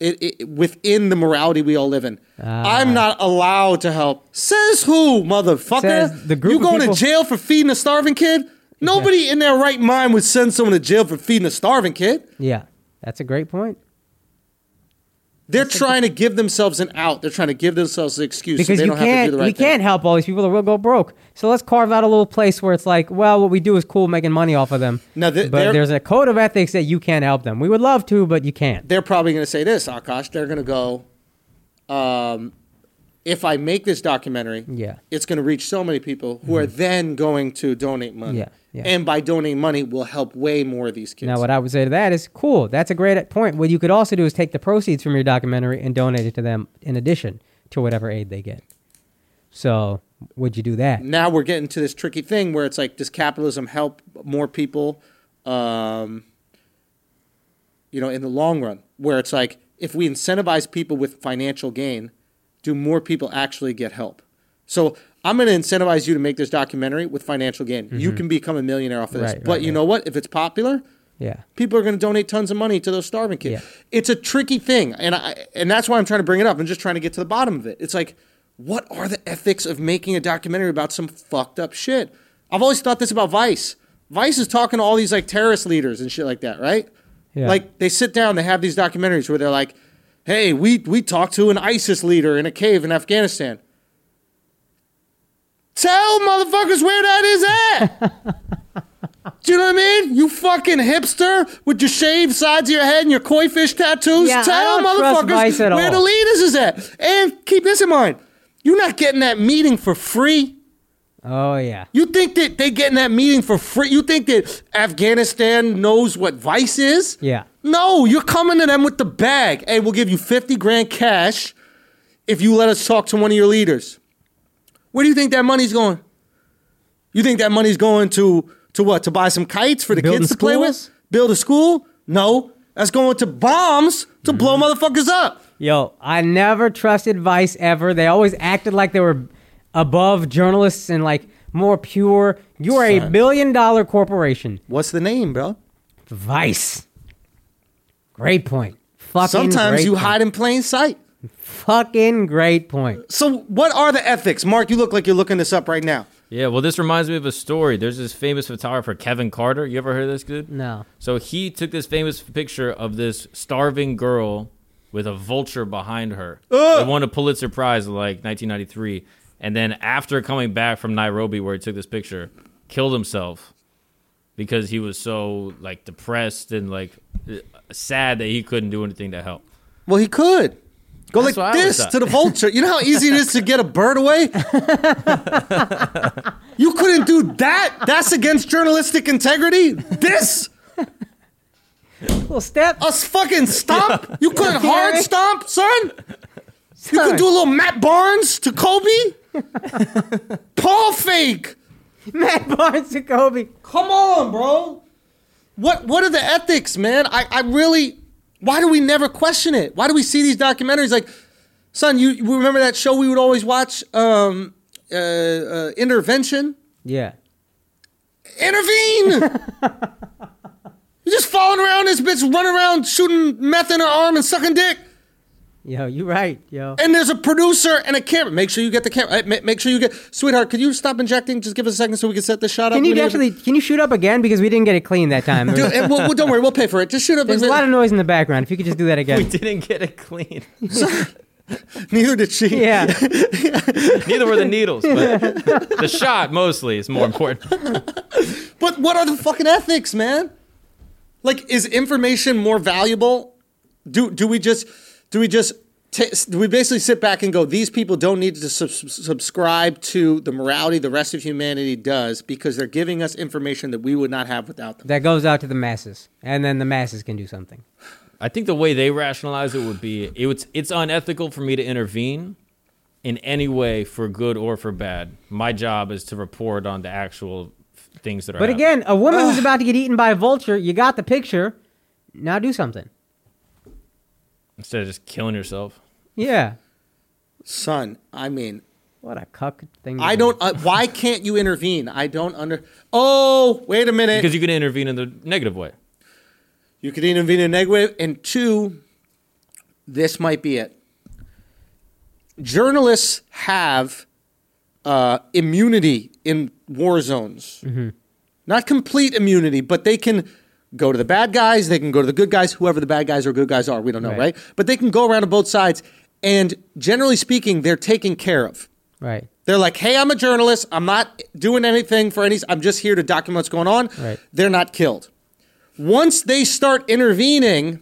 [SPEAKER 1] It, it, within the morality we all live in,
[SPEAKER 2] Ah.
[SPEAKER 1] I'm not allowed to help. Says who, motherfucker?
[SPEAKER 2] Says the group
[SPEAKER 1] you
[SPEAKER 2] of
[SPEAKER 1] going
[SPEAKER 2] people-
[SPEAKER 1] to jail for feeding a starving kid? Nobody in their right mind would send someone to jail for feeding a starving kid.
[SPEAKER 2] Yeah, that's a great point.
[SPEAKER 1] They're trying to give themselves an out. They're trying to give themselves an excuse so
[SPEAKER 2] because
[SPEAKER 1] they
[SPEAKER 2] you
[SPEAKER 1] don't have to
[SPEAKER 2] can't
[SPEAKER 1] do the right
[SPEAKER 2] you
[SPEAKER 1] thing.
[SPEAKER 2] can't help all these people or we'll go broke. So let's carve out a little place where it's like, well, what we do is cool, making money off of them.
[SPEAKER 1] No, th-
[SPEAKER 2] but
[SPEAKER 1] they're-
[SPEAKER 2] there's a code of ethics that you can't help them. We would love to, but you can't.
[SPEAKER 1] They're probably going to say this, Akash. They're going to go, um, if I make this documentary,
[SPEAKER 2] Yeah.
[SPEAKER 1] it's going to reach so many people who are then going to donate money.
[SPEAKER 2] Mm-hmm. Yeah, yeah.
[SPEAKER 1] And by donating money, we'll help way more of these kids.
[SPEAKER 2] Now, what I would say to that is, cool. That's a great point. What you could also do is take the proceeds from your documentary and donate it to them in addition to whatever aid they get. So, would you do that?
[SPEAKER 1] now we're getting to this tricky thing where it's like, does capitalism help more people? Um, you know, in the long run, where it's like, if we incentivize people with financial gain, do more people actually get help? So I'm going to incentivize you to make this documentary with financial gain. You can become a millionaire off of this.
[SPEAKER 2] Mm-hmm. Right,
[SPEAKER 1] but
[SPEAKER 2] right,
[SPEAKER 1] you
[SPEAKER 2] right.
[SPEAKER 1] know what? If it's popular,
[SPEAKER 2] Yeah.
[SPEAKER 1] people are going to donate tons of money to those starving kids.
[SPEAKER 2] Yeah.
[SPEAKER 1] It's a tricky thing, and I and that's why I'm trying to bring it up. I'm just trying to get to the bottom of it. It's like, what are the ethics of making a documentary about some fucked up shit? I've always thought this about Vice. Vice is talking to all these like terrorist leaders and shit like that, right?
[SPEAKER 2] Yeah.
[SPEAKER 1] Like they sit down, they have these documentaries where they're like, "Hey, we we talked to an ISIS leader in a cave in Afghanistan." Tell motherfuckers where that is at. Do you know what I mean? You fucking hipster with your shaved sides of your head and your koi fish tattoos.
[SPEAKER 2] Yeah, I
[SPEAKER 1] Tell
[SPEAKER 2] don't trust Vice
[SPEAKER 1] motherfuckers
[SPEAKER 2] at
[SPEAKER 1] where the
[SPEAKER 2] all.
[SPEAKER 1] leaders is at. And keep this in mind. You're not getting that meeting for free.
[SPEAKER 2] Oh, yeah.
[SPEAKER 1] You think that they getting that meeting for free? You think that Afghanistan knows what Vice is?
[SPEAKER 2] Yeah.
[SPEAKER 1] No, you're coming to them with the bag. Hey, we'll give you 50 grand cash if you let us talk to one of your leaders. Where do you think that money's going? You think that money's going to to what? To buy some kites for the
[SPEAKER 2] Building
[SPEAKER 1] kids to play with?
[SPEAKER 2] schools?
[SPEAKER 1] Build a school? No. That's going to bombs to blow motherfuckers up.
[SPEAKER 2] Yo, I never trusted Vice ever. They always acted like they were above journalists and like more pure. You are a
[SPEAKER 1] Son.
[SPEAKER 2] billion dollar corporation.
[SPEAKER 1] What's the name, bro?
[SPEAKER 2] Vice. Great point. Fucking
[SPEAKER 1] Sometimes
[SPEAKER 2] great
[SPEAKER 1] you
[SPEAKER 2] point.
[SPEAKER 1] hide in plain sight.
[SPEAKER 2] Fucking great point.
[SPEAKER 1] So what are the ethics? Mark, you look like you're looking this up right now.
[SPEAKER 3] Yeah, well, this reminds me of a story. There's this famous photographer, Kevin Carter. You ever heard of this dude?
[SPEAKER 2] No.
[SPEAKER 3] So he took this famous picture of this starving girl with a vulture behind her. They won a Pulitzer Prize in like 1993. And then after coming back from Nairobi, where he took this picture, killed himself because he was so like depressed and like sad that he couldn't do anything to help.
[SPEAKER 1] Well, he could. Go
[SPEAKER 3] That's what I
[SPEAKER 1] like
[SPEAKER 3] always
[SPEAKER 1] this
[SPEAKER 3] thought.
[SPEAKER 1] to the vulture. You know how easy it is to get a bird away? you couldn't do that. That's against journalistic integrity. This,
[SPEAKER 2] Little step.
[SPEAKER 1] a s- fucking stomp. You couldn't hard
[SPEAKER 2] Gary.
[SPEAKER 1] stomp, son. You
[SPEAKER 2] Son.
[SPEAKER 1] could do a little Matt Barnes to Kobe. Paul fake.
[SPEAKER 2] Matt Barnes to Kobe.
[SPEAKER 1] Come on, bro. What what are the ethics, man? I, I really why do we never question it? Why do we see these documentaries like son, you, you remember that show we would always watch um uh, uh intervention?
[SPEAKER 2] Yeah.
[SPEAKER 1] Intervene. You're just following around this bitch running around shooting meth in her arm and sucking dick.
[SPEAKER 2] Yo, you right, yo.
[SPEAKER 1] And there's a producer and a camera. Make sure you get the camera. Uh, ma- Make sure you get sweetheart, could you stop injecting? Just give us a second so we can set this shot up.
[SPEAKER 2] Can
[SPEAKER 1] We
[SPEAKER 2] you
[SPEAKER 1] need-
[SPEAKER 2] actually can you shoot up again because we didn't get it clean that time. There
[SPEAKER 1] Dude,
[SPEAKER 2] was-
[SPEAKER 1] and we'll, we'll- don't worry, we'll pay for it. Just shoot up.
[SPEAKER 2] There's a lot of noise in the background. If you could just do that
[SPEAKER 3] We
[SPEAKER 2] again.
[SPEAKER 3] didn't get it clean.
[SPEAKER 1] Neither did she.
[SPEAKER 2] Yeah.
[SPEAKER 3] Neither were the needles, but the shot mostly is more important.
[SPEAKER 1] But what are the fucking ethics, man? Like, is information more valuable? Do do we just do we just ta do we basically sit back and go? These people don't need to sub- subscribe to the morality the rest of humanity does because they're giving us information that we would not have without them.
[SPEAKER 2] that goes out to the masses. And then the masses can do something.
[SPEAKER 3] I think the way they rationalize it would be it was, it's unethical for me to intervene in any way for good or for bad. My job is to report on the actual f- things that are
[SPEAKER 2] But
[SPEAKER 3] happening.
[SPEAKER 2] again, a woman who's about to get eaten by a vulture, you got the picture. Now do something.
[SPEAKER 3] instead of just killing yourself.
[SPEAKER 2] Yeah.
[SPEAKER 1] Son, I mean,
[SPEAKER 2] What a cuck thing. to
[SPEAKER 1] I
[SPEAKER 2] do.
[SPEAKER 1] don't. Uh, why can't you intervene? I don't under. Oh, wait a minute.
[SPEAKER 3] Because you can intervene in the negative way.
[SPEAKER 1] You could intervene in a negative. And two, this might be it. Journalists have uh, immunity in war zones. Not complete immunity, but they can go to the bad guys, they can go to the good guys, whoever the bad guys or good guys are, we don't know,
[SPEAKER 2] Right.
[SPEAKER 1] right? But they can go around to both sides. And generally speaking, they're taken care of.
[SPEAKER 2] Right.
[SPEAKER 1] They're like, hey, I'm a journalist. I'm not doing anything for any. I'm just here to document what's going on.
[SPEAKER 2] Right.
[SPEAKER 1] They're not killed. Once they start intervening,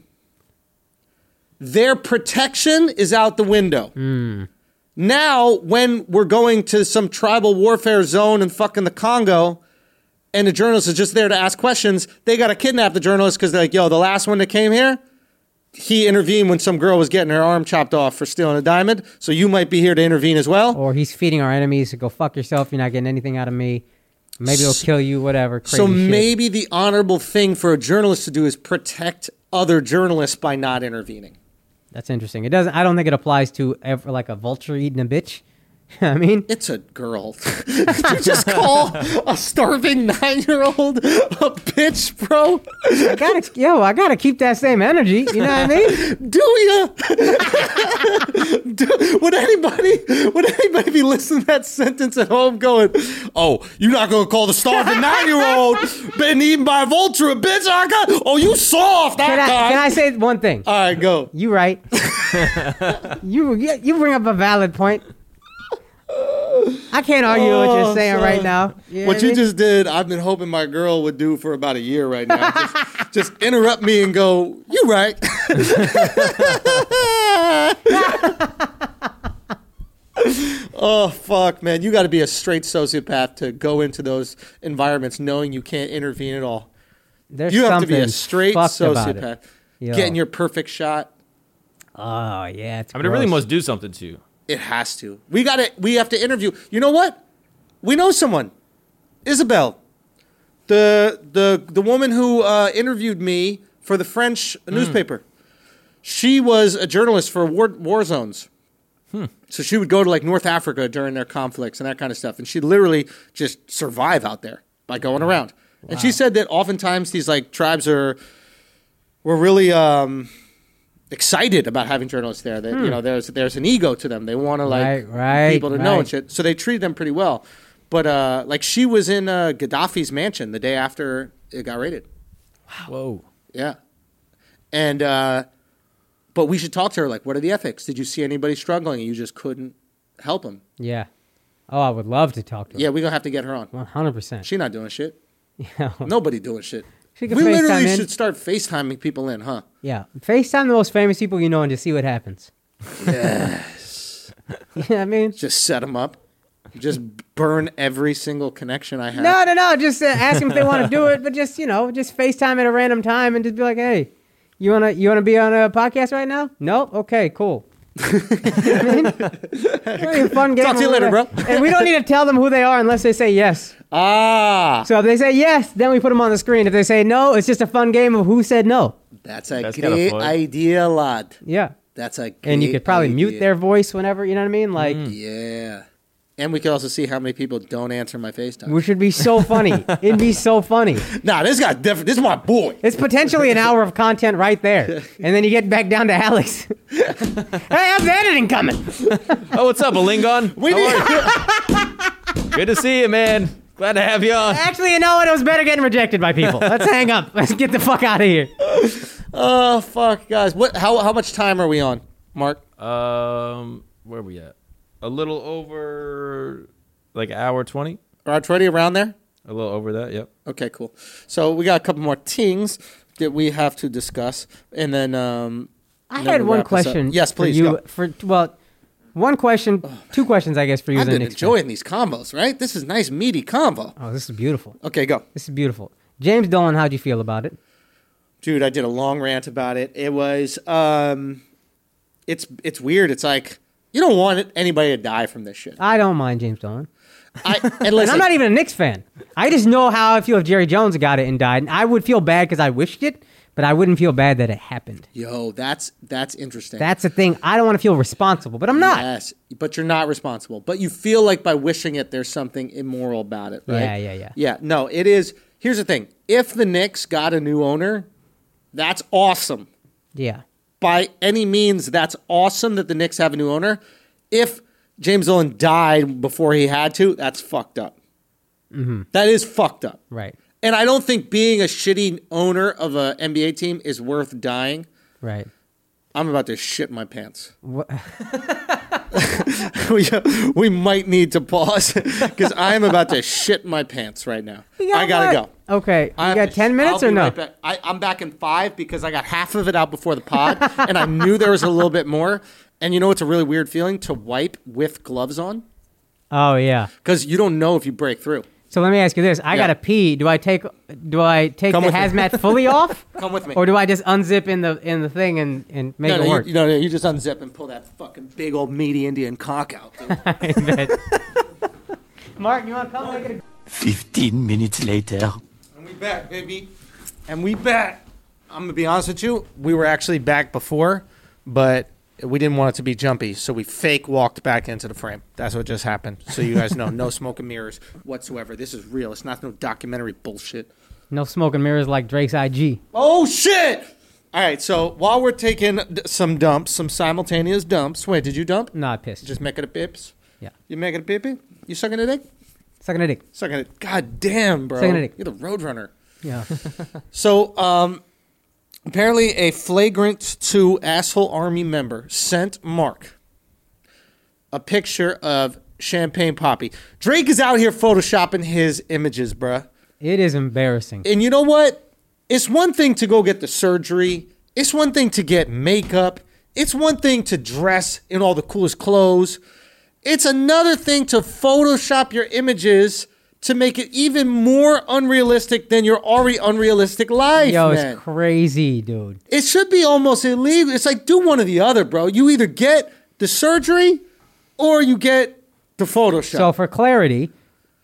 [SPEAKER 1] their protection is out the window. Now, when we're going to some tribal warfare zone in fucking the Congo, and the journalist is just there to ask questions, they got to kidnap the journalist because they're like, yo, the last one that came here, he intervened when some girl was getting her arm chopped off for stealing a diamond. So you might be here to intervene as well.
[SPEAKER 2] Or he's feeding our enemies to go fuck yourself. You're not getting anything out of me. Maybe he'll kill you. Whatever. Crazy
[SPEAKER 1] So
[SPEAKER 2] shit.
[SPEAKER 1] maybe the honorable thing for a journalist to do is protect other journalists by not intervening.
[SPEAKER 2] that's interesting. It doesn't. I don't think it applies to ever like a vulture eating a bitch. I mean,
[SPEAKER 1] It's a girl. Did you just call a starving nine year old a bitch, bro?
[SPEAKER 2] I gotta yo, I gotta keep that same energy. You know what I mean?
[SPEAKER 1] Do you? Do, would anybody would anybody be listening to that sentence at home going, "Oh, you're not gonna call the starving nine year old been eaten by a vulture, a bitch? I got oh, you soft,
[SPEAKER 2] Can I,
[SPEAKER 1] that guy."
[SPEAKER 2] can I say one thing?
[SPEAKER 1] All right, go.
[SPEAKER 2] You right. you you bring up a valid point. I can't argue what
[SPEAKER 1] Oh,
[SPEAKER 2] you're saying right now. know
[SPEAKER 1] What
[SPEAKER 2] I
[SPEAKER 1] you
[SPEAKER 2] mean?
[SPEAKER 1] just did, I've been hoping my girl would do for about a year right now. Just, just interrupt me and go, "You right." oh fuck, man! You got to be a straight sociopath to go into those environments knowing you can't intervene at all.
[SPEAKER 2] There's
[SPEAKER 1] You have to be a
[SPEAKER 2] something
[SPEAKER 1] straight
[SPEAKER 2] fucked about it.
[SPEAKER 1] sociopath.
[SPEAKER 2] Yo.
[SPEAKER 1] Getting your perfect shot,
[SPEAKER 2] Oh yeah, it's
[SPEAKER 3] I mean, it really
[SPEAKER 2] gross.
[SPEAKER 3] must do something to you.
[SPEAKER 1] it has to. We got to. We have to interview. You know what? We know someone, Isabel, the the the woman who uh, interviewed me for the French newspaper. She was a journalist for war war zones.
[SPEAKER 2] Hmm.
[SPEAKER 1] So she would go to like North Africa during their conflicts and that kind of stuff, and she'd literally just survive out there by going around. And she said that oftentimes these like tribes are were really um, excited about having journalists there. That you know, there's there's an ego to them. They want to like
[SPEAKER 2] Hmm. Right, right,
[SPEAKER 1] people to know and
[SPEAKER 2] right.
[SPEAKER 1] shit. So they treated them pretty well. But uh, like she was in uh, Gaddafi's mansion the day after it got raided.
[SPEAKER 3] Whoa.
[SPEAKER 1] Yeah. And uh but we should talk to her like what are the ethics? Did you see anybody struggling and you just couldn't help them?
[SPEAKER 2] Yeah. Oh, I would love to talk to her.
[SPEAKER 1] Yeah, we're going to have to get her on.
[SPEAKER 2] One hundred percent.
[SPEAKER 1] She not doing shit.
[SPEAKER 2] Yeah.
[SPEAKER 1] Nobody doing shit.
[SPEAKER 2] She
[SPEAKER 1] We
[SPEAKER 2] can FaceTime
[SPEAKER 1] literally
[SPEAKER 2] in.
[SPEAKER 1] should start FaceTiming people in, huh?
[SPEAKER 2] Yeah. FaceTime the most famous people you know and just see what happens. Yes. yeah, I mean,
[SPEAKER 1] Just set them up. Just burn every single connection I have.
[SPEAKER 2] no, no, no. Just uh, ask them if they want to do it, but just you know, just FaceTime at a random time and just be like, "Hey, you wanna you wanna be on a podcast right now? No, okay, cool." You know what I mean? It's really a fun game.
[SPEAKER 1] Talk to you
[SPEAKER 2] We're
[SPEAKER 1] later,
[SPEAKER 2] gonna-
[SPEAKER 1] bro.
[SPEAKER 2] and we don't need to tell them who they are unless they say yes.
[SPEAKER 1] Ah,
[SPEAKER 2] So if they say yes, then we put them on the screen. If they say no, it's just a fun game of who said no.
[SPEAKER 1] that's a
[SPEAKER 3] That's kinda
[SPEAKER 1] great
[SPEAKER 3] fun.
[SPEAKER 1] idea, lad.
[SPEAKER 2] Yeah.
[SPEAKER 1] That's a great
[SPEAKER 2] And you could probably mute
[SPEAKER 1] idea.
[SPEAKER 2] their voice whenever, you know what I mean? Like,
[SPEAKER 1] Mm. Yeah. And we could also see how many people don't answer my FaceTime.
[SPEAKER 2] which would be so funny. It'd be so funny.
[SPEAKER 1] nah, this guy different. This is my boy.
[SPEAKER 2] It's potentially an hour of content right there. And then you get back down to Alex. hey, how's the editing coming?
[SPEAKER 3] Oh, what's up, Alingon?
[SPEAKER 1] We
[SPEAKER 3] How
[SPEAKER 1] need-
[SPEAKER 3] are you? Good to see you, man. Glad to have you on.
[SPEAKER 2] Actually, you know what? It was better getting rejected by people. Let's hang up. Let's get the fuck out of here.
[SPEAKER 1] Oh fuck, guys! What? How how much time are we on, Mark?
[SPEAKER 3] Um, where we at? A little over, like hour twenty.
[SPEAKER 1] Around twenty, around there.
[SPEAKER 3] A little over that. Yep.
[SPEAKER 1] Okay, cool. So we got a couple more things that we have to discuss, and then um,
[SPEAKER 2] I
[SPEAKER 1] and then
[SPEAKER 2] had
[SPEAKER 1] we'll
[SPEAKER 2] one
[SPEAKER 1] wrap this up.
[SPEAKER 2] question.
[SPEAKER 1] Yes,
[SPEAKER 2] for
[SPEAKER 1] please.
[SPEAKER 2] You
[SPEAKER 1] go.
[SPEAKER 2] for well, one question, two questions, I guess, for you.
[SPEAKER 1] I've
[SPEAKER 2] then
[SPEAKER 1] been
[SPEAKER 2] next
[SPEAKER 1] enjoying these combos, right? This is nice meaty combo.
[SPEAKER 2] one. Oh, this is beautiful.
[SPEAKER 1] Okay, go,
[SPEAKER 2] This is beautiful. James Dolan, how'd you feel about it?
[SPEAKER 1] dude. I did a long rant about it. It was um, it's it's weird. It's like you don't want anybody to die from this shit.
[SPEAKER 2] I don't mind James Dolan.
[SPEAKER 1] I and listen,
[SPEAKER 2] And I'm not even a Knicks fan. I just know how I feel if Jerry Jones got it and died. And I would feel bad because I wished it, but I wouldn't feel bad that it happened.
[SPEAKER 1] yo, that's that's interesting.
[SPEAKER 2] That's the thing. I don't want to feel responsible, but I'm not.
[SPEAKER 1] Yes, but you're not responsible. But you feel like by wishing it, there's something immoral about it, right?
[SPEAKER 2] Yeah, yeah, yeah.
[SPEAKER 1] Yeah, no, it is. Here's the thing if the Knicks got a new owner, that's awesome.
[SPEAKER 2] Yeah.
[SPEAKER 1] By any means, that's awesome that the Knicks have a new owner. If James Dolan died before he had to, that's fucked up.
[SPEAKER 2] Mm-hmm.
[SPEAKER 1] That is fucked up.
[SPEAKER 2] Right.
[SPEAKER 1] And I don't think being a shitty owner of an NBA team is worth dying.
[SPEAKER 2] Right.
[SPEAKER 1] I'm about to shit my pants.
[SPEAKER 2] What-
[SPEAKER 1] we, we might need to pause because I am about to shit my pants right now. I gotta go.
[SPEAKER 2] go. Okay.
[SPEAKER 1] I
[SPEAKER 2] You
[SPEAKER 1] have
[SPEAKER 2] got
[SPEAKER 1] to-
[SPEAKER 2] 10 minutes
[SPEAKER 1] I'll
[SPEAKER 2] or
[SPEAKER 1] be
[SPEAKER 2] no?
[SPEAKER 1] right back. I, I'm back in five because I got half of it out before the pod, and I knew there was a little bit more, And you know it's a really weird feeling to wipe with gloves on
[SPEAKER 2] Oh yeah.
[SPEAKER 1] because you don't know if you break through.
[SPEAKER 2] So let me ask you this: I
[SPEAKER 1] Yeah.
[SPEAKER 2] gotta pee. Do I take do I take
[SPEAKER 1] Come
[SPEAKER 2] the
[SPEAKER 1] with me.
[SPEAKER 2] hazmat fully off,
[SPEAKER 1] Come with me.
[SPEAKER 2] or do I just unzip in the in the thing and and make
[SPEAKER 1] no,
[SPEAKER 2] it
[SPEAKER 1] no,
[SPEAKER 2] work?
[SPEAKER 1] you, no, no, you just unzip and pull that fucking big old meaty Indian cock out. dude.
[SPEAKER 2] Mark, you want to come make it?
[SPEAKER 4] 15 minutes later.
[SPEAKER 1] and we back, baby. And we back. I'm gonna be honest with you. We were actually back before, but we didn't want it to be jumpy, so we fake walked back into the frame. That's what just happened. So you guys know, no smoke and mirrors whatsoever. This is real. It's not no documentary bullshit.
[SPEAKER 2] No smoke and mirrors like Drake's IG.
[SPEAKER 1] Oh shit! All right, so while we're taking d- some dumps, some simultaneous dumps. Wait, did you dump?
[SPEAKER 2] No, I pissed.
[SPEAKER 1] Just make it a pips.
[SPEAKER 2] Yeah.
[SPEAKER 1] You make it a pippy. You sucking a dick?
[SPEAKER 2] Sucking a dick.
[SPEAKER 1] Sucking it. God damn, bro.
[SPEAKER 2] Sucking a dick.
[SPEAKER 1] You're the roadrunner.
[SPEAKER 2] Yeah.
[SPEAKER 1] So, um, apparently, a flagrant two asshole army member sent Mark a picture of Champagne Poppy. Drake is out here photoshopping his images, bruh.
[SPEAKER 2] it is embarrassing.
[SPEAKER 1] And you know what? It's one thing to go get the surgery. It's one thing to get makeup. It's one thing to dress in all the coolest clothes. It's another thing to Photoshop your images to make it even more unrealistic than your already unrealistic life.
[SPEAKER 2] Yo,
[SPEAKER 1] man.
[SPEAKER 2] it's crazy, dude.
[SPEAKER 1] It should be almost illegal. It's like do one or the other, bro. You either get the surgery or you get the Photoshop.
[SPEAKER 2] So for clarity,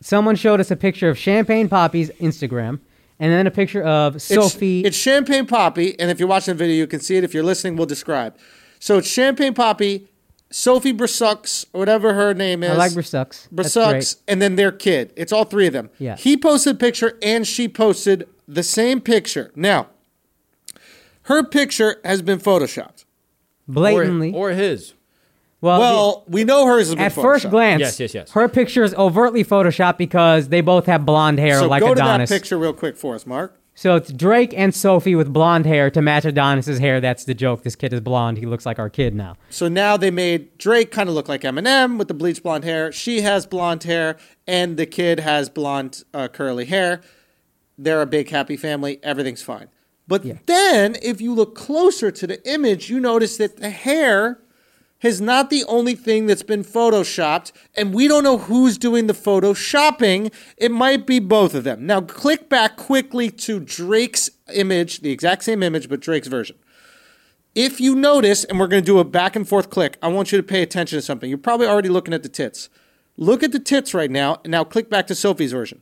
[SPEAKER 2] someone showed us a picture of Champagne Poppy's Instagram, and then a picture of
[SPEAKER 1] It's-
[SPEAKER 2] Sophie.
[SPEAKER 1] It's Champagne Poppy, and if you're watching the video, you can see it. If you're listening, we'll describe. So it's Champagne Poppy, Sophie Brissux, or whatever her name is.
[SPEAKER 2] I like Brisucks.
[SPEAKER 1] Brissux, and then their kid. It's all three of them.
[SPEAKER 2] Yeah.
[SPEAKER 1] He posted a picture, and she posted the same picture. Now, her picture has been photoshopped.
[SPEAKER 2] Blatantly.
[SPEAKER 3] Or, or his.
[SPEAKER 2] well,
[SPEAKER 1] Well, we know hers has been
[SPEAKER 2] at
[SPEAKER 1] photoshopped.
[SPEAKER 2] first glance,
[SPEAKER 3] Yes, yes, yes.
[SPEAKER 2] her picture is overtly photoshopped because they both have blonde hair
[SPEAKER 1] so
[SPEAKER 2] like
[SPEAKER 1] go
[SPEAKER 2] Adonis.
[SPEAKER 1] to that picture real quick for us, Mark.
[SPEAKER 2] So it's Drake and Sophie with blonde hair to match Adonis's hair. That's the joke. This kid is blonde. He looks like our kid now.
[SPEAKER 1] So now they made Drake kind of look like Eminem with the bleached blonde hair. She has blonde hair, and the kid has blonde uh, curly hair. They're a big happy family. Everything's fine. But then, if you look closer to the image, you notice that the hair is not the only thing that's been photoshopped, and we don't know who's doing the photoshopping. It might be both of them. Now, click back quickly to Drake's image, the exact same image, but Drake's version. If you notice, and we're going to do a back and forth click, I want you to pay attention to something. You're probably already looking at the tits. Look at the tits right now, and now click back to Sophie's version.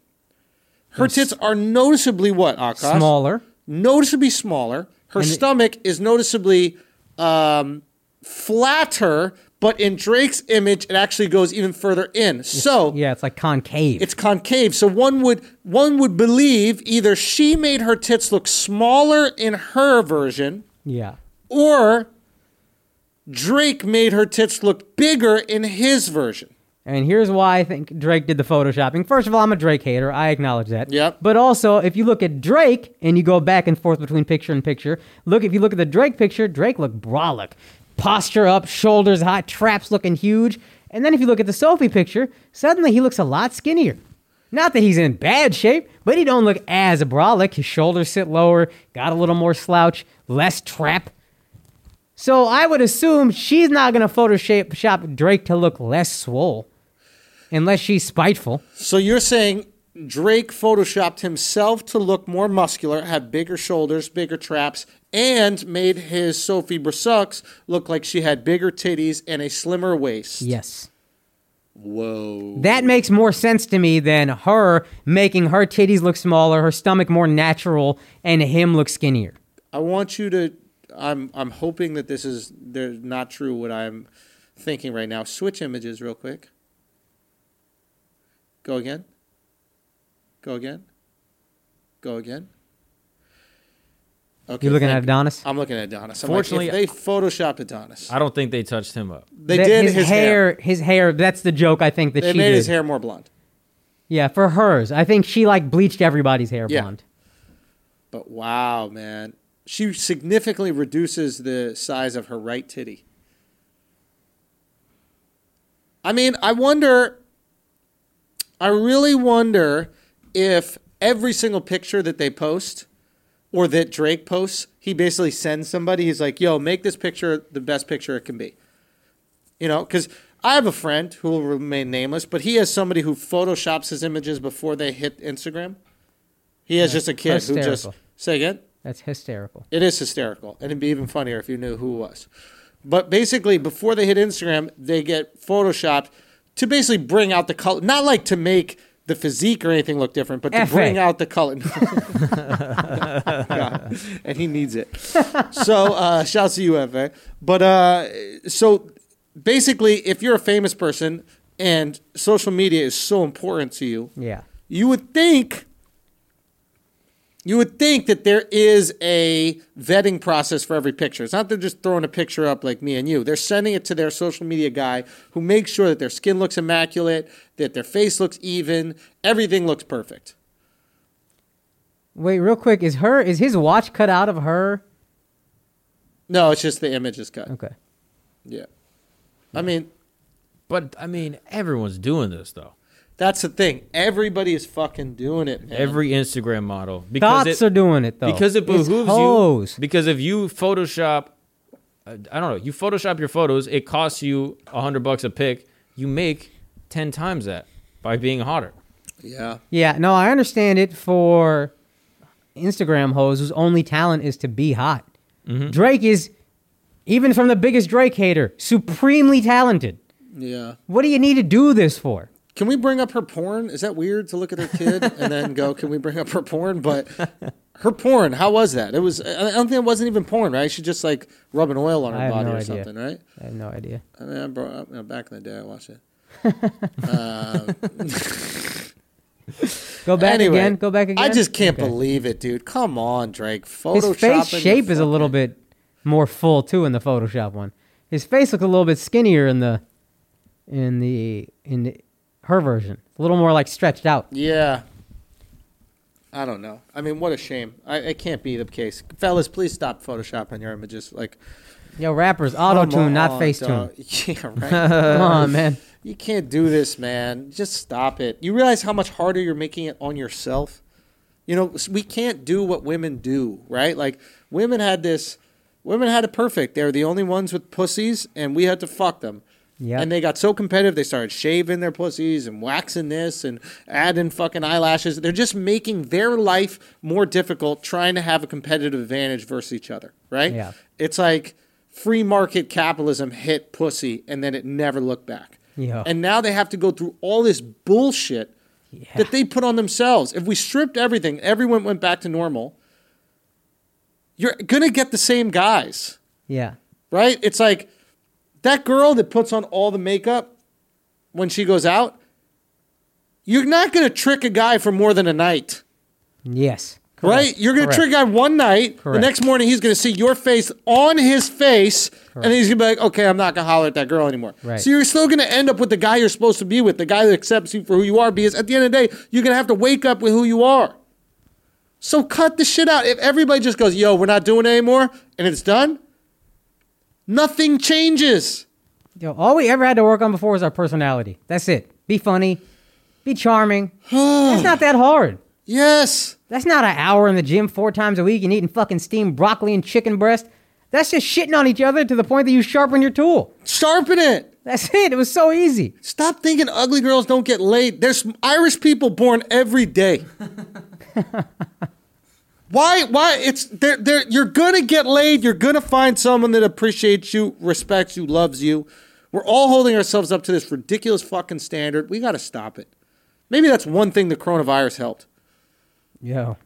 [SPEAKER 1] Her tits are noticeably what, Akash?
[SPEAKER 2] Smaller.
[SPEAKER 1] Noticeably smaller. Her stomach is noticeably um, flatter, but in Drake's image, it actually goes even further in. so
[SPEAKER 2] Yeah, it's like concave.
[SPEAKER 1] it's concave so one would one would believe either she made her tits look smaller in her version
[SPEAKER 2] yeah.
[SPEAKER 1] or Drake made her tits look bigger in his version.
[SPEAKER 2] And here's why I think Drake did the photoshopping. First of all, I'm a Drake hater. I acknowledge that.
[SPEAKER 1] Yep.
[SPEAKER 2] But also, if you look at Drake and you go back and forth between picture and picture, look if you look at the Drake picture, Drake looked brolic, posture up, shoulders high, traps looking huge. And then if you look at the Sophie picture, suddenly he looks a lot skinnier. Not that he's in bad shape, but he don't look as brolic. His shoulders sit lower, got a little more slouch, less trap. So I would assume she's not gonna Photoshop shop Drake to look less swole, unless she's spiteful.
[SPEAKER 1] So you're saying Drake photoshopped himself to look more muscular, have bigger shoulders, bigger traps, and made his Sophie Brissux look like she had bigger titties and a slimmer waist.
[SPEAKER 2] Yes,
[SPEAKER 1] Whoa.
[SPEAKER 2] that makes more sense to me than her making her titties look smaller, her stomach more natural, and him look skinnier.
[SPEAKER 1] I want you to. I'm I'm hoping that this is they're not true what I'm thinking right now. Switch images real quick. Go again. Go again. Go again. Okay,
[SPEAKER 2] You looking at
[SPEAKER 1] thank-
[SPEAKER 2] Adonis?
[SPEAKER 1] I'm looking at Adonis. I'm
[SPEAKER 3] Fortunately-
[SPEAKER 1] like, if they photoshopped Adonis.
[SPEAKER 3] I don't think they touched him up.
[SPEAKER 1] They
[SPEAKER 2] That-
[SPEAKER 1] did
[SPEAKER 2] his, hair, His hair. That's the joke. I think that
[SPEAKER 1] They
[SPEAKER 2] she
[SPEAKER 1] made
[SPEAKER 2] did.
[SPEAKER 1] his hair more blonde.
[SPEAKER 2] Yeah, for hers. I think she like bleached everybody's hair
[SPEAKER 1] Yeah.
[SPEAKER 2] blonde.
[SPEAKER 1] But wow, man, she significantly reduces the size of her right titty. I mean, I wonder. I really wonder if every single picture that they post or that Drake posts, he basically sends somebody. He's like, "Yo, make this picture the best picture it can be." You know, because I have a friend who will remain nameless, but he has somebody who photoshops his images before they hit Instagram. He has just a kid who just
[SPEAKER 2] hysterical.
[SPEAKER 1] say again.
[SPEAKER 2] That's hysterical.
[SPEAKER 1] It is hysterical, and it'd be even funnier if you knew who it was. But basically, before they hit Instagram, they get photoshopped to basically bring out the color. Not like to make the physique or anything look different, but to
[SPEAKER 2] F it.
[SPEAKER 1] bring out the color. and he needs it. So uh, shouts to you, FA. But uh, so basically, if you're a famous person and social media is so important to you,
[SPEAKER 2] Yeah.
[SPEAKER 1] you would think you would think that there is a vetting process for every picture. It's not they're just throwing a picture up like me and you. They're sending it to their social media guy who makes sure that their skin looks immaculate, that their face looks even, everything looks perfect.
[SPEAKER 2] Wait, real quick. Is her? Is his watch cut out of her?
[SPEAKER 1] No, it's just the image is cut.
[SPEAKER 2] Okay.
[SPEAKER 1] Yeah. I mean,
[SPEAKER 3] But I mean, everyone's doing this though.
[SPEAKER 1] that's the thing. Everybody is fucking doing it, man.
[SPEAKER 3] Every Instagram model because
[SPEAKER 2] Thoughts
[SPEAKER 3] it,
[SPEAKER 2] are doing it though.
[SPEAKER 3] because it
[SPEAKER 2] It's
[SPEAKER 3] behooves you.
[SPEAKER 2] hoes.
[SPEAKER 3] Because if you Photoshop, I I don't know, you Photoshop your photos, it costs you a hundred bucks a pic. You make ten times that by being hotter.
[SPEAKER 1] yeah.
[SPEAKER 2] Yeah. No, I understand it for Instagram hoes whose only talent is to be hot.
[SPEAKER 1] Mm-hmm.
[SPEAKER 2] Drake is, even from the biggest Drake hater, supremely talented.
[SPEAKER 1] Yeah.
[SPEAKER 2] What do you need to do this for?
[SPEAKER 1] Can we bring up her porn? Is that weird to look at her kid and then go, can we bring up her porn? But her porn, how was that? It was, I I don't think it wasn't even porn, right? She just like rubbing oil on
[SPEAKER 2] I
[SPEAKER 1] her
[SPEAKER 2] have
[SPEAKER 1] body
[SPEAKER 2] no
[SPEAKER 1] or
[SPEAKER 2] idea.
[SPEAKER 1] something, right?
[SPEAKER 2] I have no idea.
[SPEAKER 1] I mean, I brought up, you know, back in the day, I watched it.
[SPEAKER 2] Go back
[SPEAKER 1] anyway,
[SPEAKER 2] again. Go back again.
[SPEAKER 1] I just can't
[SPEAKER 2] Okay.
[SPEAKER 1] believe it, dude. Come on, Drake.
[SPEAKER 2] His
[SPEAKER 1] Photoshop.
[SPEAKER 2] face shape is a little bit more full too in the Photoshop one. His face looked a little bit skinnier in the in the in the, her version. A little more like stretched out.
[SPEAKER 1] Yeah. I don't know. I mean, what a shame. I, it can't be the case. Fellas, please stop photoshopping your images. Like,
[SPEAKER 2] Yo, rappers, auto
[SPEAKER 1] come
[SPEAKER 2] tune, not
[SPEAKER 1] on,
[SPEAKER 2] face tune.
[SPEAKER 1] dog. Yeah, right.
[SPEAKER 2] Come on, man.
[SPEAKER 1] You can't do this, man. Just stop it. You realize how much harder you're making it on yourself? You know, s- we can't do what women do, right? Like women had this women had it perfect. They were the only ones with pussies and we had to fuck them.
[SPEAKER 2] Yeah.
[SPEAKER 1] And they got so competitive they started shaving their pussies and waxing this and adding fucking eyelashes. They're just making their life more difficult trying to have a competitive advantage versus each other, right?
[SPEAKER 2] Yeah.
[SPEAKER 1] It's like free market capitalism hit pussy and then it never looked back.
[SPEAKER 2] Yeah.
[SPEAKER 1] And now they have to go through all this bullshit that they put on themselves. If we stripped everything, everyone went back to normal, you're going to get the same guys,
[SPEAKER 2] Yeah.
[SPEAKER 1] right? It's like that girl that puts on all the makeup when she goes out, you're not going to trick a guy for more than a night.
[SPEAKER 2] Yes.
[SPEAKER 1] Right? You're going to
[SPEAKER 2] Correct.
[SPEAKER 1] trick a guy one night. The
[SPEAKER 2] Correct.
[SPEAKER 1] next morning, he's going to see your face on his face. And then he's going to be like, okay, I'm not going to holler at that girl anymore.
[SPEAKER 2] Right.
[SPEAKER 1] So you're still going to end up with the guy you're supposed to be with, the guy that accepts you for who you are, because at the end of the day, you're going to have to wake up with who you are. So cut the shit out. If everybody just goes, yo, we're not doing it anymore, and it's done, nothing changes.
[SPEAKER 2] Yo, all we ever had to work on before was our personality. That's it. Be funny. Be charming. That's not that hard.
[SPEAKER 1] Yes.
[SPEAKER 2] That's not an hour in the gym four times a week and eating fucking steamed broccoli and chicken breast. That's just shitting on each other to the point that you sharpen your tool.
[SPEAKER 1] Sharpen it.
[SPEAKER 2] That's it. It was so easy.
[SPEAKER 1] Stop thinking ugly girls don't get laid. There's Irish people born every day. why? Why? It's they're, they're, you're gonna get laid. You're gonna find someone that appreciates you, respects you, loves you. We're all holding ourselves up to this ridiculous fucking standard. We gotta stop it. Maybe that's one thing the coronavirus helped.
[SPEAKER 2] Yo,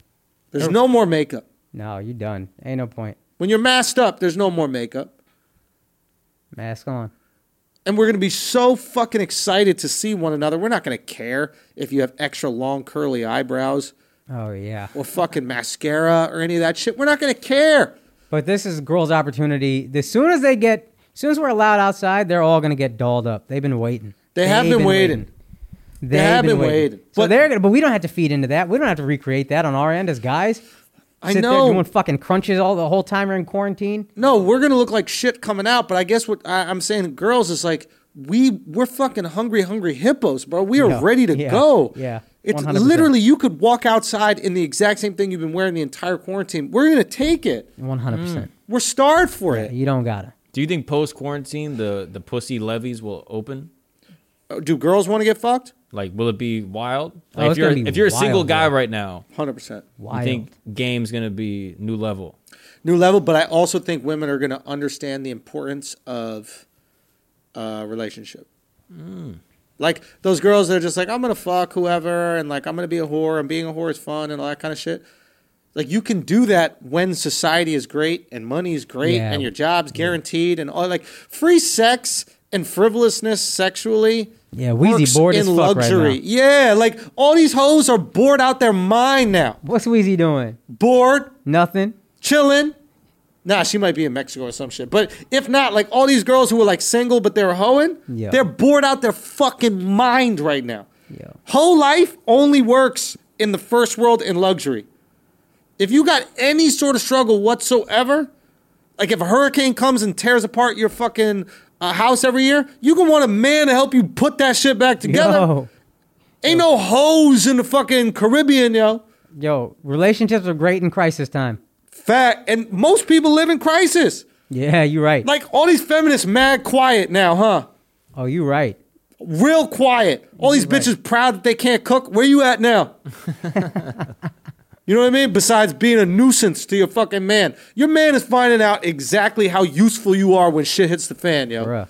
[SPEAKER 1] There's no more makeup.
[SPEAKER 2] no, you done. Ain't no point.
[SPEAKER 1] When you're masked up, there's no more makeup.
[SPEAKER 2] Mask on.
[SPEAKER 1] and we're going to be so fucking excited to see one another. We're not going to care if you have extra long curly eyebrows
[SPEAKER 2] Oh yeah.
[SPEAKER 1] or fucking mascara or any of that shit. We're not going to care.
[SPEAKER 2] But this is girls' opportunity. As soon as they get, as soon as we're allowed outside, they're all gonna get dolled up. They've been waiting.
[SPEAKER 1] They have
[SPEAKER 2] They've
[SPEAKER 1] been waiting.
[SPEAKER 2] They've
[SPEAKER 1] have been waiting.
[SPEAKER 2] So
[SPEAKER 1] But-
[SPEAKER 2] they're gonna. But we don't have to feed into that. We don't have to recreate that on our end as guys.
[SPEAKER 1] I
[SPEAKER 2] Sit
[SPEAKER 1] know.
[SPEAKER 2] There doing fucking crunches all the whole time you're in quarantine.
[SPEAKER 1] No, we're going to look like shit coming out. But I guess what I, I'm saying, to girls, is like we we're fucking hungry, hungry hippos, bro. We are
[SPEAKER 2] Yeah.
[SPEAKER 1] ready to
[SPEAKER 2] Yeah.
[SPEAKER 1] go.
[SPEAKER 2] Yeah.
[SPEAKER 1] it's
[SPEAKER 2] 100%.
[SPEAKER 1] literally you could walk outside in the exact same thing you've been wearing the entire quarantine. We're going to take it.
[SPEAKER 2] One hundred percent.
[SPEAKER 1] We're starved for it.
[SPEAKER 2] You don't gotta.
[SPEAKER 3] Do you think post quarantine the the pussy levies will open?
[SPEAKER 1] Oh, Do girls want to get fucked?
[SPEAKER 3] Like, will it be wild?
[SPEAKER 2] Oh,
[SPEAKER 3] Like, if
[SPEAKER 2] it's
[SPEAKER 3] you're
[SPEAKER 2] gonna be
[SPEAKER 3] if you're a single
[SPEAKER 2] wild,
[SPEAKER 3] guy
[SPEAKER 2] yeah.
[SPEAKER 3] right now,
[SPEAKER 1] Hundred percent.
[SPEAKER 3] I
[SPEAKER 2] Wild.
[SPEAKER 3] think game's gonna be new level.
[SPEAKER 1] New level, but I also think women are going to understand the importance of uh, relationship.
[SPEAKER 2] Mm.
[SPEAKER 1] Like those girls that are just like, I'm going to fuck whoever, and like I'm going to be a whore, and being a whore is fun, and all that kind of shit. Like you can do that when society is great and money is great
[SPEAKER 2] Yeah.
[SPEAKER 1] and your job's guaranteed and all like free sex and frivolousness sexually.
[SPEAKER 2] Yeah, Wheezy
[SPEAKER 1] works
[SPEAKER 2] bored
[SPEAKER 1] in
[SPEAKER 2] as fuck right
[SPEAKER 1] luxury. Yeah, like all these hoes are bored out their mind now.
[SPEAKER 2] What's Weezy doing?
[SPEAKER 1] Bored,
[SPEAKER 2] Nothing.
[SPEAKER 1] chilling. Nah, she might be in Mexico or some shit. But if not, like all these girls who were like single but they were hoeing,
[SPEAKER 2] Yeah.
[SPEAKER 1] they're bored out their fucking mind right now.
[SPEAKER 2] Yeah.
[SPEAKER 1] Whole life only works in the first world in luxury. If you got any sort of struggle whatsoever, like if a hurricane comes and tears apart your fucking uh, house every year, you can want a man to help you put that shit back together.
[SPEAKER 2] Yo,
[SPEAKER 1] Ain't no hoes in the fucking Caribbean, yo.
[SPEAKER 2] yo, relationships are great in crisis time.
[SPEAKER 1] Fact. And most people live in crisis.
[SPEAKER 2] Yeah, you're right.
[SPEAKER 1] Like all these feminists mad quiet now, huh?
[SPEAKER 2] oh, you're right.
[SPEAKER 1] Real quiet. All these bitches proud that they can't cook. Where you at now? you know what I mean? Besides being a nuisance to your fucking man. Your man is finding out exactly how useful you are when shit hits the fan, yo.
[SPEAKER 2] Bruh.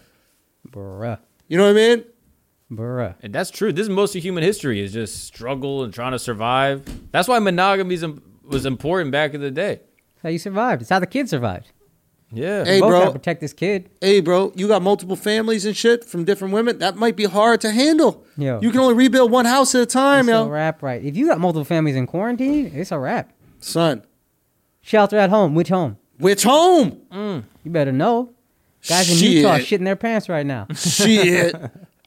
[SPEAKER 2] Bruh.
[SPEAKER 1] You know what I mean?
[SPEAKER 2] Bruh.
[SPEAKER 3] And that's true. This is most of human history is just struggle and trying to survive. That's why monogamy was important back in the day.
[SPEAKER 2] That's how you survived. It's how the kid survived.
[SPEAKER 3] Yeah.
[SPEAKER 1] Hey,
[SPEAKER 2] Both
[SPEAKER 1] bro.
[SPEAKER 2] gotta protect this kid.
[SPEAKER 1] Hey, bro, you got multiple families and shit from different women. That might be hard to handle.
[SPEAKER 2] Yo.
[SPEAKER 1] You can only rebuild one house at a time,
[SPEAKER 2] It's a
[SPEAKER 1] yo.
[SPEAKER 2] wrap, right? If you got multiple families in quarantine, it's a wrap.
[SPEAKER 1] Son,
[SPEAKER 2] Shelter at home. Which home?
[SPEAKER 1] which home?
[SPEAKER 2] You better know. Guys in
[SPEAKER 1] Shit.
[SPEAKER 2] Utah shitting their pants right now.
[SPEAKER 1] Shit.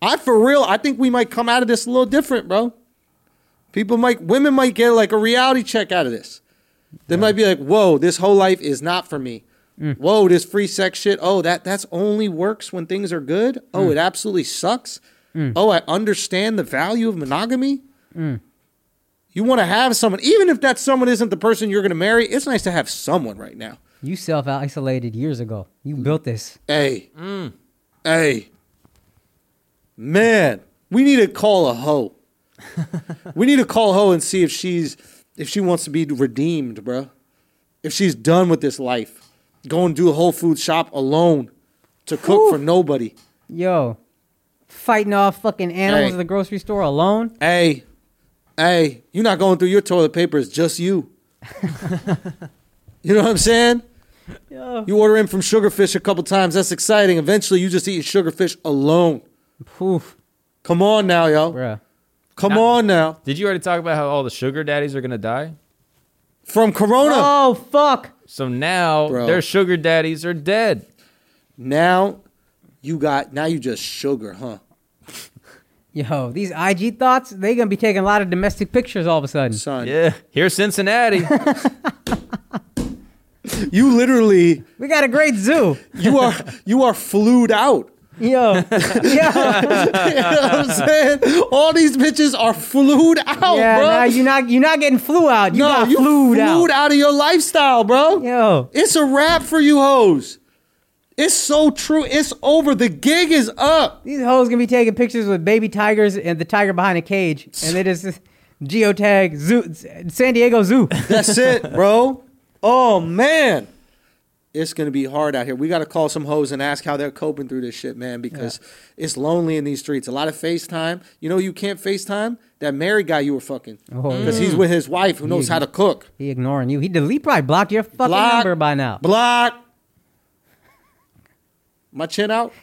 [SPEAKER 1] I for real, I think we might come out of this a little different, bro. People might women might get like a reality check out of this. They might be like, whoa, this whole life is not for me. Whoa, this free sex shit. Oh, that that's only works when things are good. Oh, it absolutely sucks. Oh, I understand the value of monogamy. You want to have someone, even if that someone isn't the person you're gonna marry, it's nice to have someone right now.
[SPEAKER 2] You self isolated years ago. You built this.
[SPEAKER 1] Hey. Hey. Man, we need to call a hoe. we need to call a hoe and see if she's if she wants to be redeemed, bro. If she's done with this life. Go and do a Whole Food shop alone to cook for nobody.
[SPEAKER 2] Yo. Fighting off fucking animals
[SPEAKER 1] Hey.
[SPEAKER 2] at the grocery store alone.
[SPEAKER 1] Hey. Hey, you're not going through your toilet paper, it's just you. you know what I'm saying?
[SPEAKER 2] Yo.
[SPEAKER 1] You order in from Sugarfish a couple times, that's exciting. Eventually you just eat Sugarfish alone.
[SPEAKER 2] Poof.
[SPEAKER 1] Come on now, yo.
[SPEAKER 2] Bruh.
[SPEAKER 1] Come on now.
[SPEAKER 3] Did you already talk about how all the sugar daddies are gonna die?
[SPEAKER 1] From Corona.
[SPEAKER 2] Oh, fuck.
[SPEAKER 3] So now
[SPEAKER 1] Bro.
[SPEAKER 3] their sugar daddies are dead.
[SPEAKER 1] Now you got now you just sugar, huh?
[SPEAKER 2] Yo, these IG thoughts, they gonna be taking a lot of domestic pictures all of a sudden.
[SPEAKER 1] Son.
[SPEAKER 3] Yeah. Here's Cincinnati.
[SPEAKER 1] You literally
[SPEAKER 2] We got a great zoo.
[SPEAKER 1] you are you are flued out.
[SPEAKER 2] Yo. Yo.
[SPEAKER 1] you know what I'm saying? All these bitches are flued out,
[SPEAKER 2] yeah,
[SPEAKER 1] bro.
[SPEAKER 2] nah, you're not you're not getting flu out. You
[SPEAKER 1] no,
[SPEAKER 2] got
[SPEAKER 1] you
[SPEAKER 2] flued,
[SPEAKER 1] flued out.
[SPEAKER 2] out.
[SPEAKER 1] of your lifestyle, bro.
[SPEAKER 2] Yo,
[SPEAKER 1] It's a wrap for you hoes. It's so true. It's over. The gig is up.
[SPEAKER 2] these hoes gonna be taking pictures with baby tigers and the tiger behind a cage, and they just geotag zoo San Diego Zoo.
[SPEAKER 1] That's it, bro. Oh man. It's gonna be hard out here. We gotta call some hoes and ask how they're coping through this shit, man, because it's lonely in these streets. A lot of FaceTime. You know who you can't FaceTime? That married guy you were fucking.
[SPEAKER 2] Oh,
[SPEAKER 1] Because he's with his wife who knows how to cook.
[SPEAKER 2] he ignoring you. He delete probably blocked your fucking
[SPEAKER 1] Block.
[SPEAKER 2] number by now.
[SPEAKER 1] Block. My chin out?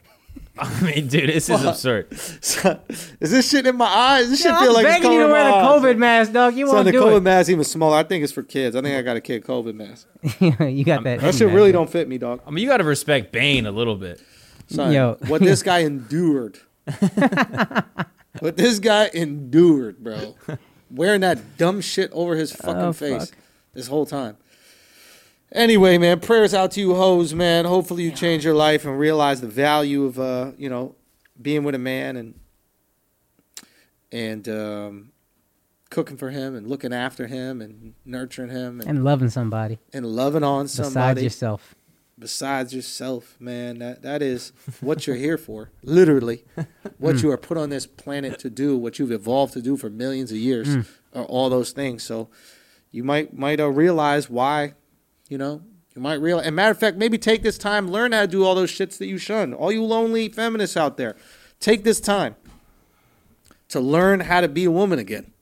[SPEAKER 3] I mean, dude, this is absurd.
[SPEAKER 1] Is this shit in my eyes? This shit
[SPEAKER 2] Yo,
[SPEAKER 1] feel
[SPEAKER 2] I'm
[SPEAKER 1] like it's
[SPEAKER 2] begging
[SPEAKER 1] coming
[SPEAKER 2] you to
[SPEAKER 1] in
[SPEAKER 2] wear
[SPEAKER 1] my
[SPEAKER 2] the
[SPEAKER 1] eyes.
[SPEAKER 2] COVID mask, dog. You
[SPEAKER 1] Son,
[SPEAKER 2] won't
[SPEAKER 1] the
[SPEAKER 2] do
[SPEAKER 1] COVID mask even smaller. I think it's for kids. I think I got a kid COVID mask.
[SPEAKER 2] it. you got that.
[SPEAKER 1] That shit really don't fit me, dog.
[SPEAKER 3] I mean, you got to respect Bane a little bit.
[SPEAKER 1] Son,
[SPEAKER 2] Yo.
[SPEAKER 1] what this guy endured. what this guy endured, bro. Wearing that dumb shit over his fucking
[SPEAKER 2] Oh,
[SPEAKER 1] face
[SPEAKER 2] fuck.
[SPEAKER 1] this whole time. Anyway, man, prayers out to you hoes, man. Hopefully you change your life and realize the value of uh, you know, being with a man and and um cooking for him and looking after him and nurturing him and,
[SPEAKER 2] And loving somebody
[SPEAKER 1] and loving on
[SPEAKER 2] besides
[SPEAKER 1] somebody
[SPEAKER 2] yourself.
[SPEAKER 1] besides yourself, man. That that is what you're here for, literally. What you are put on this planet to do, what you've evolved to do for millions of years, are all those things. So you might might uh, realize why, you know. You might realize. And matter of fact, maybe take this time, learn how to do all those shits that you shun. All you lonely feminists out there, take this time to learn how to be a woman again.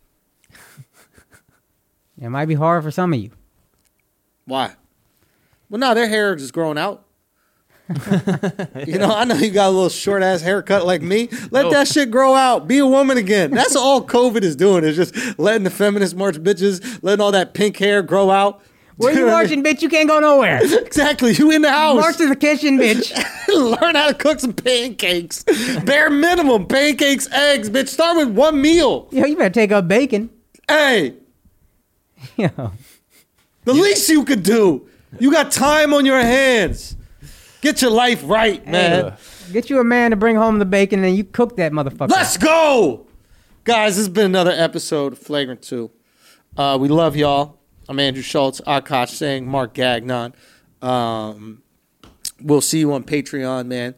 [SPEAKER 2] It might be hard for some of you.
[SPEAKER 1] Why? Well, no, their hair is growing out. you know, I know you got a little short ass haircut like me. Let
[SPEAKER 3] No.
[SPEAKER 1] that shit grow out. Be a woman again. That's all COVID is doing is just letting the feminist march bitches, letting all that pink hair grow out.
[SPEAKER 2] Where you marching, bitch? You can't go nowhere.
[SPEAKER 1] Exactly. You in the house.
[SPEAKER 2] March to the kitchen, bitch.
[SPEAKER 1] Learn how to cook some pancakes. Bare minimum pancakes, eggs, bitch. Start with one meal.
[SPEAKER 2] Yo, you better take up bacon.
[SPEAKER 1] Hey,
[SPEAKER 2] Yo,
[SPEAKER 1] the least you could do. You got time on your hands. Get your life right, man.
[SPEAKER 2] get you a man to bring home the bacon and you cook that motherfucker.
[SPEAKER 1] Let's go! Guys, this has been another episode of Flagrant 2. Uh, we love y'all. I'm Andrew Schultz, Akash Singh, Mark Gagnon. Um, we'll see you on Patreon, man.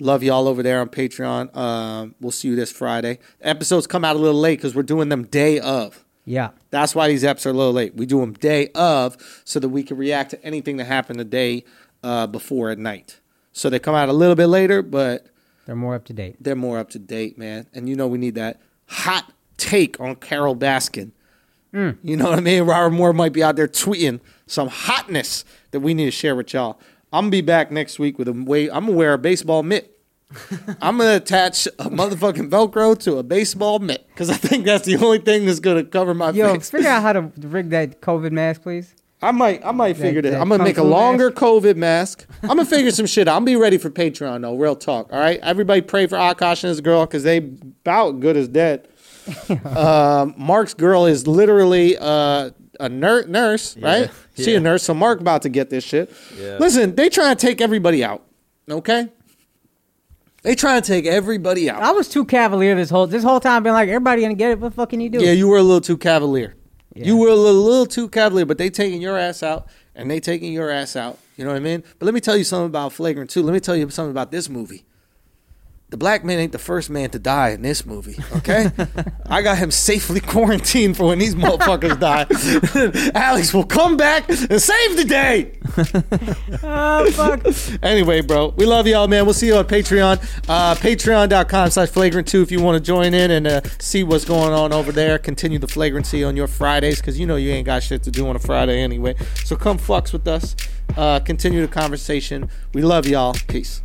[SPEAKER 1] Love y'all over there on Patreon. Um, we'll see you this Friday. Episodes come out a little late because we're doing them day of.
[SPEAKER 2] Yeah.
[SPEAKER 1] That's why these eps are a little late. We do them day of so that we can react to anything that happened the day uh, before at night. So they come out a little bit later, but
[SPEAKER 2] They're more up to date.
[SPEAKER 1] they're more up to date, man. And you know we need that hot take on Carol Baskin. You know what I mean? Robert Moore might be out there tweeting some hotness that we need to share with y'all. I'm gonna be back next week with a way. I'm gonna wear a baseball mitt. I'm gonna attach a motherfucking Velcro to a baseball mitt because I think that's the only thing that's gonna cover my
[SPEAKER 2] Yo,
[SPEAKER 1] face.
[SPEAKER 2] figure out how to rig that COVID mask, please.
[SPEAKER 1] I might, I might figure this.
[SPEAKER 2] that
[SPEAKER 1] I'm gonna make a
[SPEAKER 2] kung fu
[SPEAKER 1] longer COVID mask. I'm gonna figure some shit out. I'm gonna be ready for Patreon though. Real talk. All right, everybody, pray for Akash and his girl because they about good as dead. um, Mark's girl is literally uh, a nur- nurse, right? She
[SPEAKER 3] Yeah.
[SPEAKER 1] a nurse, so Mark about to get this shit.
[SPEAKER 3] Yeah.
[SPEAKER 1] Listen, they trying to take everybody out. Okay, they trying to take everybody out.
[SPEAKER 2] I was too cavalier this whole this whole time, being like, everybody gonna get it. What the fuck can you do?
[SPEAKER 1] Yeah, you were a little too cavalier. You were a little, little too cavalier, but they taking your ass out and they taking your ass out. You know what I mean? But let me tell you something about Flagrant too. Let me tell you something about this movie. The black man ain't the first man to die in this movie, okay? I got him safely quarantined for when these motherfuckers die. Alex will come back and save the day.
[SPEAKER 2] Oh fuck.
[SPEAKER 1] Anyway, bro, we love y'all, man. We'll see you on Patreon. Uh, Patreon.com slash flagrant two if you want to join in and uh, see what's going on over there. Continue the flagrancy on your Fridays because you know you ain't got shit to do on a Friday anyway. So come fucks with us. Uh, continue the conversation. We love y'all. Peace.